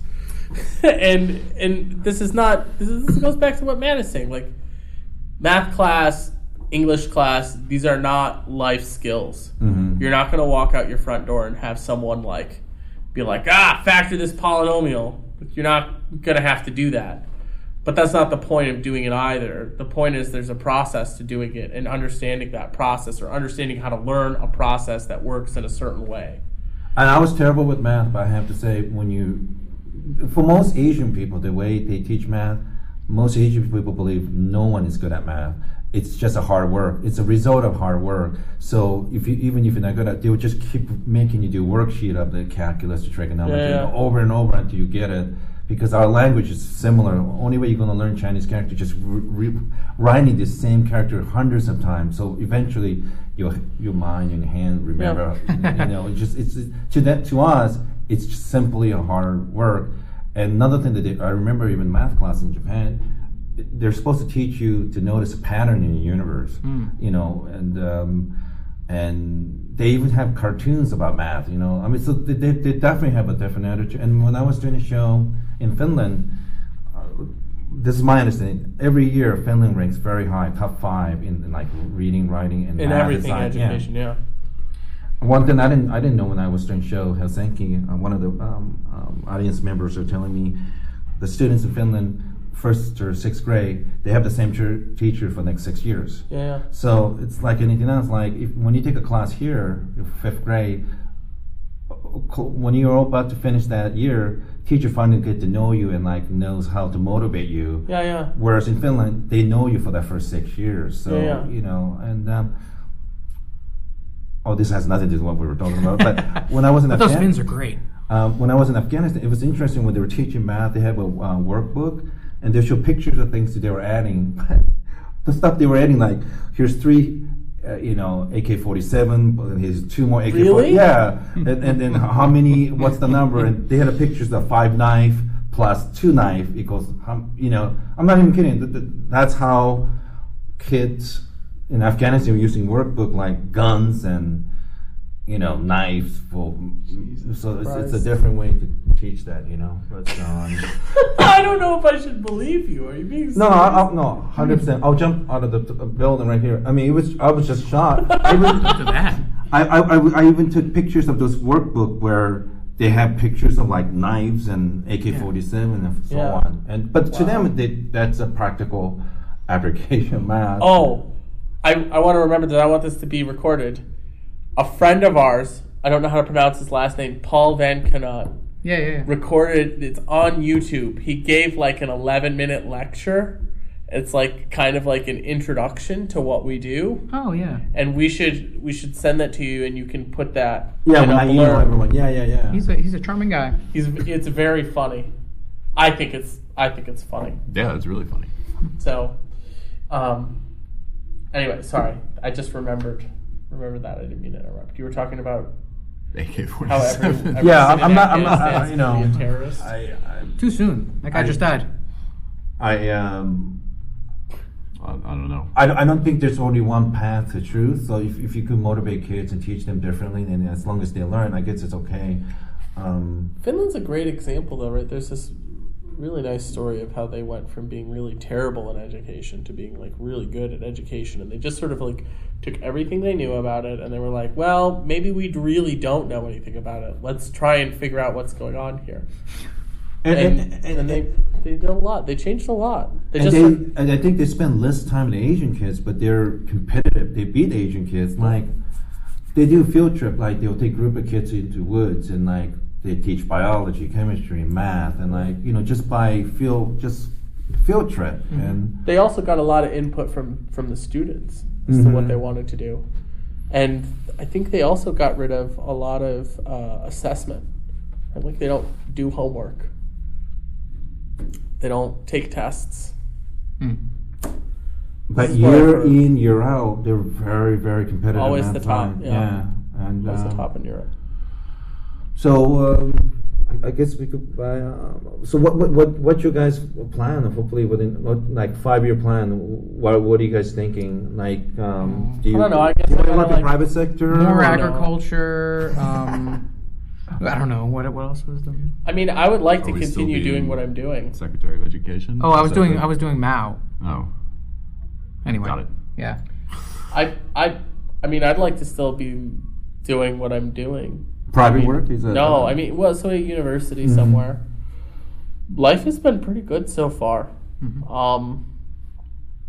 S5: and and this is not this, is, this goes back to what Matt is saying. Like math class, English class, these are not life skills. You're not going to walk out your front door and have someone like be like, ah, factor this polynomial. You're not going to have to do that. But that's not the point of doing it either. The point is there's a process to doing it and understanding that process or understanding how to learn a process that works in a certain way.
S4: And I was terrible with math, but I have to say, when you, for most Asian people, the way they teach math, most Asian people believe no one is good at math. It's just a hard work. It's a result of hard work. So if you even if you're not good at, they will just keep making you do worksheet of the calculus, the trigonometry,
S5: Yeah, yeah.
S4: over and over until you get it. Because our language is similar. Only way you're going to learn Chinese character is just re- re- writing the same character hundreds of times. So eventually, your your mind and hand remember you know, it's just it's it's- to that to us, it's just simply a hard work. And another thing that they, I remember, even math class in Japan, they're supposed to teach you to notice a pattern in the universe.
S5: Hmm.
S4: You know, and um, and they even have cartoons about math. You know, I mean, so they, they, they definitely have a different attitude. And when I was doing a show in Finland, uh, this is my understanding. Every year, Finland ranks very high, top five in, in like reading, writing, and
S5: In
S4: math
S5: everything
S4: design. Yeah.
S5: education, yeah.
S4: One thing I didn't I didn't know when I was doing show Helsinki, uh, one of the um, um, audience members are telling me the students in Finland, first or sixth grade, they have the same tur- teacher for the next six years.
S5: Yeah.
S4: So it's like anything else. Like if, when you take a class here, in fifth grade, when you're all about to finish that year, teacher finally get to know you and like knows how to motivate you.
S5: Yeah, yeah.
S4: Whereas in Finland, they know you for the first six years. So
S5: Yeah, yeah.
S4: you know, and um, oh, this has nothing to do with what we were talking about. But when I was in
S6: But those
S4: Afghanistan,
S6: fins are great.
S4: um, when I was in Afghanistan, it was interesting when they were teaching math. They have a uh, workbook, and they show pictures of things that they were adding. the stuff they were adding, like here's three, uh, you know, AK-47. but Here's two more AK-47.
S5: Really?
S4: Yeah, and, and then how many? What's the number? And they had a pictures of five knife plus two knife equals. how- You know, I'm not even kidding. Th- th- That's how kids in Afghanistan were using workbook like guns and you know knives for so it's, it's a
S5: Christ.
S4: different way to teach that you know but um,
S5: I don't know if I should believe you. Are you being
S4: no I, I'll, no 100 percent I'll jump out of the the building right here I mean it was I was just shocked I, was-
S6: Look at that.
S4: I, I, I w- I even took pictures of those workbook where they have pictures of like knives and AK-47 and so
S5: Yeah.
S4: on and but to them they, that's a practical application of math
S5: Oh, I, I want to remember that I want this to be recorded. A friend of ours, I don't know how to pronounce his last name, Paul Van Canut,
S6: Yeah, yeah, yeah.
S5: recorded, it's on YouTube. He gave like an 11 minute lecture. It's like kind of like an introduction to what we do,
S6: Oh, yeah.
S5: and we should we should send that to you, and you can put that.
S4: yeah
S5: in
S4: when
S5: a
S4: I email
S5: blurb.
S4: everyone yeah yeah yeah
S6: He's a, he's a charming guy.
S5: He's it's very funny. I think it's I think it's funny.
S9: Yeah, it's really funny.
S5: So, um, anyway, sorry. I just remembered remembered that. I didn't mean to interrupt. You were talking about
S9: AK
S5: how every, every
S9: forty-seven.
S4: Yeah, I'm-
S5: citizen
S4: I'm
S5: in
S4: not- I'm not- I-
S5: Afghanistan is gonna
S4: you
S5: be
S4: know,
S5: a terrorist.
S4: I, I,
S6: Too soon. That guy just died.
S4: I um
S9: I, I don't know.
S4: I, don't- I don't think there's only one path to truth. So if, if you could motivate kids and teach them differently, then as long as they learn, I guess it's okay. Um,
S5: Finland's a great example, though, right? There's this really nice story of how they went from being really terrible in education to being like really good at education, and they just sort of like took everything they knew about it, and they were like, "Well, maybe we really don't know anything about it. Let's try and figure out what's going on here."
S4: and,
S5: And,
S4: and-
S5: and, they they did a lot. They changed a lot. They
S4: and
S5: just
S4: they, and I think they spend less time than Asian kids, but they're competitive. They beat Asian kids. Like they do field trip, like they'll take group of kids into woods and like they teach biology, chemistry, math, and like you know just by field just field trip and.
S5: they also got a lot of input from from the students as to what they wanted to do and i think they also got rid of a lot of uh, assessment and like they don't do homework they don't take tests
S6: Hmm.
S4: But
S5: This is what I've
S4: year
S5: heard.
S4: in, year out, they're very, very competitive.
S5: Always
S4: at
S5: the top,
S4: time.
S5: yeah.
S4: And
S5: as the
S4: uh,
S5: top in europe
S4: so um, I- I guess we could buy. Uh, so what, what, what, what you guys plan? Hopefully, within what, like five year plan. What, what are you guys thinking? Like, um, do you?
S5: don't know, I guess
S4: do you
S5: I
S4: want
S5: kinda
S4: the
S5: like-
S4: private sector?
S6: More
S4: or-
S6: agriculture. Um, I don't know. What, what else was there?
S5: i mean i would like to
S9: Are we still
S5: continue doing
S9: being-
S5: what i'm doing
S9: Secretary of Education.
S6: Oh, I was
S9: Is that
S6: doing
S9: the-
S6: I was doing Mao.
S9: Oh,
S6: Anyway,
S9: Got it.
S6: yeah.
S5: I I I mean, I'd like to still be doing what I'm doing.
S4: Private
S5: I mean,
S4: work? Is that-
S5: no, I mean, well, so at university somewhere. Life has been pretty good so far. Um,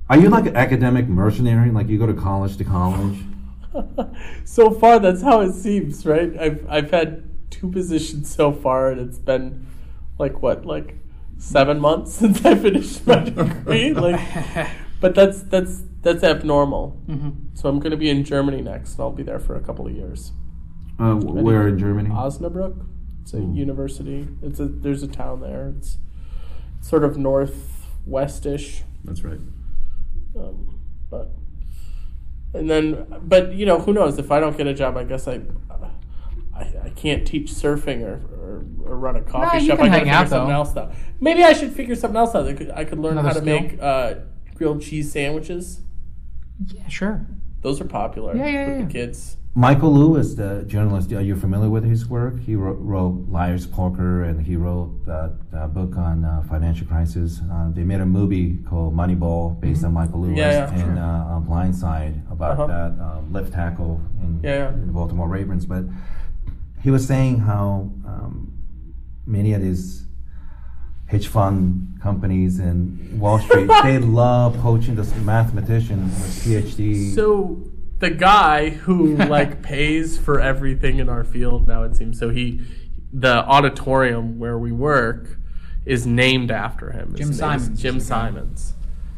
S4: Are you like an academic mercenary? Like you go to college to college?
S5: so far, that's how it seems, right? I've I've had two positions so far, and it's been like what, like seven months since I finished my degree. like, but that's that's that's abnormal. So I'm going to be in Germany next, and I'll be there for a couple of years.
S4: Uh, w- where in Germany?
S5: Osnabrück. It's a university. It's a there's a town there. It's sort of northwestish,
S9: That's right.
S5: um, but and then but you know who knows if I don't get a job, I guess I. I, I can't teach surfing or, or, or run a coffee
S6: Nah, you
S5: shop.
S6: can
S5: I gotta
S6: hang
S5: figure
S6: out,
S5: something
S6: though.
S5: else out. Maybe I should figure something else out. I could, I could learn
S6: Another
S5: how to
S6: skill?
S5: make uh, grilled cheese sandwiches.
S6: Yeah, sure.
S5: Those are popular
S6: Yeah, yeah,
S5: with
S6: yeah.
S5: the kids.
S4: Michael Lewis, the journalist. Are you familiar with his work? He wrote, wrote Liar's Poker, and he wrote uh, a book on uh, financial crisis. Uh, they made a movie called Moneyball based on Michael Lewis
S5: Mm-hmm. Yeah, yeah,
S4: and uh, on Blindside about
S5: Uh-huh.
S4: that uh, left tackle in,
S5: Yeah, yeah.
S4: in the Baltimore Ravens. But he was saying how um, many of these hedge fund companies and Wall Street they love coaching the mathematicians with PhD.
S5: So the guy who like pays for everything in our field now it seems so he the auditorium where we work is named after him.
S6: Jim
S5: His name is
S6: Simons
S5: Jim
S6: is the guy.
S5: Simons.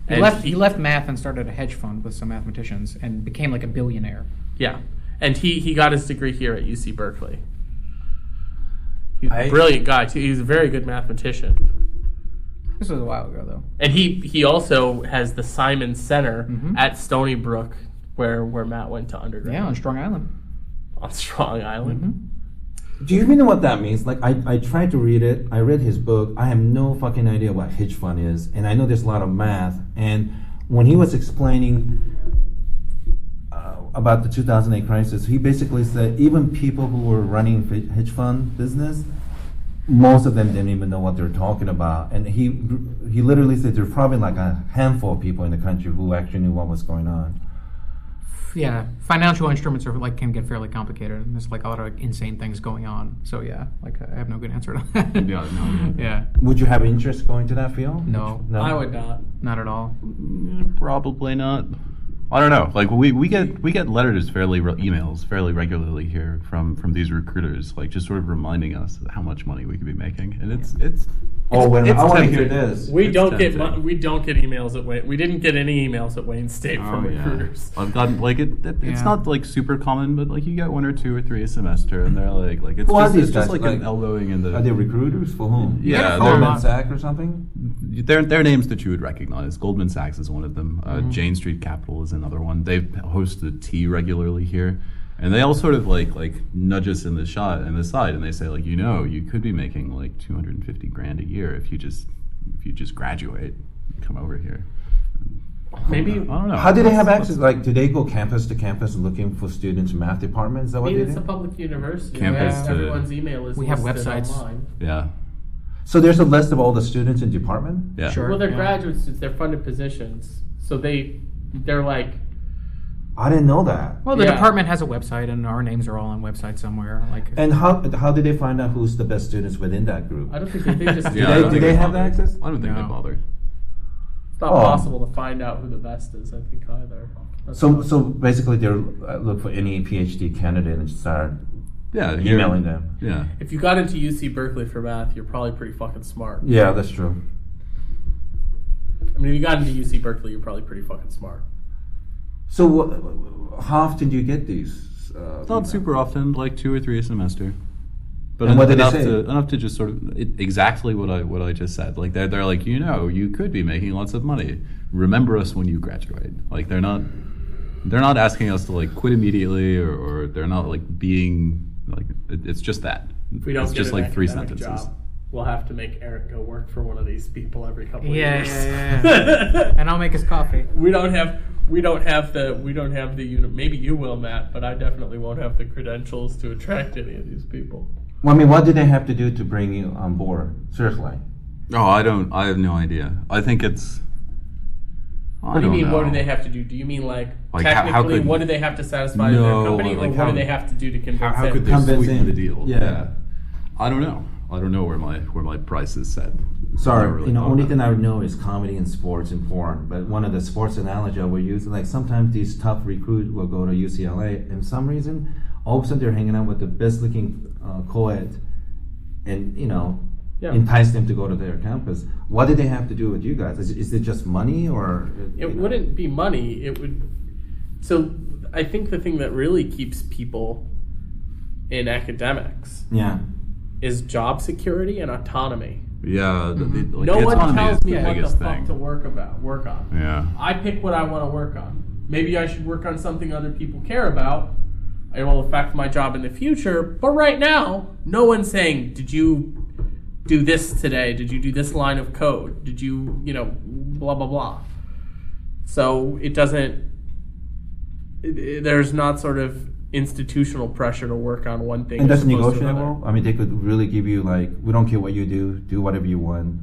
S6: He
S5: And
S6: left,
S5: he-
S6: he left math and started a hedge fund with some mathematicians and became like a billionaire.
S5: Yeah. And he, he got his degree here at UC Berkeley. He's a
S11: I-
S5: brilliant guy too. He's a very good mathematician.
S6: This was a while ago, though.
S5: And he, he also has the Simon Center at Stony Brook where where Matt went to undergrad
S6: Yeah, on Strong Island.
S5: on Strong Island.
S4: Do you know what that means? Like, I, I tried to read it. I read his book. I have no fucking idea what hedge fund is. And I know there's a lot of math. And when he was explaining uh, about the 2008 crisis, he basically said even people who were running f- hedge fund business, most of them didn't even know what they're talking about. And he he literally said there's probably like a handful of people in the country who actually knew what was going on.
S6: Yeah, financial instruments are like can get fairly complicated, and there's like a lot of insane things going on. So yeah, like I have no good answer to that.
S9: Yeah, no.
S6: yeah,
S4: Would you have interest going to that field?
S6: No.
S4: no.
S5: I would not.
S6: not at all.
S9: Probably not. I don't know. Like we, we get we get letters fairly re- emails fairly regularly here from from these recruiters, like just sort of reminding us how much money we could be making, and it's it's.
S4: Oh, wait,
S9: it's
S4: I want to
S9: tempting.
S4: hear this.
S5: We
S9: It's
S5: don't get
S9: tempting.
S5: mon- we don't get emails at Wayne. We didn't get any emails at Wayne State from
S9: Oh, yeah.
S5: recruiters.
S9: I've gotten like it, it it's
S6: Yeah.
S9: not like super common, but like you get one or two or three a semester, and they're like like it's
S4: Who are
S9: just,
S4: these
S9: it's just
S4: guys?
S9: like,
S4: Like,
S9: an elbowing in the
S4: Are they recruiters for whom?
S9: Yeah, they're-
S4: Goldman Sachs or something.
S9: There, there are names that you would recognize. Goldman Sachs is one of them. Uh, Jane Street Capital is another one. They host the tea regularly here, and they all sort of like like nudge us in the shot and the side, and they say like, you know, you could be making like two hundred and fifty grand a year if you just if you just graduate, and come over here. I
S5: Maybe
S9: don't know.
S4: How do they have
S9: That's-
S4: access? Like, do they go campus to campus looking for students in math department? Is that what
S5: maybe
S4: they
S5: it's a
S4: do?
S5: public university.
S9: Campus
S5: where
S9: to-
S5: everyone's email is
S6: We have
S5: listed
S6: websites.
S5: Online.
S9: Yeah,
S4: So there's a list of all the students in department.
S9: yeah.
S6: Sure.
S5: Well, they're
S6: yeah.
S5: graduate students. They're funded positions, so they they're like
S4: I didn't know that.
S6: Well, the
S5: Yeah.
S6: department has a website, and our names are all on website somewhere. Like,
S4: And how how did they find out who's the best students within that group?
S5: I don't think they, they just
S9: Yeah,
S5: it's
S9: I don't
S4: do
S9: think
S4: they
S9: it's
S4: have
S9: bothered.
S4: access?
S9: I don't think they
S6: No.
S9: bother.
S5: not
S4: Oh.
S5: possible to find out who the best is. I think either. That's
S4: So
S5: not-
S4: so basically, they uh, look for any PhD candidate and start
S9: Yeah, here-
S4: emailing them.
S9: Yeah.
S5: if you got into UC Berkeley for math, you're probably pretty fucking smart.
S4: Yeah, that's true.
S5: I mean, if you got into UC Berkeley, you're probably pretty fucking smart.
S4: So wh- how often do you get these? Uh,
S9: It's not
S4: emails?
S9: super often, like two or three a semester. But
S4: And what did they
S9: enough
S4: say?
S9: to enough to just sort of it, exactly what I what I just said. Like they're they're like you know you could be making lots of money. Remember us when you graduate. Like they're not they're not asking us to like quit immediately or, or they're not like being like it, it's just that.
S5: If we don't
S9: it's
S5: get
S9: just
S5: an
S9: like three
S5: academic
S9: sentences.
S5: Job, we'll have to make Eric go work for one of these people every couple
S6: Yeah,
S5: of years.
S6: yeah, yeah. and I'll make us coffee.
S5: we don't have we don't have the we don't have the uni- maybe you will Matt, but I definitely won't have the credentials to attract any of these people.
S4: Well, I mean, what do they have to do to bring you on board? Seriously.
S9: Oh, I don't. I have no idea. I think it's. I
S5: What do you
S9: don't
S5: mean? What do
S9: know.
S5: they have to do? Do you mean like,
S9: Like, how- how
S5: technically?
S9: could-
S5: what do they have to satisfy
S9: No,
S5: their company,
S9: like,
S5: or
S9: how-
S5: what do they have to do to convince
S9: How, how
S5: them?
S9: could they
S4: Convince
S9: sweeten
S4: him.
S9: the deal?
S4: Yeah.
S9: I don't know. I don't know where my where my price is set.
S4: Sorry,
S9: I really
S4: you know,
S9: don't
S4: only thing I would know is comedy and sports and porn. But one of the sports analogy I would use, like sometimes these tough recruit will go to UCLA, and some reason, all of a sudden they're hanging out with the best looking uh, co-ed, and you know,
S5: Yeah.
S4: entice them to go to their campus. What do they have to do with you guys? Is, is it just money or? uh, you
S5: it
S4: know?
S5: wouldn't be money it would so i think the thing that really keeps people in academics
S4: Yeah.
S5: is job security and autonomy
S9: Yeah, the, the, like,
S5: Mm-hmm. no
S9: the
S5: one
S9: autonomy
S5: tells
S9: is
S5: me
S9: the
S5: what the
S9: biggest
S5: fuck
S9: thing.
S5: to work about work on
S9: yeah,
S5: i pick what i want to work on maybe i should work on something other people care about it will affect my job in the future but right now no one's saying did you do this today did you do this line of code did you you know blah blah blah so it doesn't it- it- there's not sort of institutional pressure to work on one thing
S4: And
S5: as
S4: that's
S5: opposed to
S4: negotiable.
S5: another.
S4: I mean, they could really give you like, we don't care what you do, do whatever you want.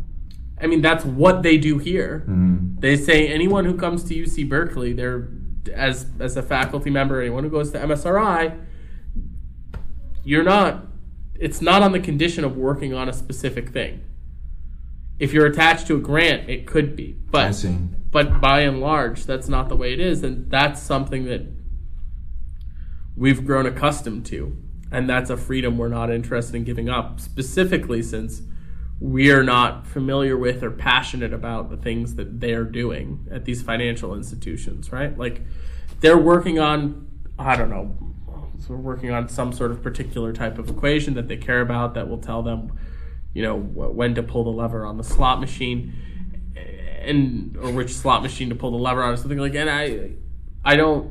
S5: i mean that's what they do here
S4: Mm-hmm.
S5: they say anyone who comes to uc berkeley they're as as a faculty member anyone who goes to msri you're not it's not on the condition of working on a specific thing if you're attached to a grant it could be but
S4: I see.
S5: but by and large that's not the way it is and that's something that we've grown accustomed to and that's a freedom we're not interested in giving up specifically since we're not familiar with or passionate about the things that they're doing at these financial institutions right like they're working on i don't know so we're working on some sort of particular type of equation that they care about that will tell them you know wh- when to pull the lever on the slot machine and or which slot machine to pull the lever on or something like and i i don't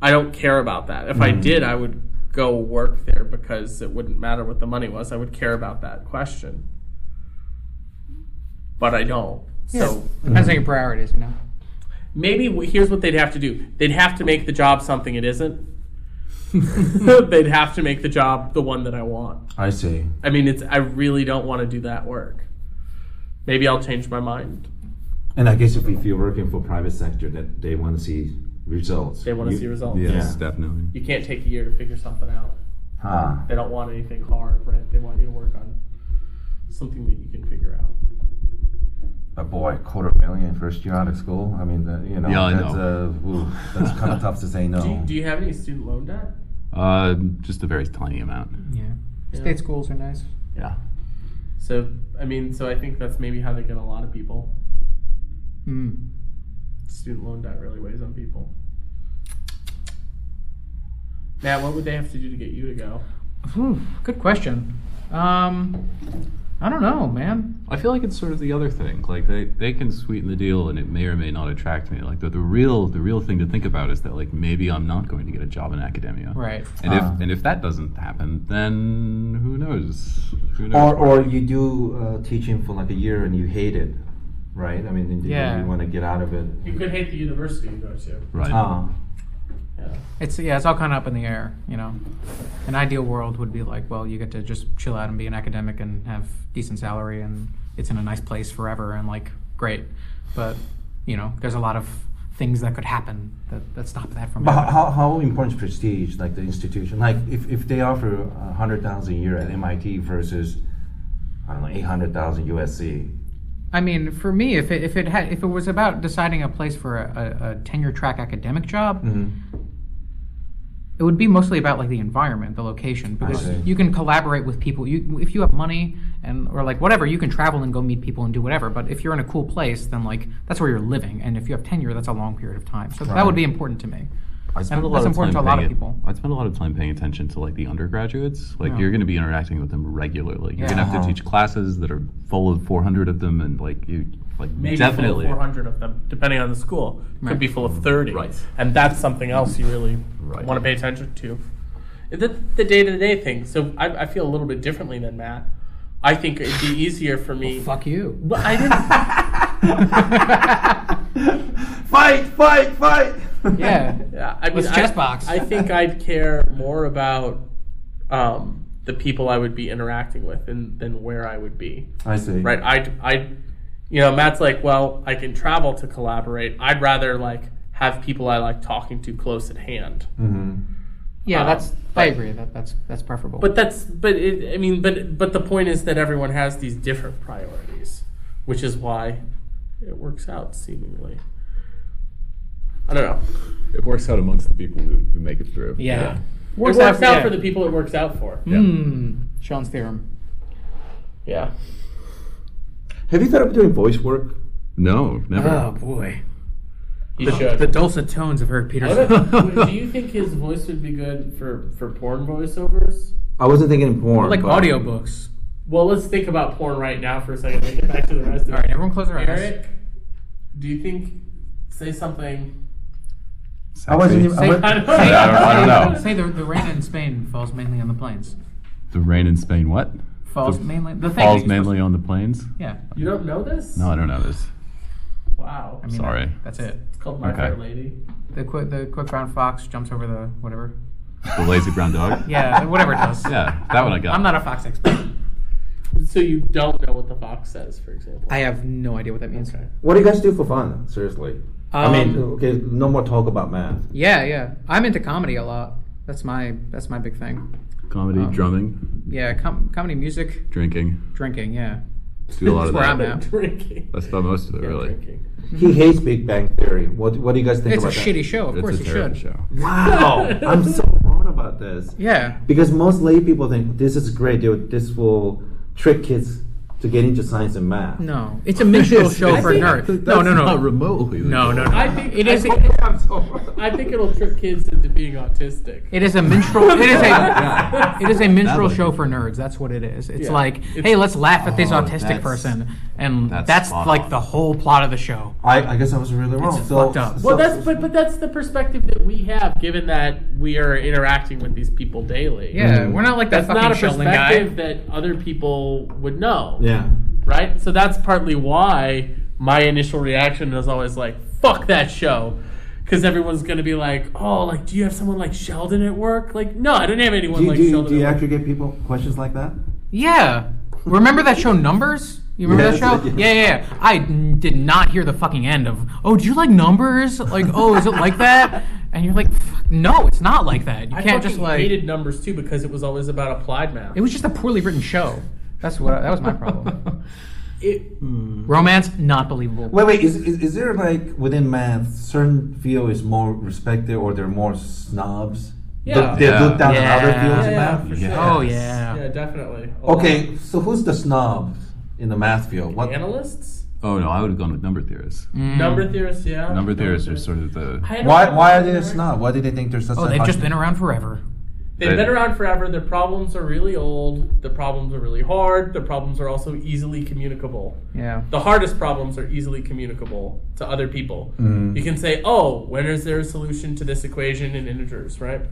S5: i don't care about that if i
S4: Hmm.
S5: did i would go work there because it wouldn't matter what the money was i would care about that question but i don't so
S6: Depends on your priorities, you know.
S5: maybe w- here's what they'd have to do they'd have to make the job something it isn't they'd have to make the job the one that i want
S4: I see.
S5: i mean it's i really don't want to do that work maybe i'll change my mind
S4: And I guess if, if you're working for private sector, that they want to see results.
S5: they want to
S4: You-
S5: see results
S9: yes,
S4: Yeah.
S9: definitely.
S5: you can't take a year to figure something out
S4: Ah.
S5: They don't want anything hard, right? They want you to work on something that you can figure out.
S4: But boy, quarter million first year out of school. I mean, that, you know,
S9: Yeah, I
S4: that's,
S9: know.
S4: Uh, ooh, that's kind of tough to say no.
S5: Do you, do you have any student loan debt?
S9: Uh, just a very tiny amount.
S6: Yeah. State schools are nice.
S9: Yeah.
S5: So, I mean, so I think that's maybe how they get a lot of people.
S6: Mm.
S5: Student loan debt really weighs on people. Matt, what would they have to do to get you to go?
S6: Ooh, good question. Um, I don't know, man.
S9: I feel like it's sort of the other thing. Like they, they can sweeten the deal, and it may or may not attract me. Like the, the real the real thing to think about is that like maybe I'm not going to get a job in academia.
S6: Right.
S9: And
S4: Ah.
S9: if and if that doesn't happen, then who knows? Who knows?
S4: or, or you do uh, teaching for like a year and you hate it, right? I mean, and you-
S6: Yeah.
S4: you want to get out of it.
S5: You could hate the university you go to.
S9: right.
S4: Ah.
S5: Yeah.
S6: It's yeah, it's all kind of up in the air, you know. An ideal world would be like, well, you get to just chill out and be an academic and have decent salary, and it's in a nice place forever, and like great. But you know, there's a lot of things that could happen that, that stop that from
S4: But how,
S6: happening.
S4: how, how important is prestige, like the institution? Like if, if they offer a hundred thousand a year at MIT versus I don't know eight hundred thousand USC.
S6: I mean, for me, if it, if it had if it was about deciding a place for a, a, a tenure track academic job,
S4: Mm-hmm.
S6: it would be mostly about like the environment, the location, because
S4: see.
S6: you can collaborate with people. You if you have money and or like whatever, you can travel and go meet people and do whatever. But if you're in a cool place, then like that's where you're living, and if you have tenure, that's a long period of time. So that would be important to me.
S9: I spend
S6: that's important to a lot
S9: paying
S6: of people.
S9: I spend a lot of time paying attention to like the undergraduates. Like
S6: Yeah.
S9: you're going to be interacting with them regularly. You're
S6: Yeah.
S9: going to have to teach classes that are full of 400 of them, and like you like
S5: Maybe
S9: definitely
S5: full of 400 of them, depending on the school.
S6: Right.
S5: Could be full of 30.
S9: Right.
S5: And that's something else you really
S9: Right.
S5: want to pay attention to. The, the day-to-day thing. So I, I feel a little bit differently than Matt. I think it'd be easier for
S9: Oh,
S5: me.
S6: Fuck you.
S5: Well, I didn't.
S4: Fight! Fight! Fight!
S6: Yeah.
S5: Yeah, I mean,
S6: Let's
S5: I-
S6: chess box.
S5: I think I'd care more about um, the people I would be interacting with than, than where I would be.
S4: I see.
S5: Right? I'd, I'd, you know, Matt's like, well, I can travel to collaborate. I'd rather like have people I like talking to close at hand.
S6: Yeah,
S5: Um,
S6: that's. I agree. That that's that's preferable.
S5: But that's but it, I mean but but the point is that everyone has these different priorities, which is why it works out seemingly. I don't know.
S10: It works out amongst the people who, who make it through.
S6: yeah.
S5: It works out,
S6: yeah.
S5: for the people it works out for.
S10: Yeah.
S6: Hmm. Sean's theorem.
S5: Yeah.
S10: Have you thought of doing voice work? No, never.
S6: Oh, boy.
S5: You should.
S6: The dulcet tones of Eric
S5: I
S6: Peterson.
S5: don't know. do you think his voice would be good for for porn voiceovers?
S4: I wasn't thinking porn.
S6: like
S4: but- um,
S6: audiobooks.
S5: Well, let's think about porn right now for a second. Then get back to the rest of
S6: All right, everyone, close their eyes.
S5: Eric, do you think say something?
S9: I
S8: wasn't even-
S6: Say,
S8: I
S5: don't know.
S6: say-
S9: I don't- I don't know.
S6: Say the, the rain in Spain falls mainly on the plains.
S9: The rain in Spain. What?
S6: Falls
S9: The-
S6: mainly. The thing.
S9: Falls
S6: that you're supposed
S9: mainly on the plains.
S6: to- Yeah.
S5: You don't know this?
S9: No, I don't know this.
S5: Wow.
S6: I mean,
S9: Sorry.
S6: that- That's it.
S5: It's called My
S9: Okay.
S5: Fair Lady.
S6: The quick the quick brown fox jumps over the whatever.
S9: The lazy brown dog.
S6: Yeah, whatever it does.
S9: Yeah, that one I got.
S6: I'm not a fox expert.
S5: So you don't know what the fox says, for example.
S6: I have no idea what that means.
S5: Okay.
S4: What do you guys do for fun? Seriously. I mean,
S6: Um,
S4: okay, no more talk about math.
S6: Yeah, yeah. I'm into comedy a lot. That's my that's my big thing.
S9: comedy,
S6: Uh-huh.
S9: drumming,
S6: Yeah, com- comedy, music,
S9: drinking.
S6: drinking. Yeah,
S9: Do a lot
S6: that's
S9: of
S6: where I'm
S9: that.
S6: at.
S5: Drinking.
S9: That's about most of it, really.
S5: Drinking.
S4: He hates Big Bang Theory. What What do you guys think
S6: It's a
S4: about that?
S6: shitty show. Of
S9: It's
S6: course, you
S9: a terrible
S6: should.
S9: show.
S4: Wow, I'm so wrong about this.
S6: Yeah,
S4: Because most lay people think this is great, dude. This will trick kids to get into science and math.
S6: no, it's a minstrel show for nerds. No, no,
S9: Not
S6: no,
S9: remotely.
S6: no, no,
S5: I
S6: no.
S5: think
S6: It
S5: I
S6: is.
S5: think-
S6: It
S4: I'm so wrong.
S5: I think it'll trick kids into being autistic.
S6: is a minstrel. It is a. It is a minstrel
S9: That
S6: show
S9: would-
S6: for nerds. That's what it is. It's
S5: Yeah.
S6: like,
S5: It's-
S6: hey, let's laugh at this
S9: Oh,
S6: autistic
S9: that's-
S6: person, and
S9: that's
S6: that's,
S9: spot
S6: like
S9: on.
S6: the whole plot of the show.
S8: I, I guess I was really wrong. so,
S6: fucked up.
S5: Well, that's but but that's the perspective that we have, given that we are interacting with these people daily.
S6: Yeah, we're not like
S5: that's
S6: that fucking
S5: not a
S6: Sheldon guy.
S5: perspective that other people would know.
S4: Yeah.
S5: right? So that's partly why my initial reaction is always like, "Fuck that show," because everyone's gonna be like, "Oh, like, do you have someone like Sheldon at work?" Like, no, I don't have anyone
S8: Do you,
S5: like
S8: do you,
S5: Sheldon.
S8: do you
S5: at work.
S8: actually get people questions like that?
S6: Yeah. Remember that show Numbers? You remember
S4: Yes,
S6: that show?
S4: yes.
S6: Yeah, yeah, yeah. I n- did not hear the fucking end of, oh, do you like numbers? Like, oh, is it like that? And you're like, Fuck, no, it's not like that. You
S5: I
S6: can't
S5: fucking
S6: just like.
S5: hated numbers too because it was always about applied math.
S6: It was just a poorly written show. That's what I, that was my problem.
S5: It- hmm.
S6: Romance, not believable.
S8: Wait, wait. Is, is, is there like within math, certain field is more respected or they're more snobs?
S5: Yeah.
S8: They
S9: Yeah.
S8: look down
S6: Yeah.
S8: on other fields
S5: yeah,
S8: in
S5: yeah,
S8: math.
S5: for
S9: Yes.
S5: sure.
S6: Oh yeah.
S5: yeah, definitely. A
S8: Okay, so who's the snob in the math field?
S5: lot.
S8: What?
S5: analysts,
S9: Oh no, I would have gone with number theorists.
S6: Mm.
S5: number theorists, yeah,
S9: Number theorists are sort of the.
S5: I don't
S8: Why,
S5: know.
S8: why are they a snob? Why do they think they're such
S6: Oh,
S8: a
S6: they've just
S8: hot-
S6: been around forever.
S5: They've been around forever. Their problems are really old. The problems are really hard. The problems are also easily communicable.
S6: Yeah.
S5: the hardest problems are easily communicable to other people.
S8: Mm.
S5: You can say, "Oh, when is there a solution to this equation in integers?" Right?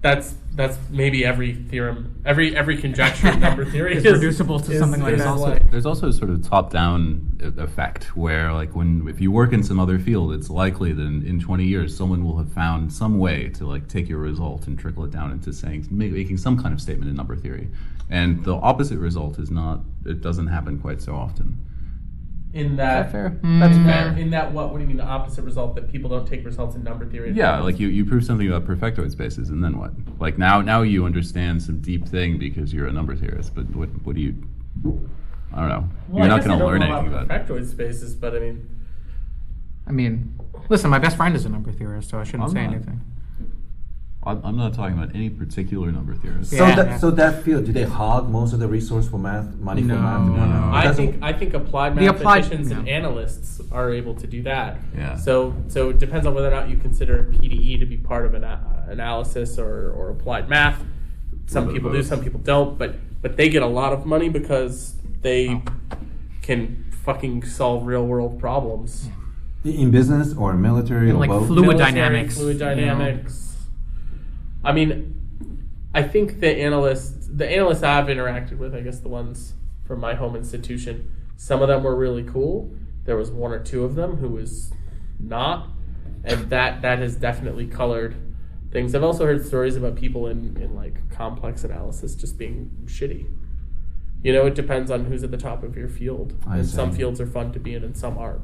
S5: That's that's maybe every theorem, every every conjecture in number theory
S6: It's
S5: is
S6: reducible to something like
S5: is
S6: that.
S9: There's also a sort of top-down e- effect where, like, when if you work in some other field, it's likely that in, in 20 years someone will have found some way to like take your result and trickle it down into saying ma- making some kind of statement in number theory, and the opposite result is not. It doesn't happen quite so often.
S5: in that
S6: Hmm.
S9: That's
S5: in- in that what? What do you mean the opposite result that people don't take results in number theory?
S9: Yeah, like you, you prove something about perfectoid spaces, and then what? Like now, now you understand some deep thing because you're a number theorist. But what, what do you? I don't know.
S5: Well,
S9: you're
S5: I
S9: not
S5: guess I
S9: going to
S5: don't
S9: learn
S5: know
S9: anything about. it.
S5: perfectoid spaces, but I mean,
S6: I mean, listen, my best friend is a number theorist, so I shouldn't
S9: I'm
S6: say
S9: not.
S6: anything.
S9: I'm, I'm not talking about any particular number theorist.
S8: So,
S6: Yeah.
S8: that, so that field, do they hog most of the resource for math, money for
S6: No.
S8: math?
S9: No.
S5: I
S8: That's-
S5: think I think applied
S6: The applied-
S5: mathematicians and
S6: yeah.
S5: analysts are able to do that.
S9: Yeah.
S5: So so it depends on whether or not you consider PDE to be part of an a- analysis or, or applied math. Some
S9: Little bit
S5: people
S9: of
S5: do,
S9: both.
S5: some people don't. But but they get a lot of money because they
S9: Oh.
S5: can fucking solve real world problems.
S8: in business or in military or
S6: Like
S8: both?
S6: fluid
S5: Military,
S6: dynamics.
S5: Fluid
S6: you know.
S5: dynamics. I mean, I think the analysts, the analysts I've interacted with, I guess the ones from my home institution, some of them were really cool. There was one or two of them who was not, and that that has definitely colored things. I've also heard stories about people in in like complex analysis just being shitty. You know, it depends on who's at the top of your field.
S4: I
S5: And some
S4: see.
S5: fields are fun to be in, and some aren't.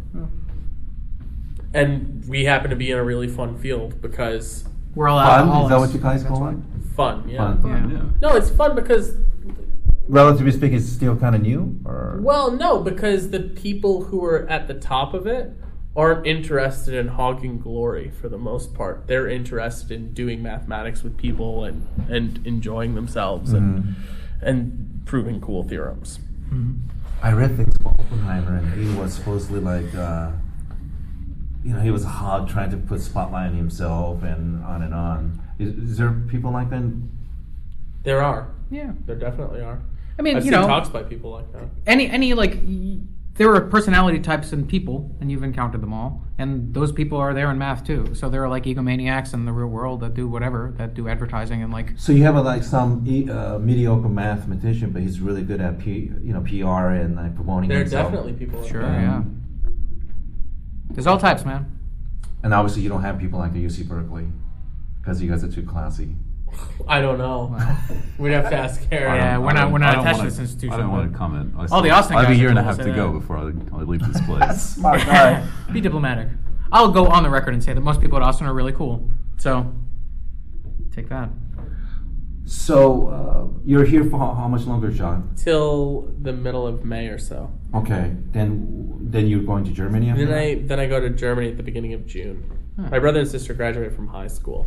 S5: And we happen to be in a really fun field because
S6: We're all out.
S4: Fun? Is that what you guys call it?
S5: fun. Yeah.
S4: Fun.
S6: Yeah.
S9: Yeah.
S5: No, it's fun because
S4: Relatively speaking, it's still kind of new, or
S5: well, no, because the people who are at the top of it aren't interested in hogging glory for the most part. They're interested in doing mathematics with people and and enjoying themselves and and proving cool theorems.
S4: I read things about Oppenheimer, and he was supposedly like, uh, you know, he was a hog trying to put spotlight on himself, and on and on. Is, is there people like that?
S5: There are.
S6: Yeah.
S5: There definitely are.
S6: I mean,
S5: I've
S6: you
S5: seen
S6: know,
S5: talks by people like that.
S6: any any like y- there are personality types in people and you've encountered them all and those people are there in math too so there are like egomaniacs in the real world that do whatever that do advertising and like
S4: So you have a, like some e- uh, mediocre mathematician, but he's really good at P, you know PR and like promoting
S5: There are
S4: himself.
S5: definitely people like
S6: sure
S5: that.
S6: yeah there's all types man
S4: And obviously, you don't have people like the UC Berkeley because you guys are too classy.
S5: I don't know. We'd have to ask Harry.
S6: Yeah, we're not- we're not
S9: I don't
S6: attached to
S9: wanna-
S6: this institution,
S9: I don't want
S6: but-
S9: to comment. I
S6: the Austin
S9: I have
S6: guys
S9: a
S6: are
S9: year and a
S6: cool,
S9: half
S6: so
S9: to
S6: yeah.
S9: go before I, I leave this place.
S4: Smart guy.
S6: be diplomatic i'll go on the record and say that most people at austin are really cool so take that
S4: So uh, you're here for how, how much longer, Sean?
S5: Till the middle of May or so.
S4: Okay, then then you're going to Germany. after
S5: Then
S4: that?
S5: I then I go to Germany at the beginning of June. My brother and sister graduate from high school,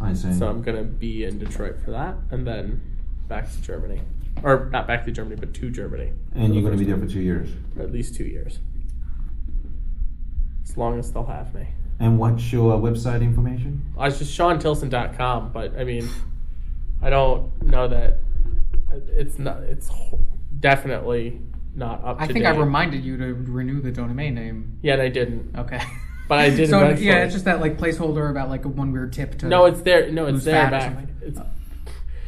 S4: I see.
S5: so I'm gonna be in Detroit for that, and then back to Germany, or not back to Germany, but to Germany
S4: and you're going to be there for two years.
S5: for at least two years, as long as they'll have me.
S4: And what's your uh, website information?
S5: I was just SeanTilson.com, but I mean, I don't know that it's not. It's ho- definitely not up.
S6: i
S5: to
S6: think
S5: date.
S6: i reminded you to renew the domain name
S5: Yet I didn't,
S6: okay
S5: but I did.
S6: so
S5: eventually.
S6: yeah it's just that like placeholder about like one weird tip to
S5: No, it's there. No, it's
S6: Who's
S5: there
S6: fat or
S5: back.
S6: something?
S5: It's,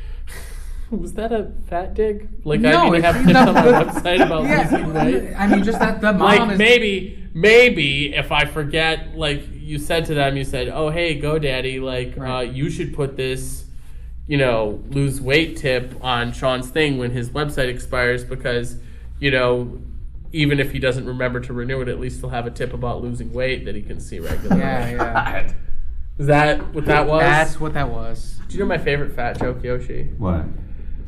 S5: was that a fat dig? Like I
S6: No,
S5: need to
S6: it's-
S5: have tips
S6: no.
S5: on my website about
S6: Yeah,
S5: losing weight.
S6: I mean, just that the mom
S5: Like
S6: is
S5: maybe, maybe if I forget, like you said to them, you said, "Oh hey, GoDaddy, like uh,
S6: Right.
S5: you should put this." You know, lose weight tip on Sean's thing when his website expires because, you know, even if he doesn't remember to renew it, at least he'll have a tip about losing weight that he can see regularly.
S6: Yeah, yeah.
S5: Is that what that was?
S6: That's what that was.
S5: Do you know my favorite fat joke, Yoshi?
S4: What?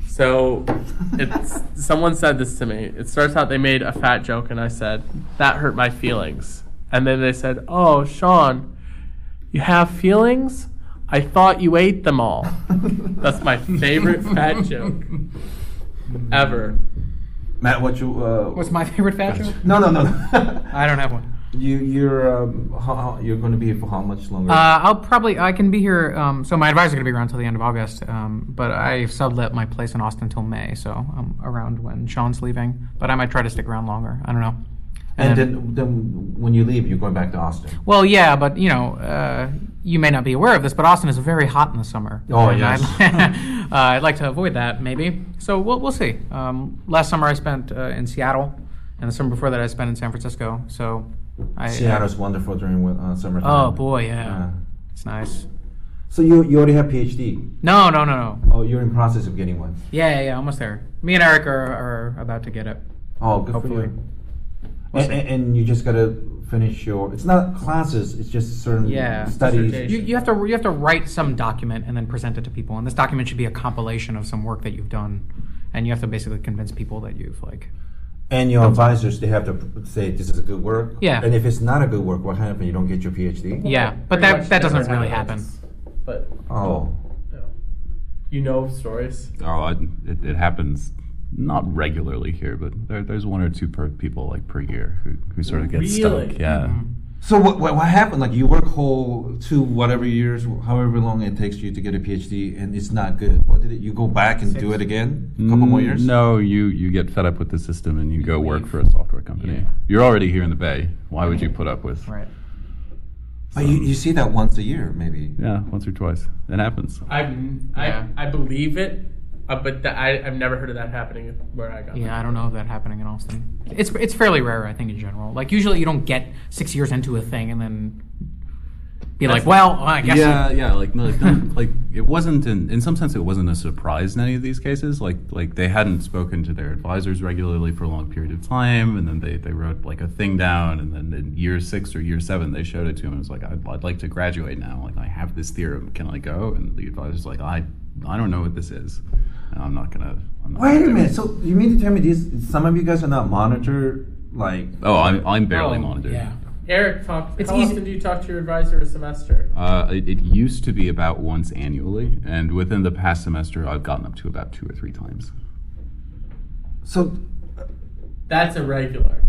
S5: So, it's someone said this to me. It starts out they made a fat joke, and I said that hurt my feelings. And then they said, "Oh, Sean, you have feelings? I thought you ate them all." That's my favorite fat joke ever.
S4: Matt, what you? Uh,
S6: What's my favorite fat joke?
S4: No, no, no. no.
S6: I don't have one.
S4: you you're um, how, how, you're going to be here for how much longer?
S6: Uh, I'll probably I can be here. Um, so my advisor's gonna be around till the end of August. Um, but I've sublet my place in Austin till May, so I'm around when Sean's leaving. But I might try to stick around longer. I don't know.
S4: and then then when you leave, you're going back to Austin.
S6: Well, yeah, but you know, uh, you may not be aware of this, but Austin is very hot in the summer.
S4: Oh,
S6: And
S4: yes.
S6: I'd, uh, I'd like to avoid that, maybe. So we'll we'll see. Um, last summer I spent uh, in Seattle, and the summer before that I spent in San Francisco. So, I
S4: Seattle's wonderful during win- uh, summertime.
S6: oh boy, yeah,
S4: Yeah.
S6: it's nice.
S4: So you you already have PhD.
S6: No, no, no, no.
S4: Oh, you're in process of getting one.
S6: Yeah, yeah, yeah almost there. Me and Eric are, are about to get it.
S4: Oh, good
S6: Hopefully.
S4: for you. And, and, and you just got to finish your. It's not classes. It's just certain
S6: Yeah.
S4: studies.
S6: You, you have to you have to write some document and then present it to people, and this document should be a compilation of some work that you've done, and you have to basically convince people that you've like
S4: And your advisors, they have to say this is a good work.
S6: Yeah.
S4: And if it's not a good work, what happens? You don't get your PhD.
S6: Yeah, but
S5: Pretty
S6: that
S5: much
S6: that doesn't
S5: never
S6: really happen.
S5: happens. But
S4: Oh.
S5: you know stories.
S9: Oh, I, it, it happens not regularly here, but there, there's one or two per people like per year who, who sort of get
S5: Really?
S6: Mm-hmm.
S9: stuck. Yeah.
S4: So what, what what happened? Like you work whole two whatever years, however long it takes you to get a PhD, and it's not good. What did it? You go back and do it again? A couple more
S9: Mm,
S4: years?
S9: No, you you get fed up with the system and you go work for a software company. You're already here in the Bay. Why would you put up with?
S6: Right.
S4: But you, you see that once a year, maybe.
S9: Yeah, once or twice. It happens.
S5: I
S6: Yeah.
S5: I I believe it, uh, but th- I I've never heard of that happening where I got.
S6: Yeah, I don't know of that happening in Austin. It's it's fairly rare, I think, in general. Like usually, you don't get six years into a thing and then be like, well, I guess.
S9: yeah, yeah. Like, no, like, don't- like it wasn't in, in some sense it wasn't a surprise in any of these cases. Like, like they hadn't spoken to their advisors regularly for a long period of time, and then they, they wrote like a thing down, and then in year six or year seven they showed it to him. and was like, I'd, I'd like to graduate now. Like, I have this theorem. Can I go? And the advisor's like, I I don't know what this is. And I'm not gonna. I'm not
S4: Wait
S9: gonna
S4: a
S9: do
S4: minute.
S9: it."
S4: So you mean to tell me these? Some of you guys are not monitored, like
S9: Oh, I'm I'm barely
S5: Oh,
S9: monitored.
S5: Eric, talk,
S6: It's
S5: how
S6: easy-
S5: often do you talk to your advisor a semester?
S9: Uh, it, it used to be about once annually, and within the past semester, I've gotten up to about two or three times.
S4: so.
S5: That's irregular,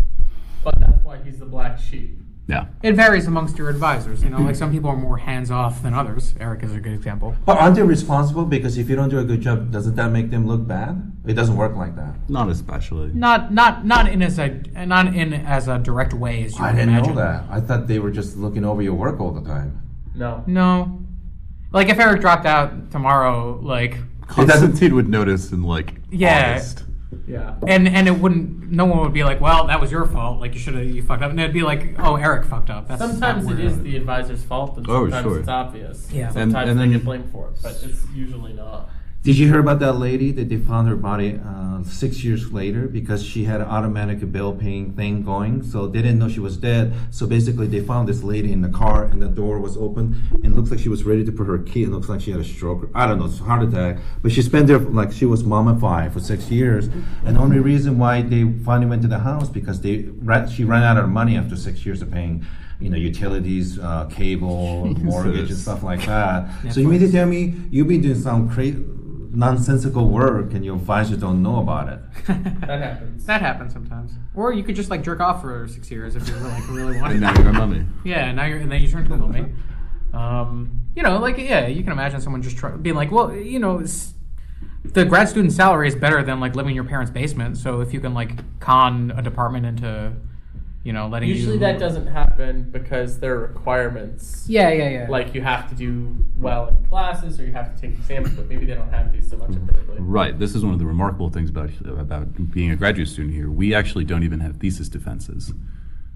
S5: but that's why he's the black sheep.
S9: Yeah.
S6: It varies amongst your advisors. You know, like some people are more hands off than others. Eric is a good example.
S4: But aren't they responsible? Because if you don't do a good job, doesn't that make them look bad? It doesn't work like that.
S9: Not especially.
S6: Not not not in as a not in as a direct way as you
S4: I
S6: would
S4: didn't
S6: imagine.
S4: know that. I thought they were just looking over your work all the time.
S5: No.
S6: No, like if Eric dropped out tomorrow, like
S9: Constantine would notice in like
S6: Yeah.
S9: August.
S5: Yeah.
S6: and and it wouldn't. No one would be like, well, that was your fault. Like you should have you fucked up. And it'd be like, oh, Eric fucked up. That's
S5: Sometimes
S6: not
S5: it
S6: weird.
S5: is the advisor's fault, and
S9: Oh,
S5: sometimes
S9: sure.
S5: it's obvious.
S6: Yeah. And-
S5: Sometimes
S9: and then
S5: they
S9: you-
S5: get blamed for it, but it's usually not.
S4: Did you hear about that lady that they found her body uh, six years later because she had an automatic bill paying thing going? So they didn't know she was dead. So basically, they found this lady in the car and the door was open and looks like she was ready to put her key. It looks like she had a stroke. I don't know, it's a heart attack. But she spent there like she was mummified for six years. And the only reason why they finally went to the house because they ran, she ran out of money after six years of paying. You know, utilities, uh, cable, mortgage, and stuff like that. So you mean to tell me you've been doing some crazy, nonsensical work and your advisor don't know about it.
S5: That happens.
S6: That happens sometimes. Or you could just like jerk off for six years if you were like really
S9: And
S6: wanted.
S9: now you're a mummy.
S6: Yeah, now you're and then you turn to the movie. Um, you know, like yeah, you can imagine someone just try, being like, well, you know, it's, the grad student salary is better than like living in your parents' basement. So if you can like con a department into, you know, letting
S5: Usually
S6: you,
S5: that doesn't happen because there are requirements.
S6: Yeah, yeah, yeah.
S5: Like you have to do well in classes or you have to take exams, but maybe they don't have these so much
S9: Mm.
S5: in Berkeley.
S9: Right. This is one of the remarkable things about about being a graduate student here. We actually don't even have thesis defenses.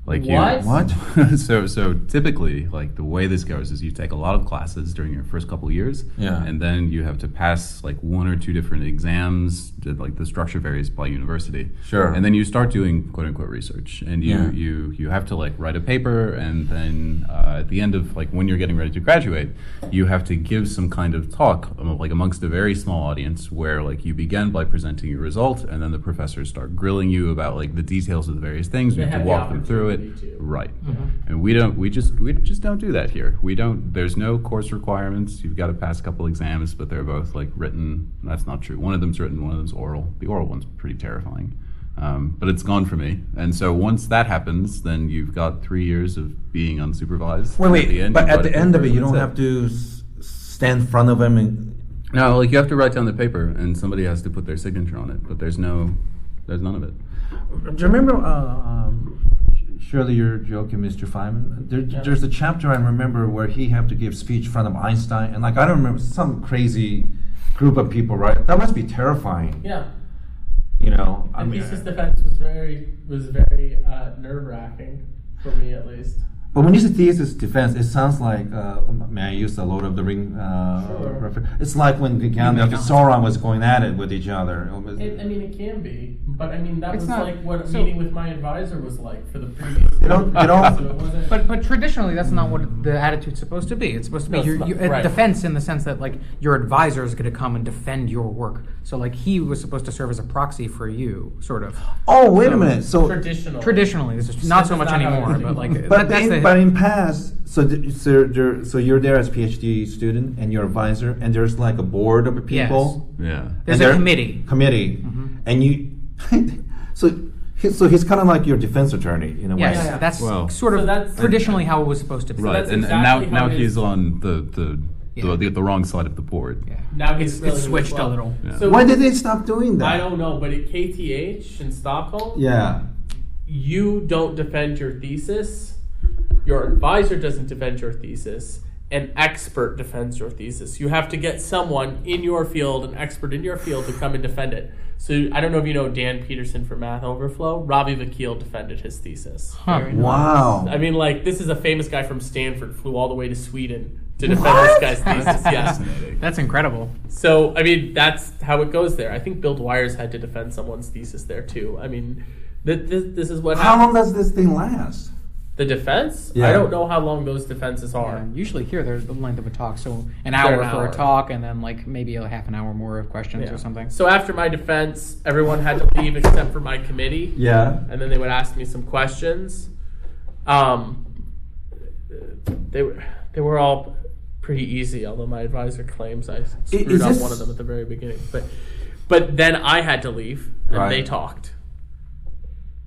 S9: Like you,
S5: What?
S9: What? so so typically, like the way this goes is you take a lot of classes during your first couple years,
S4: Yeah.
S9: and then you have to pass like one or two different exams. that, Like the structure varies by university.
S4: Sure.
S9: And then you start doing quote unquote research, and you
S4: Yeah.
S9: you you have to like write a paper, and then uh, at the end of like when you're getting ready to graduate, you have to give some kind of talk um, like amongst a very small audience where like you begin by presenting your result, and then the professors start grilling you about like the details of the various things. You
S5: They
S9: have to
S5: have the
S9: walk them through it,
S5: opportunity to.
S9: right?
S4: Mm-hmm.
S9: And we don't we just we just don't do that here. We don't. There's no course requirements. You've got to pass a couple exams, but they're both like written. That's not true. One of them's written. One of them's oral. The oral one's pretty terrifying um, but it's gone for me. And so once that happens, then you've got three years of being unsupervised.
S4: Wait, wait. but
S9: you've
S4: at
S9: got
S4: the
S9: a
S4: end of
S9: paper,
S4: it, you
S9: and
S4: don't
S9: that's
S4: have to s- stand in front of them and.
S9: No, like you have to write down the paper, and somebody has to put their signature on it. But there's no, there's none of it.
S4: Do you remember? Uh, um, surely you're joking, Mr. Feynman. There, There's a chapter I remember where he had to give speech in front of Einstein, and like I don't remember some crazy group of people, right? That must be terrifying.
S5: Yeah.
S4: You know, I
S5: And
S4: mean.
S5: thesis defense was very was very uh, nerve wracking for me at least.
S4: But when you say thesis defense, it sounds like uh, may I use the Lord of the Ring? Uh,
S5: Sure.
S4: refer- It's like when Gandalf and Sauron was going at it with each other. It was-
S5: It, I mean, it can be, but I mean that
S6: It's
S5: was
S6: not-
S5: like what
S6: so-
S5: meeting with my advisor was like for the previous.
S4: They don't- they don't-
S5: so it wasn't.
S6: But but traditionally, that's not what the attitude's supposed to be. It's supposed to be
S5: No, it's
S6: your,
S5: not.
S6: your- a
S5: Right.
S6: defense in the sense that like your advisor is going to come and defend your work. So like he was supposed to serve as a proxy for you, sort of.
S4: oh wait a minute! So,
S5: traditional.
S6: Traditionally, this is not so
S5: is
S6: much
S5: not how
S6: anymore,
S5: it's
S6: but like
S5: done.
S6: that-
S4: but
S6: that's
S4: in,
S6: the,
S4: but in past, so th- so, there, so you're there as PhD student and your advisor, and there's like a board of
S6: Yes.
S4: people.
S9: Yeah.
S6: there's
S4: and
S6: a
S4: they're-
S6: committee. Mm-hmm.
S4: Committee, and you. so, he- so he's kind of like your defense attorney in a
S6: Yes,
S4: way.
S5: yeah.
S6: that's
S9: Well-
S6: sort of
S5: So that's-
S6: traditionally how it was supposed to be.
S9: right.
S5: that's
S9: and,
S5: exactly
S9: and now
S5: how
S9: now
S5: it is.
S9: he's on the the,
S6: Yeah.
S9: the, the the wrong side of the board.
S6: Yeah.
S5: Now he's
S6: It's-
S5: really
S6: it's switched
S5: as well.
S6: a little. Yeah.
S5: So
S4: Why did they stop doing that?
S5: I don't know, but at KTH in Stockholm,
S4: Yeah.
S5: you don't defend your thesis, your advisor doesn't defend your thesis, an expert defends your thesis. You have to get someone in your field, an expert in your field, to come and defend it. So I don't know if you know Dan Peterson from Math Overflow. Robbie Vakil defended his thesis.
S4: Wow.
S5: I mean, like this is a famous guy from Stanford, flew all the way to Sweden to defend this guy's thesis. Yeah.
S6: That's incredible.
S5: So I mean, that's how it goes there. I think Bill Dwyer's had to defend someone's thesis there too. I mean, th- th- this is what
S4: How
S5: happened.
S4: long does this thing last?
S5: The defense?
S4: Yeah.
S5: I don't know how long those defenses are.
S6: And usually here they're the length of a talk, so an
S5: They're
S6: hour
S5: an
S6: for
S5: hour.
S6: a talk, and then like maybe a half an hour more of questions
S5: Yeah.
S6: or something.
S5: So after my defense, everyone had to leave except for my committee.
S4: Yeah.
S5: and then they would ask me some questions. Um, they were they were all pretty easy, although my advisor claims I screwed
S4: is
S5: up
S4: this-
S5: one of them at the very beginning. But but then I had to leave, and
S4: Right.
S5: they talked,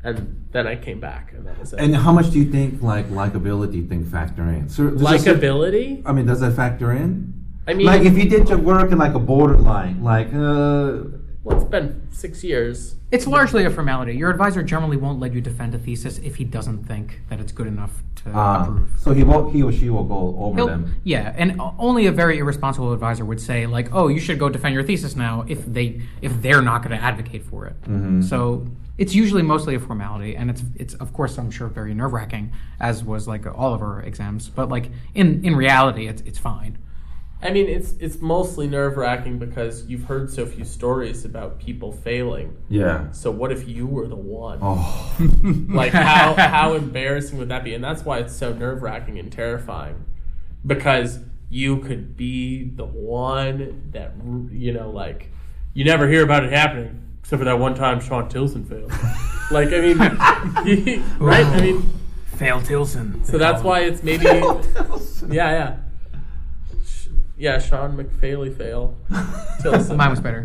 S5: and then I came back, and that was it.
S4: And how much do you think like likability thing factor in? So, does that-
S5: Likability?
S4: I mean, does that factor in?
S5: I mean,
S4: like if you did your work in like a borderline, like uh,
S5: well, it's been six years.
S6: It's largely a formality. Your advisor generally won't let you defend a thesis if he doesn't think that it's good enough to
S4: uh
S6: approve.
S4: so he will he or she will go over
S6: He'll-
S4: them.
S6: yeah, and o- only a very irresponsible advisor would say like, "Oh, you should go defend your thesis now." If they if they're not going to advocate for it,
S4: Mm-hmm.
S6: so it's usually mostly a formality, and it's it's of course I'm sure very nerve wracking, as was like all of our exams. But like in in reality, it's it's fine.
S5: I mean, it's it's mostly nerve wracking because you've heard so few stories about people failing.
S4: Yeah.
S5: So what if you were the one?
S4: Oh.
S5: like how how embarrassing would that be? And that's why it's so nerve wracking and terrifying, because you could be the one that you know, like you never hear about it happening except for that one time Sean Tilson failed. like I mean, right? I mean,
S6: Fail Tilson.
S5: so that's why it's maybe yeah yeah. Sh- Yeah, Sean McFaley fail. Tilson.
S6: Mine was better.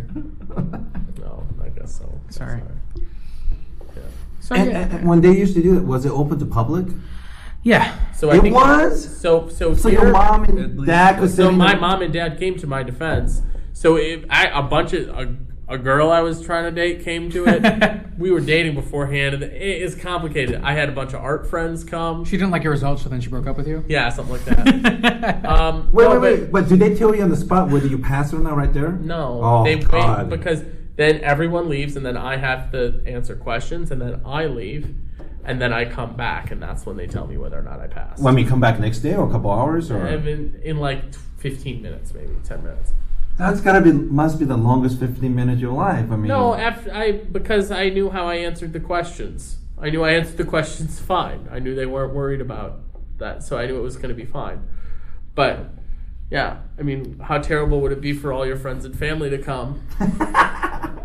S5: No, I guess so.
S6: Sorry.
S5: Yeah.
S6: So
S4: And,
S6: yeah.
S4: and- and when they used to do it, was it open to public?
S6: yeah.
S5: So I
S4: It
S5: think
S4: was.
S5: so. So
S4: So your
S5: here-
S4: mom and dad could sit
S5: So
S4: in
S5: my
S4: the-
S5: mom and dad came to my defense. So if I, a bunch of a, a girl I was trying to date came to it. we were dating beforehand, and it, it's complicated. I had a bunch of art friends come.
S6: She didn't like your results, so then she broke up with you. Uh,
S5: Yeah, something like that. Um,
S4: Wait,
S5: no,
S4: wait, wait!
S5: but-
S4: But, do they tell you on the spot whether you pass or not? Right there?
S5: No,
S4: Oh
S5: they
S4: God!
S5: wait because then everyone leaves, and then I have to answer questions, and then I leave, and then I come back, and that's when they tell me whether or not I passed.
S4: Let me come back next day or a couple hours or.
S5: And in, in like fifteen minutes, maybe ten minutes.
S4: That's gotta be must be the longest fifteen minutes of your life. I mean,
S5: No, after I because I knew how I answered the questions. I knew I answered the questions fine. I knew they weren't worried about that, so I knew it was going to be fine. But yeah, I mean, how terrible would it be for all your friends and family to come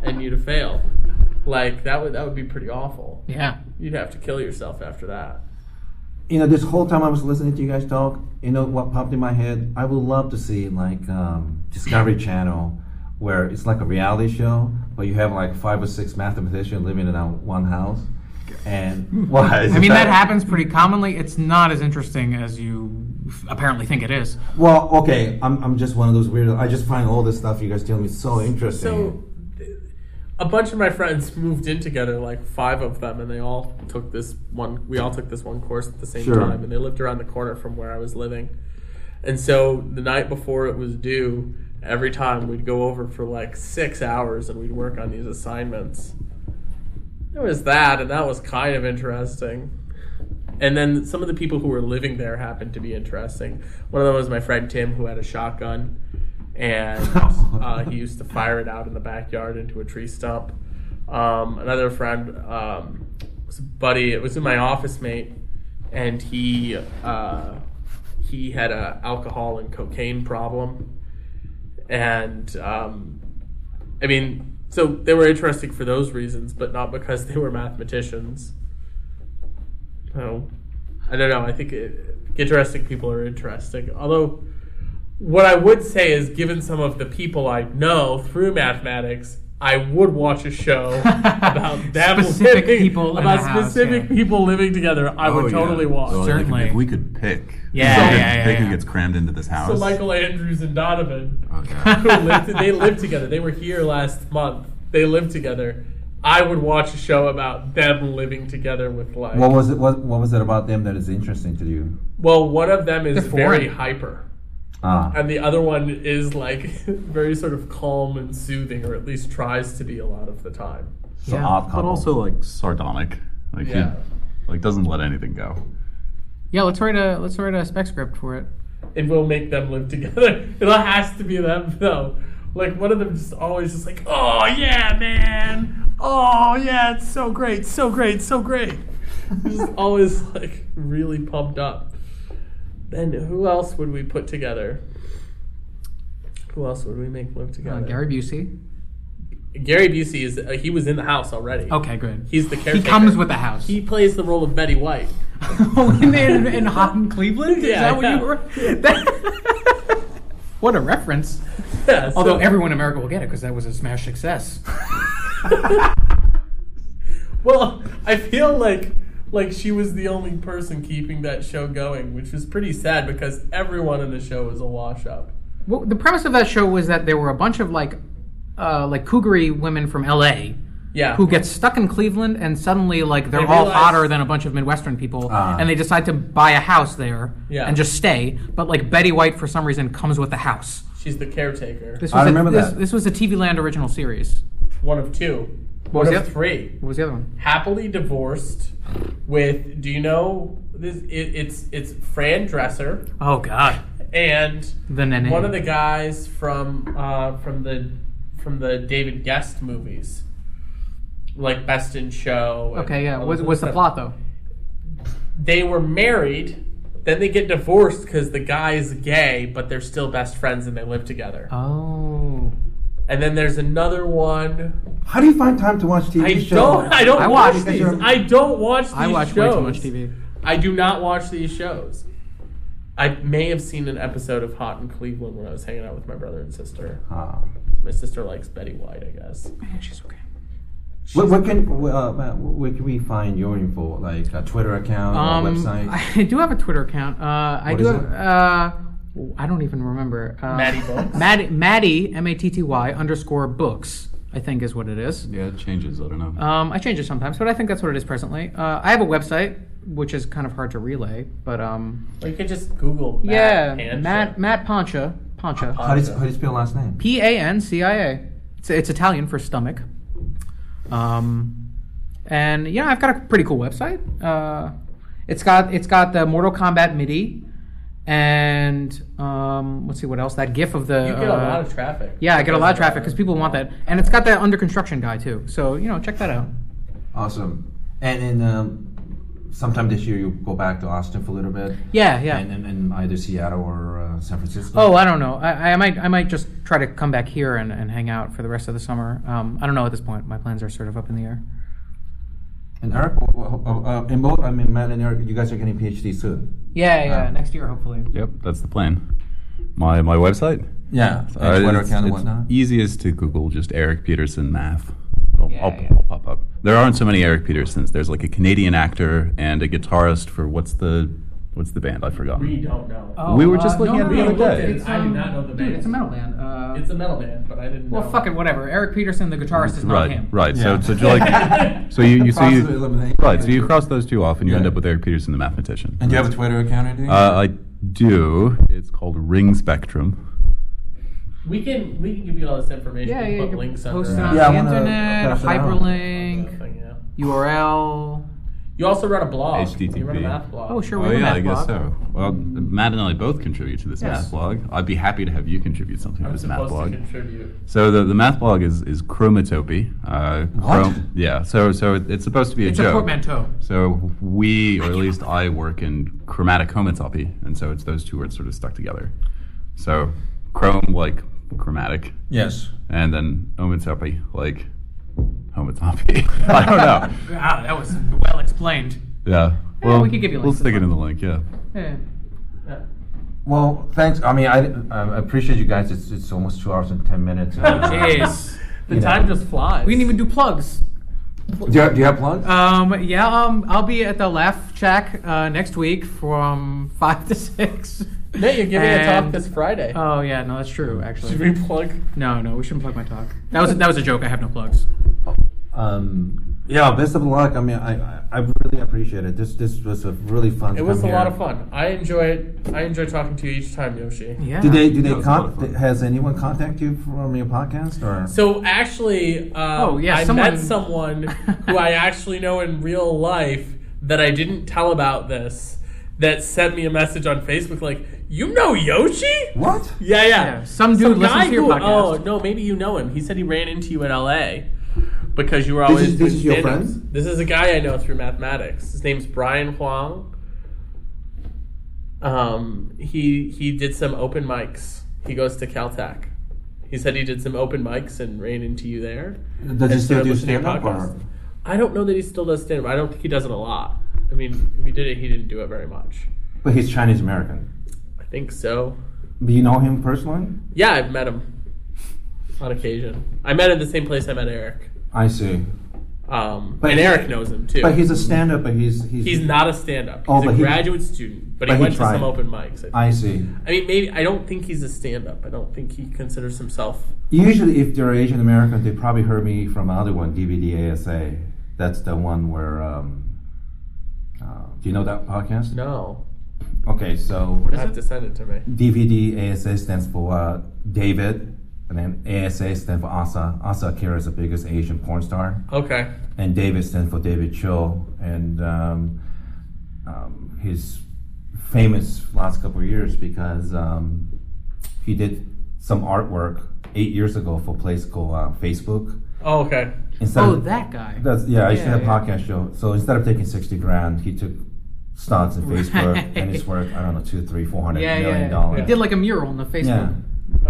S5: and you to fail? Like that would that would be pretty awful.
S6: Yeah.
S5: You'd have to kill yourself after that.
S4: you know, this whole time I was listening to you guys talk, you know what popped in my head? I would love to see like um, Discovery Channel, where it's like a reality show, but you have like five or six mathematicians living in a, one house, and what?
S6: I mean, that happens pretty commonly. It's not as interesting as you f- apparently think it is.
S4: Well, okay, I'm, I'm just one of those weirdos. I just find all this stuff you guys tell me so interesting.
S5: So th- a bunch of my friends moved in together, like five of them, and they all took this one. We all took this one course at the same
S4: Sure.
S5: time, and they lived around the corner from where I was living. And so the night before it was due, every time we'd go over for like six hours and we'd work on these assignments. It was that, and that was kind of interesting. And then some of the people who were living there happened to be interesting. One of them was my friend Tim, who had a shotgun, and uh, he used to fire it out in the backyard into a tree stump. Um, another friend um, was a buddy. It was in my office mate, and he uh, he had a alcohol and cocaine problem, and um, I mean, so they were interesting for those reasons, but not because they were mathematicians. So, I don't know. I think it, interesting people are interesting. Although, what I would say is, given some of the people I know through mathematics, I would watch a show about them
S6: Specific
S5: living-
S6: people in
S5: about
S6: a house,
S5: specific
S6: yeah.
S5: people living together. I
S9: Oh,
S5: would
S9: yeah.
S5: totally watch.
S9: So, like, if-
S6: Certainly.
S9: if we could pick,
S6: Yeah,
S9: if we
S6: yeah,
S9: could
S6: yeah,
S9: pick
S6: yeah.
S9: who gets crammed into this house.
S5: So Michael Andrews and Donovan,
S9: Okay.
S5: who lived, they lived together. They were here last month. They lived together. I would watch a show about them living together with like.
S4: what was it? What, what was it about them that is interesting to you?
S5: Well, one of them is
S6: They're foreign.
S5: very hyper.
S8: Ah,
S5: and the other one is like very sort of calm and soothing, or at least tries to be a lot of the time.
S8: so odd couple.
S9: But also like sardonic. Like
S5: Yeah.
S9: he like doesn't let anything go.
S6: Yeah, let's write a let's write a spec script for it.
S5: It will make them live together. it has to be them though. Like one of them just always just like, oh yeah, man, oh yeah, it's so great, so great, so great. just always like really pumped up. Then who else would we put together? Who else would we make live
S6: Uh,
S5: together?
S6: Gary Busey.
S5: Gary Busey is uh, he was in the house already.
S6: Okay, good.
S5: He's the
S6: he
S5: caretaker.
S6: comes with the house.
S5: He plays the role of Betty White.
S6: oh, in, in, in Hot in Cleveland? Is
S5: Yeah,
S6: that what
S5: yeah.
S6: you were? That- what a reference.
S5: Yeah, so-
S6: Although everyone in America will get it because that was a smash success.
S5: well, I feel like like she was the only person keeping that show going, which was pretty sad because everyone in the show was a wash up.
S6: Well, the premise of that show was that there were a bunch of like, uh, like cougary women from L.A.
S5: Yeah.
S6: who get stuck in Cleveland and suddenly like they're
S5: They
S6: all
S5: realize-
S6: hotter than a bunch of Midwestern people,
S8: Ah.
S6: and they decide to buy a house there
S5: Yeah.
S6: and just stay. But like Betty White for some reason comes with the house.
S5: She's the caretaker.
S6: This
S8: I
S6: was a-
S8: remember
S6: this,
S8: that.
S6: This was a TV Land original series.
S5: One of two. One
S6: was the
S5: of
S6: oth-
S5: three.
S6: What was the other one?
S5: Happily divorced with do you know this it, it's it's Fran Dresser
S6: Oh God,
S5: and
S6: the nanny.
S5: one of the guys from uh, from the from the David Guest movies, like Best in Show. and
S6: okay, yeah.
S5: all
S6: What's,
S5: those
S6: what's the
S5: stuff.
S6: plot though?
S5: They were married, then they get divorced because the guy is gay, but they're still best friends and they live together.
S6: Oh,
S5: and then there's another one.
S8: how do you find time to watch TV
S5: I
S8: shows?
S5: don't. I don't
S6: I
S5: watch
S6: watch
S5: these.
S8: them.
S5: I don't watch. These
S6: I watch
S5: shows.
S6: way too much TV.
S5: I do not watch these shows. I may have seen an episode of Hot in Cleveland when I was hanging out with my brother and sister.
S8: Ah.
S5: My sister likes Betty White, I guess.
S6: Man, she's okay.
S8: Where, where can uh, Matt, where can we find your info? Like a Twitter account, or
S6: Um,
S8: website?
S6: I do have a Twitter account. Uh, I
S8: What
S6: do
S8: is
S6: have.
S8: it?
S6: Uh, I don't even remember. Uh,
S5: Maddie Books?
S6: Maddie, Maddie, M A T T Y underscore books. I think is what it is.
S9: Yeah, it changes, I don't know.
S6: Um, I change it sometimes, but I think that's what it is presently. Uh, I have a website, which is kind of hard to relay, but um,
S5: Or you could just Google Matt
S6: yeah,
S5: Hancha.
S6: Matt Matt Pancha Pancha
S8: how, do you, how do you spell last name?
S6: P A N C I A. It's it's Italian for stomach. Um, and yeah, I've got a pretty cool website. Uh, it's got it's got the Mortal Kombat MIDI, and um, let's see what else. That GIF of the
S5: You get a
S6: uh,
S5: lot of traffic.
S6: yeah, I get a lot of traffic because people want that, and it's got that under construction guy too. So you know, check that out.
S8: Awesome. And then um, sometime this year you go back to Austin for a little bit,
S6: Yeah, yeah.
S8: and, and, and either Seattle or uh, San Francisco.
S6: Oh, I don't know. I, I might I might just try to come back here and, and hang out for the rest of the summer. Um, I don't know at this point. My plans are sort of up in the air.
S8: and Eric, wh- wh- uh, uh, and both I mean Matt and Eric, you guys are getting PhD soon.
S6: Yeah, yeah. next year, hopefully.
S9: Yep, that's the plan. My my website.
S8: Yeah, and
S9: Uh,
S8: Twitter
S9: it's-
S8: account and
S9: it's
S8: whatnot.
S9: Easiest to Google just Eric Peterson math. It'll,
S6: Yeah,
S9: I'll,
S6: yeah.
S9: I'll pop up. There aren't so many Eric Petersons. There's like a Canadian actor and a guitarist for what's the what's the band? I forgot.
S5: We don't know.
S6: Oh,
S9: We were just looking at
S5: no,
S9: the
S5: no,
S9: other day.
S5: it's- I do not know the
S6: um, dude,
S5: band.
S6: It's a metal band. Uh,
S5: It's a metal band, but I didn't know.
S6: well, fuck it, whatever. Eric Peterson, the guitarist, is not
S9: Right,
S6: him.
S9: right.
S8: Yeah.
S9: So, so you like, so you, you so
S8: Process of
S9: you,
S8: elimination.
S9: right. So you cross those two off, and you
S8: Yeah.
S9: end up with Eric Peterson, the mathematician.
S8: And do you have a Twitter account or anything?
S9: Uh, I do. It's called Ring Spectrum.
S5: We can we can give you all this information.
S6: Yeah,
S5: and
S6: yeah.
S5: put
S6: You can
S5: links
S6: post
S5: under
S6: it on
S8: Yeah, I
S6: the
S8: wanna
S6: internet, a
S8: pass it around.
S5: that
S6: hyperlink,
S5: thing, yeah.
S6: URL.
S5: You also run a blog.
S9: HTTP.
S5: You run a math blog.
S6: Oh, sure.
S9: Oh
S6: we have a
S9: yeah, I
S6: math
S9: guess
S6: blog.
S9: so. Well, Matt and I both contribute to this
S6: Yes.
S9: math blog. I'd be happy to have you contribute something to
S5: I'm
S9: this math
S5: supposed
S9: blog.
S5: to contribute.
S9: So the, the math blog is is chromatopy. Uh,
S8: What?
S9: yeah. So so it- it's supposed to be a
S6: It's a
S9: joke.
S6: portmanteau.
S9: So we, or at least I, work in chromatic chromatopy, and so it's those two words sort of stuck together. So chrome like chromatic,
S8: yes.
S9: and then homotopy like homotopy. I don't know.
S6: Wow, Ah, that was well explained.
S9: Yeah.
S6: Yeah, we could give you
S9: We'll
S6: links,
S9: stick it
S6: that's
S9: in the link. Yeah.
S6: Yeah.
S5: Yeah.
S8: Well, thanks. I mean, I, I appreciate you guys. It's, it's almost two hours and ten minutes.
S6: Jeez.
S5: The
S8: You know.
S5: time just flies.
S6: we didn't even do plugs.
S8: do, you have, do you have plugs?
S6: Um, yeah, um, I'll be at the Laugh Shack uh, next week from five to six.
S5: No, you're giving a talk
S6: And-
S5: this Friday.
S6: Oh yeah, no, that's true.
S5: Should
S6: Actually,
S5: we plug?
S6: no, no, we shouldn't plug my talk. That was that was a joke. I have no plugs.
S8: Um,
S4: Yeah, best of luck. I mean, I, I I really appreciate it. This this was a really fun.
S5: It was a
S4: time
S5: lot
S4: here.
S5: of fun. I enjoy I enjoy talking to you each time, Yoshi.
S6: Yeah.
S4: Do they do they
S12: Yeah, it's a lot of
S4: con-
S12: fun.
S4: has anyone contacted you from your podcast or?
S5: So actually, uh,
S6: Oh, yeah,
S5: I
S6: someone-
S5: met someone who I actually know in real life that I didn't tell about this. That sent me a message on Facebook like, "You know Yoshi?
S4: what?
S5: Yeah, yeah.
S6: Yeah, some dude listens
S5: guy
S6: to your
S5: who-
S6: podcast.
S5: Oh no, maybe you know him. He said he ran into you in L.A. because you were
S4: is-
S5: always.
S4: this is your
S5: doing stand-ups.
S4: friend?
S5: This is a guy I know through mathematics. His name's Brian Huang. Um, he he did some open mics. He goes to Caltech. He said he did some open mics and ran into you there.
S4: Does he
S5: And
S4: still
S5: started
S4: do
S5: listening to
S4: stand
S5: your
S4: up or?
S5: podcast. I don't know that he still does stand up. I don't think he does it a lot. I mean, if he did it, he didn't do it very much.
S4: But he's Chinese American.
S5: I think so.
S4: Do you know him personally?
S5: Yeah, I've met him on occasion. I met him the same place I met Eric.
S4: I see.
S5: Um,
S4: But-
S5: and Eric knows him too.
S4: But he's a stand up. But he's he's.
S5: he's not a stand-up.
S4: Oh,
S5: he's
S4: but
S5: a
S4: he-
S5: graduate student, but,
S4: but
S5: he
S4: he
S5: went to
S4: tried.
S5: some open mics. I, think.
S4: I see.
S5: I mean, maybe I don't think he's a stand-up. I don't think he considers himself.
S4: Usually, if they're Asian American, they probably heard me from another one, DVD ASA. That's the one where. Um, uh, do you know that podcast?
S5: No,
S4: Okay, so
S5: I have to send it to me.
S4: Mm. DVD ASA stands for uh, David, and then ASA stands for Asa. Asa Akira is the biggest Asian porn star,
S5: Okay,
S4: and David stands for David Cho, and um, um, he's famous last couple of years because um, he did some artwork eight years ago for a place called uh, Facebook.
S5: oh, okay,
S4: Instead
S6: Oh,
S4: of-
S6: that guy.
S4: that's yeah. I used to
S6: Yeah,
S4: have a
S6: yeah.
S4: podcast show. So instead of taking sixty grand, he took stocks and Facebook, and it's worth I don't know two, three, four hundred
S6: yeah,
S4: million
S6: yeah, yeah.
S4: dollars.
S6: He did like a mural on the
S4: yeah.
S6: Facebook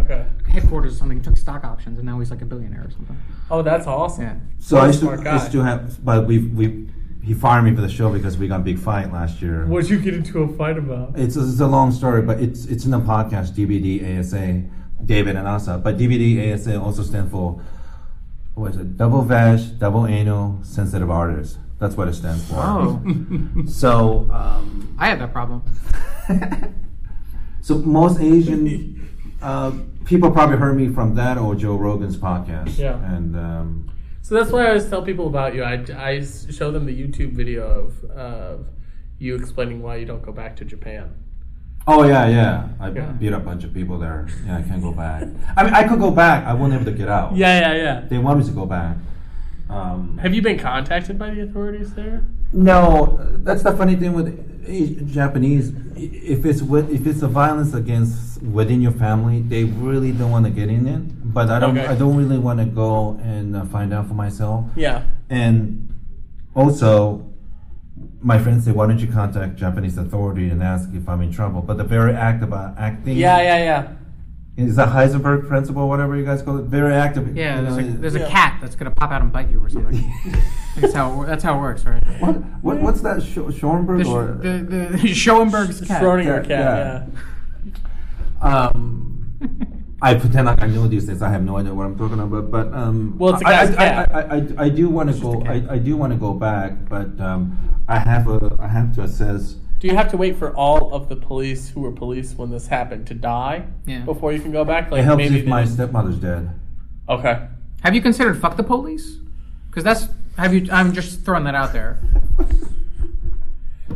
S5: okay.
S6: headquarters or something. Took stock options, and now he's like a billionaire or something.
S5: Oh, that's awesome.
S6: Yeah.
S4: So I used to,
S5: Smart guy.
S4: used to have, but we we he fired me for the show because we got a big fight last year.
S5: What'd you get into a fight about?
S4: It's it's a long story, but it's it's in the podcast DVD ASA, David and Asa. But DVD ASA also stands for what is it? Double Vash, Double Anal, Sensitive Artist. That's what it stands for.
S6: Oh,
S4: So um,
S6: I have that problem.
S4: So most Asian uh, people probably heard me from that or Joe Rogan's podcast.
S5: Yeah.
S4: And um,
S5: So that's why I always tell people about you. I, I s- show them the YouTube video of of you explaining why you don't go back to Japan.
S4: oh yeah, yeah, I
S5: Yeah.
S4: beat up a bunch of people there. Yeah, I can't go back. I mean, I could go back. I won't be able to get out.
S5: Yeah, yeah, yeah.
S4: They want me to go back. Um,
S5: Have you been contacted by the authorities there?
S4: no, that's the funny thing with A- Japanese. I- If it's with, if it's a violence against within your family, they really don't want to get in it. But I don't.
S5: Okay.
S4: I don't really want to go and uh, find out for myself.
S5: Yeah.
S4: And also, my friends say, "Why don't you contact Japanese authority and ask if I'm in trouble?" But the very act about acting,
S5: Yeah, yeah, yeah.
S4: is the Heisenberg principle, whatever you guys call it, very active.
S6: Yeah,
S4: you
S6: there's,
S4: know,
S6: a, there's
S5: yeah.
S6: a cat that's gonna pop out and bite you or something. that's how that's how it works, right?
S4: what, what, what's that Sch- Schoenberg
S6: The,
S4: or
S6: Sch- the, the Schoenberg's cat.
S5: Schrodinger cat.
S4: Yeah.
S5: Yeah.
S4: um. I pretend like I know these things. I have no idea what I'm talking about, but um,
S5: Well, it's a
S4: I-
S5: guy's
S4: I,
S5: cat.
S4: I, I, I, I do want to
S6: a
S4: go.
S6: cat.
S4: I, I do want to go back, but um, I have a I have to assess.
S5: Do you have to wait for all of the police who were police when this happened to die
S6: Yeah.
S5: before you can go back? Like
S4: It helps
S5: maybe
S4: if my
S5: they-
S4: stepmother's dead.
S5: Okay.
S6: Have you considered fuck the police? Because that's have you? I'm just throwing that out there.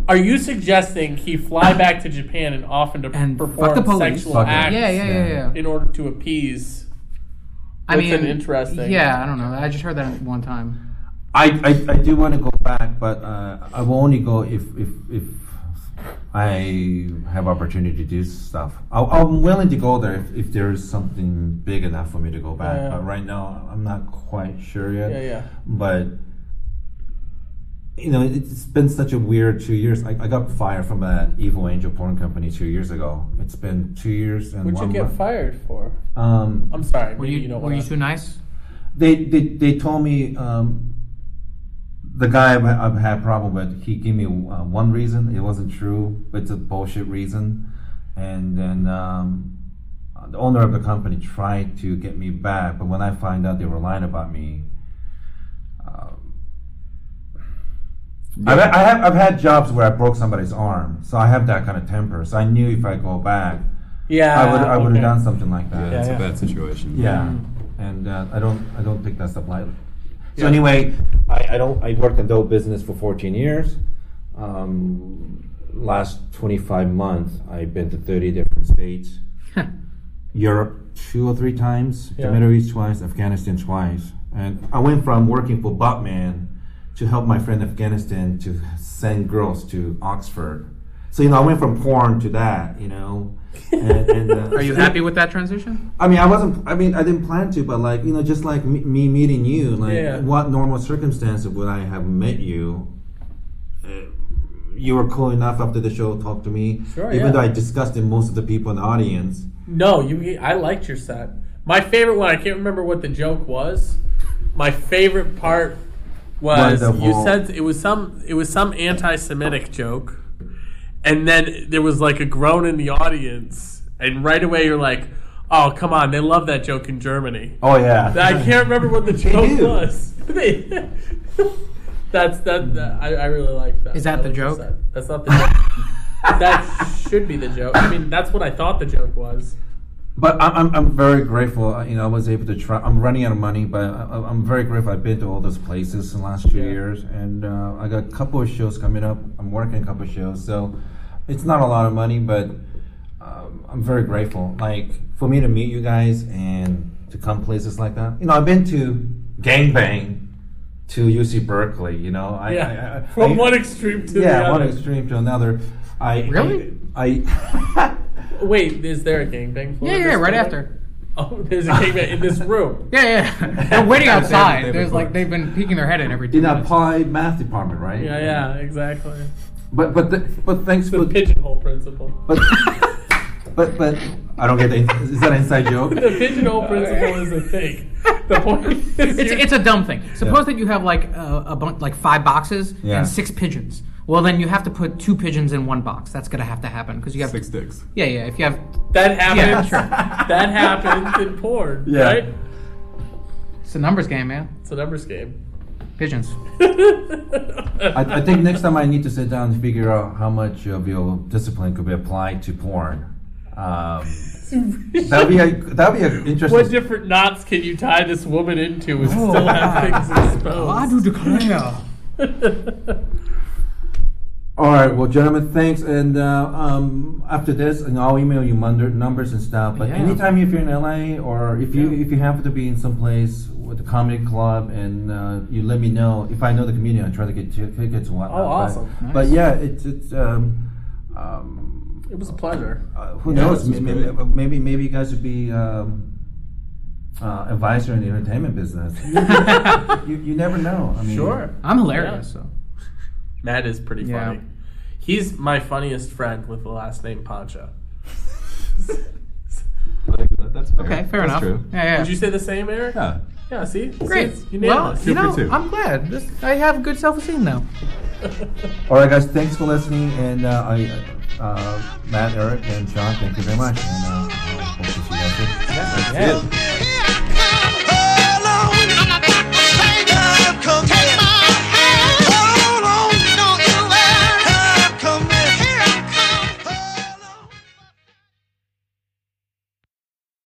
S5: Are you suggesting he fly back to Japan and often to
S6: And fuck
S5: perform
S6: the police.
S5: sexual
S4: Fuck it.
S5: acts
S6: Yeah, yeah, yeah, yeah.
S5: in order to appease?
S6: I
S5: That's
S6: mean,
S5: an interesting-
S6: Yeah, I don't know. I just heard that one time.
S4: I, I, I do want to go back, but uh, I will only go if, if, if I have opportunity to do stuff. I, I'm willing to go there if, if there is something big enough for me to go back.
S5: Yeah.
S4: But right now, I'm not quite sure yet.
S5: Yeah, yeah.
S4: But you know, it's been such a weird two years. I, I got fired from an evil angel porn company two years ago. It's been two years and
S5: What'd
S4: one
S5: you get
S4: month.
S5: fired for?
S4: Um,
S5: I'm sorry.
S6: Were
S5: maybe
S6: you,
S5: you don't
S6: were you
S5: want
S6: too nice?
S4: they they, they told me um, the guy I've, I've had problem with he gave me uh, one reason it wasn't true it's a bullshit reason and then um, the owner of the company tried to get me back but when I find out they were lying about me um, I've, I have, I've had jobs where I broke somebody's arm so I have that kind of temper so I knew if I go back
S5: Yeah.
S4: I would I would have
S5: okay.
S4: done something like that
S9: Yeah, it's
S5: yeah.
S9: a bad situation.
S4: yeah, and uh, I don't I don't think that's the light. So anyway, I, I don't. I worked in dough business for 14 years. Um, last 25 months, I've been to 30 different states, Europe two or three times, the
S5: Yeah.
S4: Middle East twice, Afghanistan twice, and I went from working for Batman to help my friend Afghanistan to send girls to Oxford. So you know, I went from porn to that. You know. and, and, uh,
S6: Are you happy with that transition?
S4: I mean, I wasn't. I mean, I didn't plan to, but like you know, just like me, me meeting you, like
S5: Yeah.
S4: what normal circumstances would I have met you? Uh, you were cool enough after the show to talk to me,
S5: Sure,
S4: even
S5: yeah.
S4: though I disgusted most of the people in the audience.
S5: No, you. I liked your set. My favorite one. I can't remember what the joke was. My favorite part was
S4: Wonderful.
S5: you said it was some it was some anti-Semitic joke, and then there was like a groan in the audience, and right away you're like, "Oh come on, they love that joke in Germany."
S4: Oh yeah,
S5: I can't remember what the joke
S4: do.
S5: was. They- That's that. that- I, I really like that.
S6: Is that the
S5: was
S6: joke?
S5: upset. That's not the joke. that should be the joke. I mean, that's what I thought the joke was.
S4: But I'm, I'm, I'm very grateful. uh, You know, I was able to try. I'm running out of money, but I, I- I'm very grateful. I've been to all those places in the last few
S5: Yeah.
S4: years, and uh, I got a couple of shows coming up. I'm working a couple of shows, so it's not a lot of money, but um, I'm very grateful. Like for me to meet you guys and to come places like that. You know, I've been to Gang Bang, to UC Berkeley. You know, I, I, I,
S5: Yeah, from
S4: I-
S5: one extreme to
S4: yeah,
S5: the other.
S4: one extreme to another. I
S6: Really?
S4: I. I
S5: Wait, is there a gangbang? floor
S6: Yeah,
S5: in
S6: yeah,
S5: this
S6: right
S5: building?
S6: after.
S5: Oh, there's a gangbang in this room.
S6: Yeah, yeah. They're waiting
S4: They have-
S6: outside.
S4: they've
S6: There's
S4: been
S6: like
S4: booked.
S6: they've been peeking their head in every two
S4: in that
S6: minutes.
S4: applied math department, right?
S5: Yeah, yeah, exactly.
S4: But but the, but thanks
S5: The
S4: for
S5: pigeonhole principle.
S4: but but but I don't get the is that an inside joke?
S5: The pigeonhole principle is a thing. The point is,
S6: It's,
S5: you're-
S6: it's a dumb thing. Suppose that you have like a, a bunch, like five boxes
S4: Yeah.
S6: and six pigeons. Well, then you have to put two pigeons in one box. That's gonna have to happen because you have
S9: Six dicks.
S6: Yeah, yeah. If you have,
S5: that
S6: yeah,
S5: happens.
S6: sure.
S5: That happens in porn,
S4: Yeah.
S5: right?
S6: It's a numbers game, man.
S5: It's a numbers game.
S6: Pigeons.
S4: I, I think next time I need to sit down and figure out how much of your discipline could be applied to porn. Um, that'd be a that'd be an interesting.
S5: What different knots can you tie this woman into and
S4: Oh,
S5: still have things
S6: I do
S5: exposed?
S6: declare.
S4: All right, well, gentlemen, thanks. And uh, um, after this, and I'll email you mund- numbers and stuff. But
S6: Yeah.
S4: anytime if you're in LA or if you if you happen to be in some place with the comedy club, and uh, you let me know if I know the comedian, I try to get t- tickets and whatnot.
S5: Oh, awesome.
S4: But, but yeah, it's it's. Um, um,
S5: It was a pleasure.
S4: uh, who
S9: Yeah,
S4: knows?
S9: this is
S4: Maybe,
S9: great.
S4: maybe maybe you guys would be um, uh, advisor in the entertainment business. you, you never know. I mean,
S5: Sure.
S6: I'm hilarious.
S5: Yeah.
S6: So
S5: Matt is pretty
S6: Yeah.
S5: funny. He's my funniest friend with the last name Pancha.
S9: That's fair.
S6: okay, fair
S9: That's
S6: enough.
S9: True.
S6: Yeah, yeah.
S5: Did you say the same, Eric?
S9: Yeah.
S5: Yeah, see?
S6: Great.
S5: See, it's unanimous.
S6: well, you know,
S9: two.
S6: I'm glad. This, I have good self-esteem now.
S4: All right, guys. Thanks for listening, and uh, I, uh, Matt, Eric, and John. Thank you very much. And, uh, hope to see you guys soon.
S9: That's it.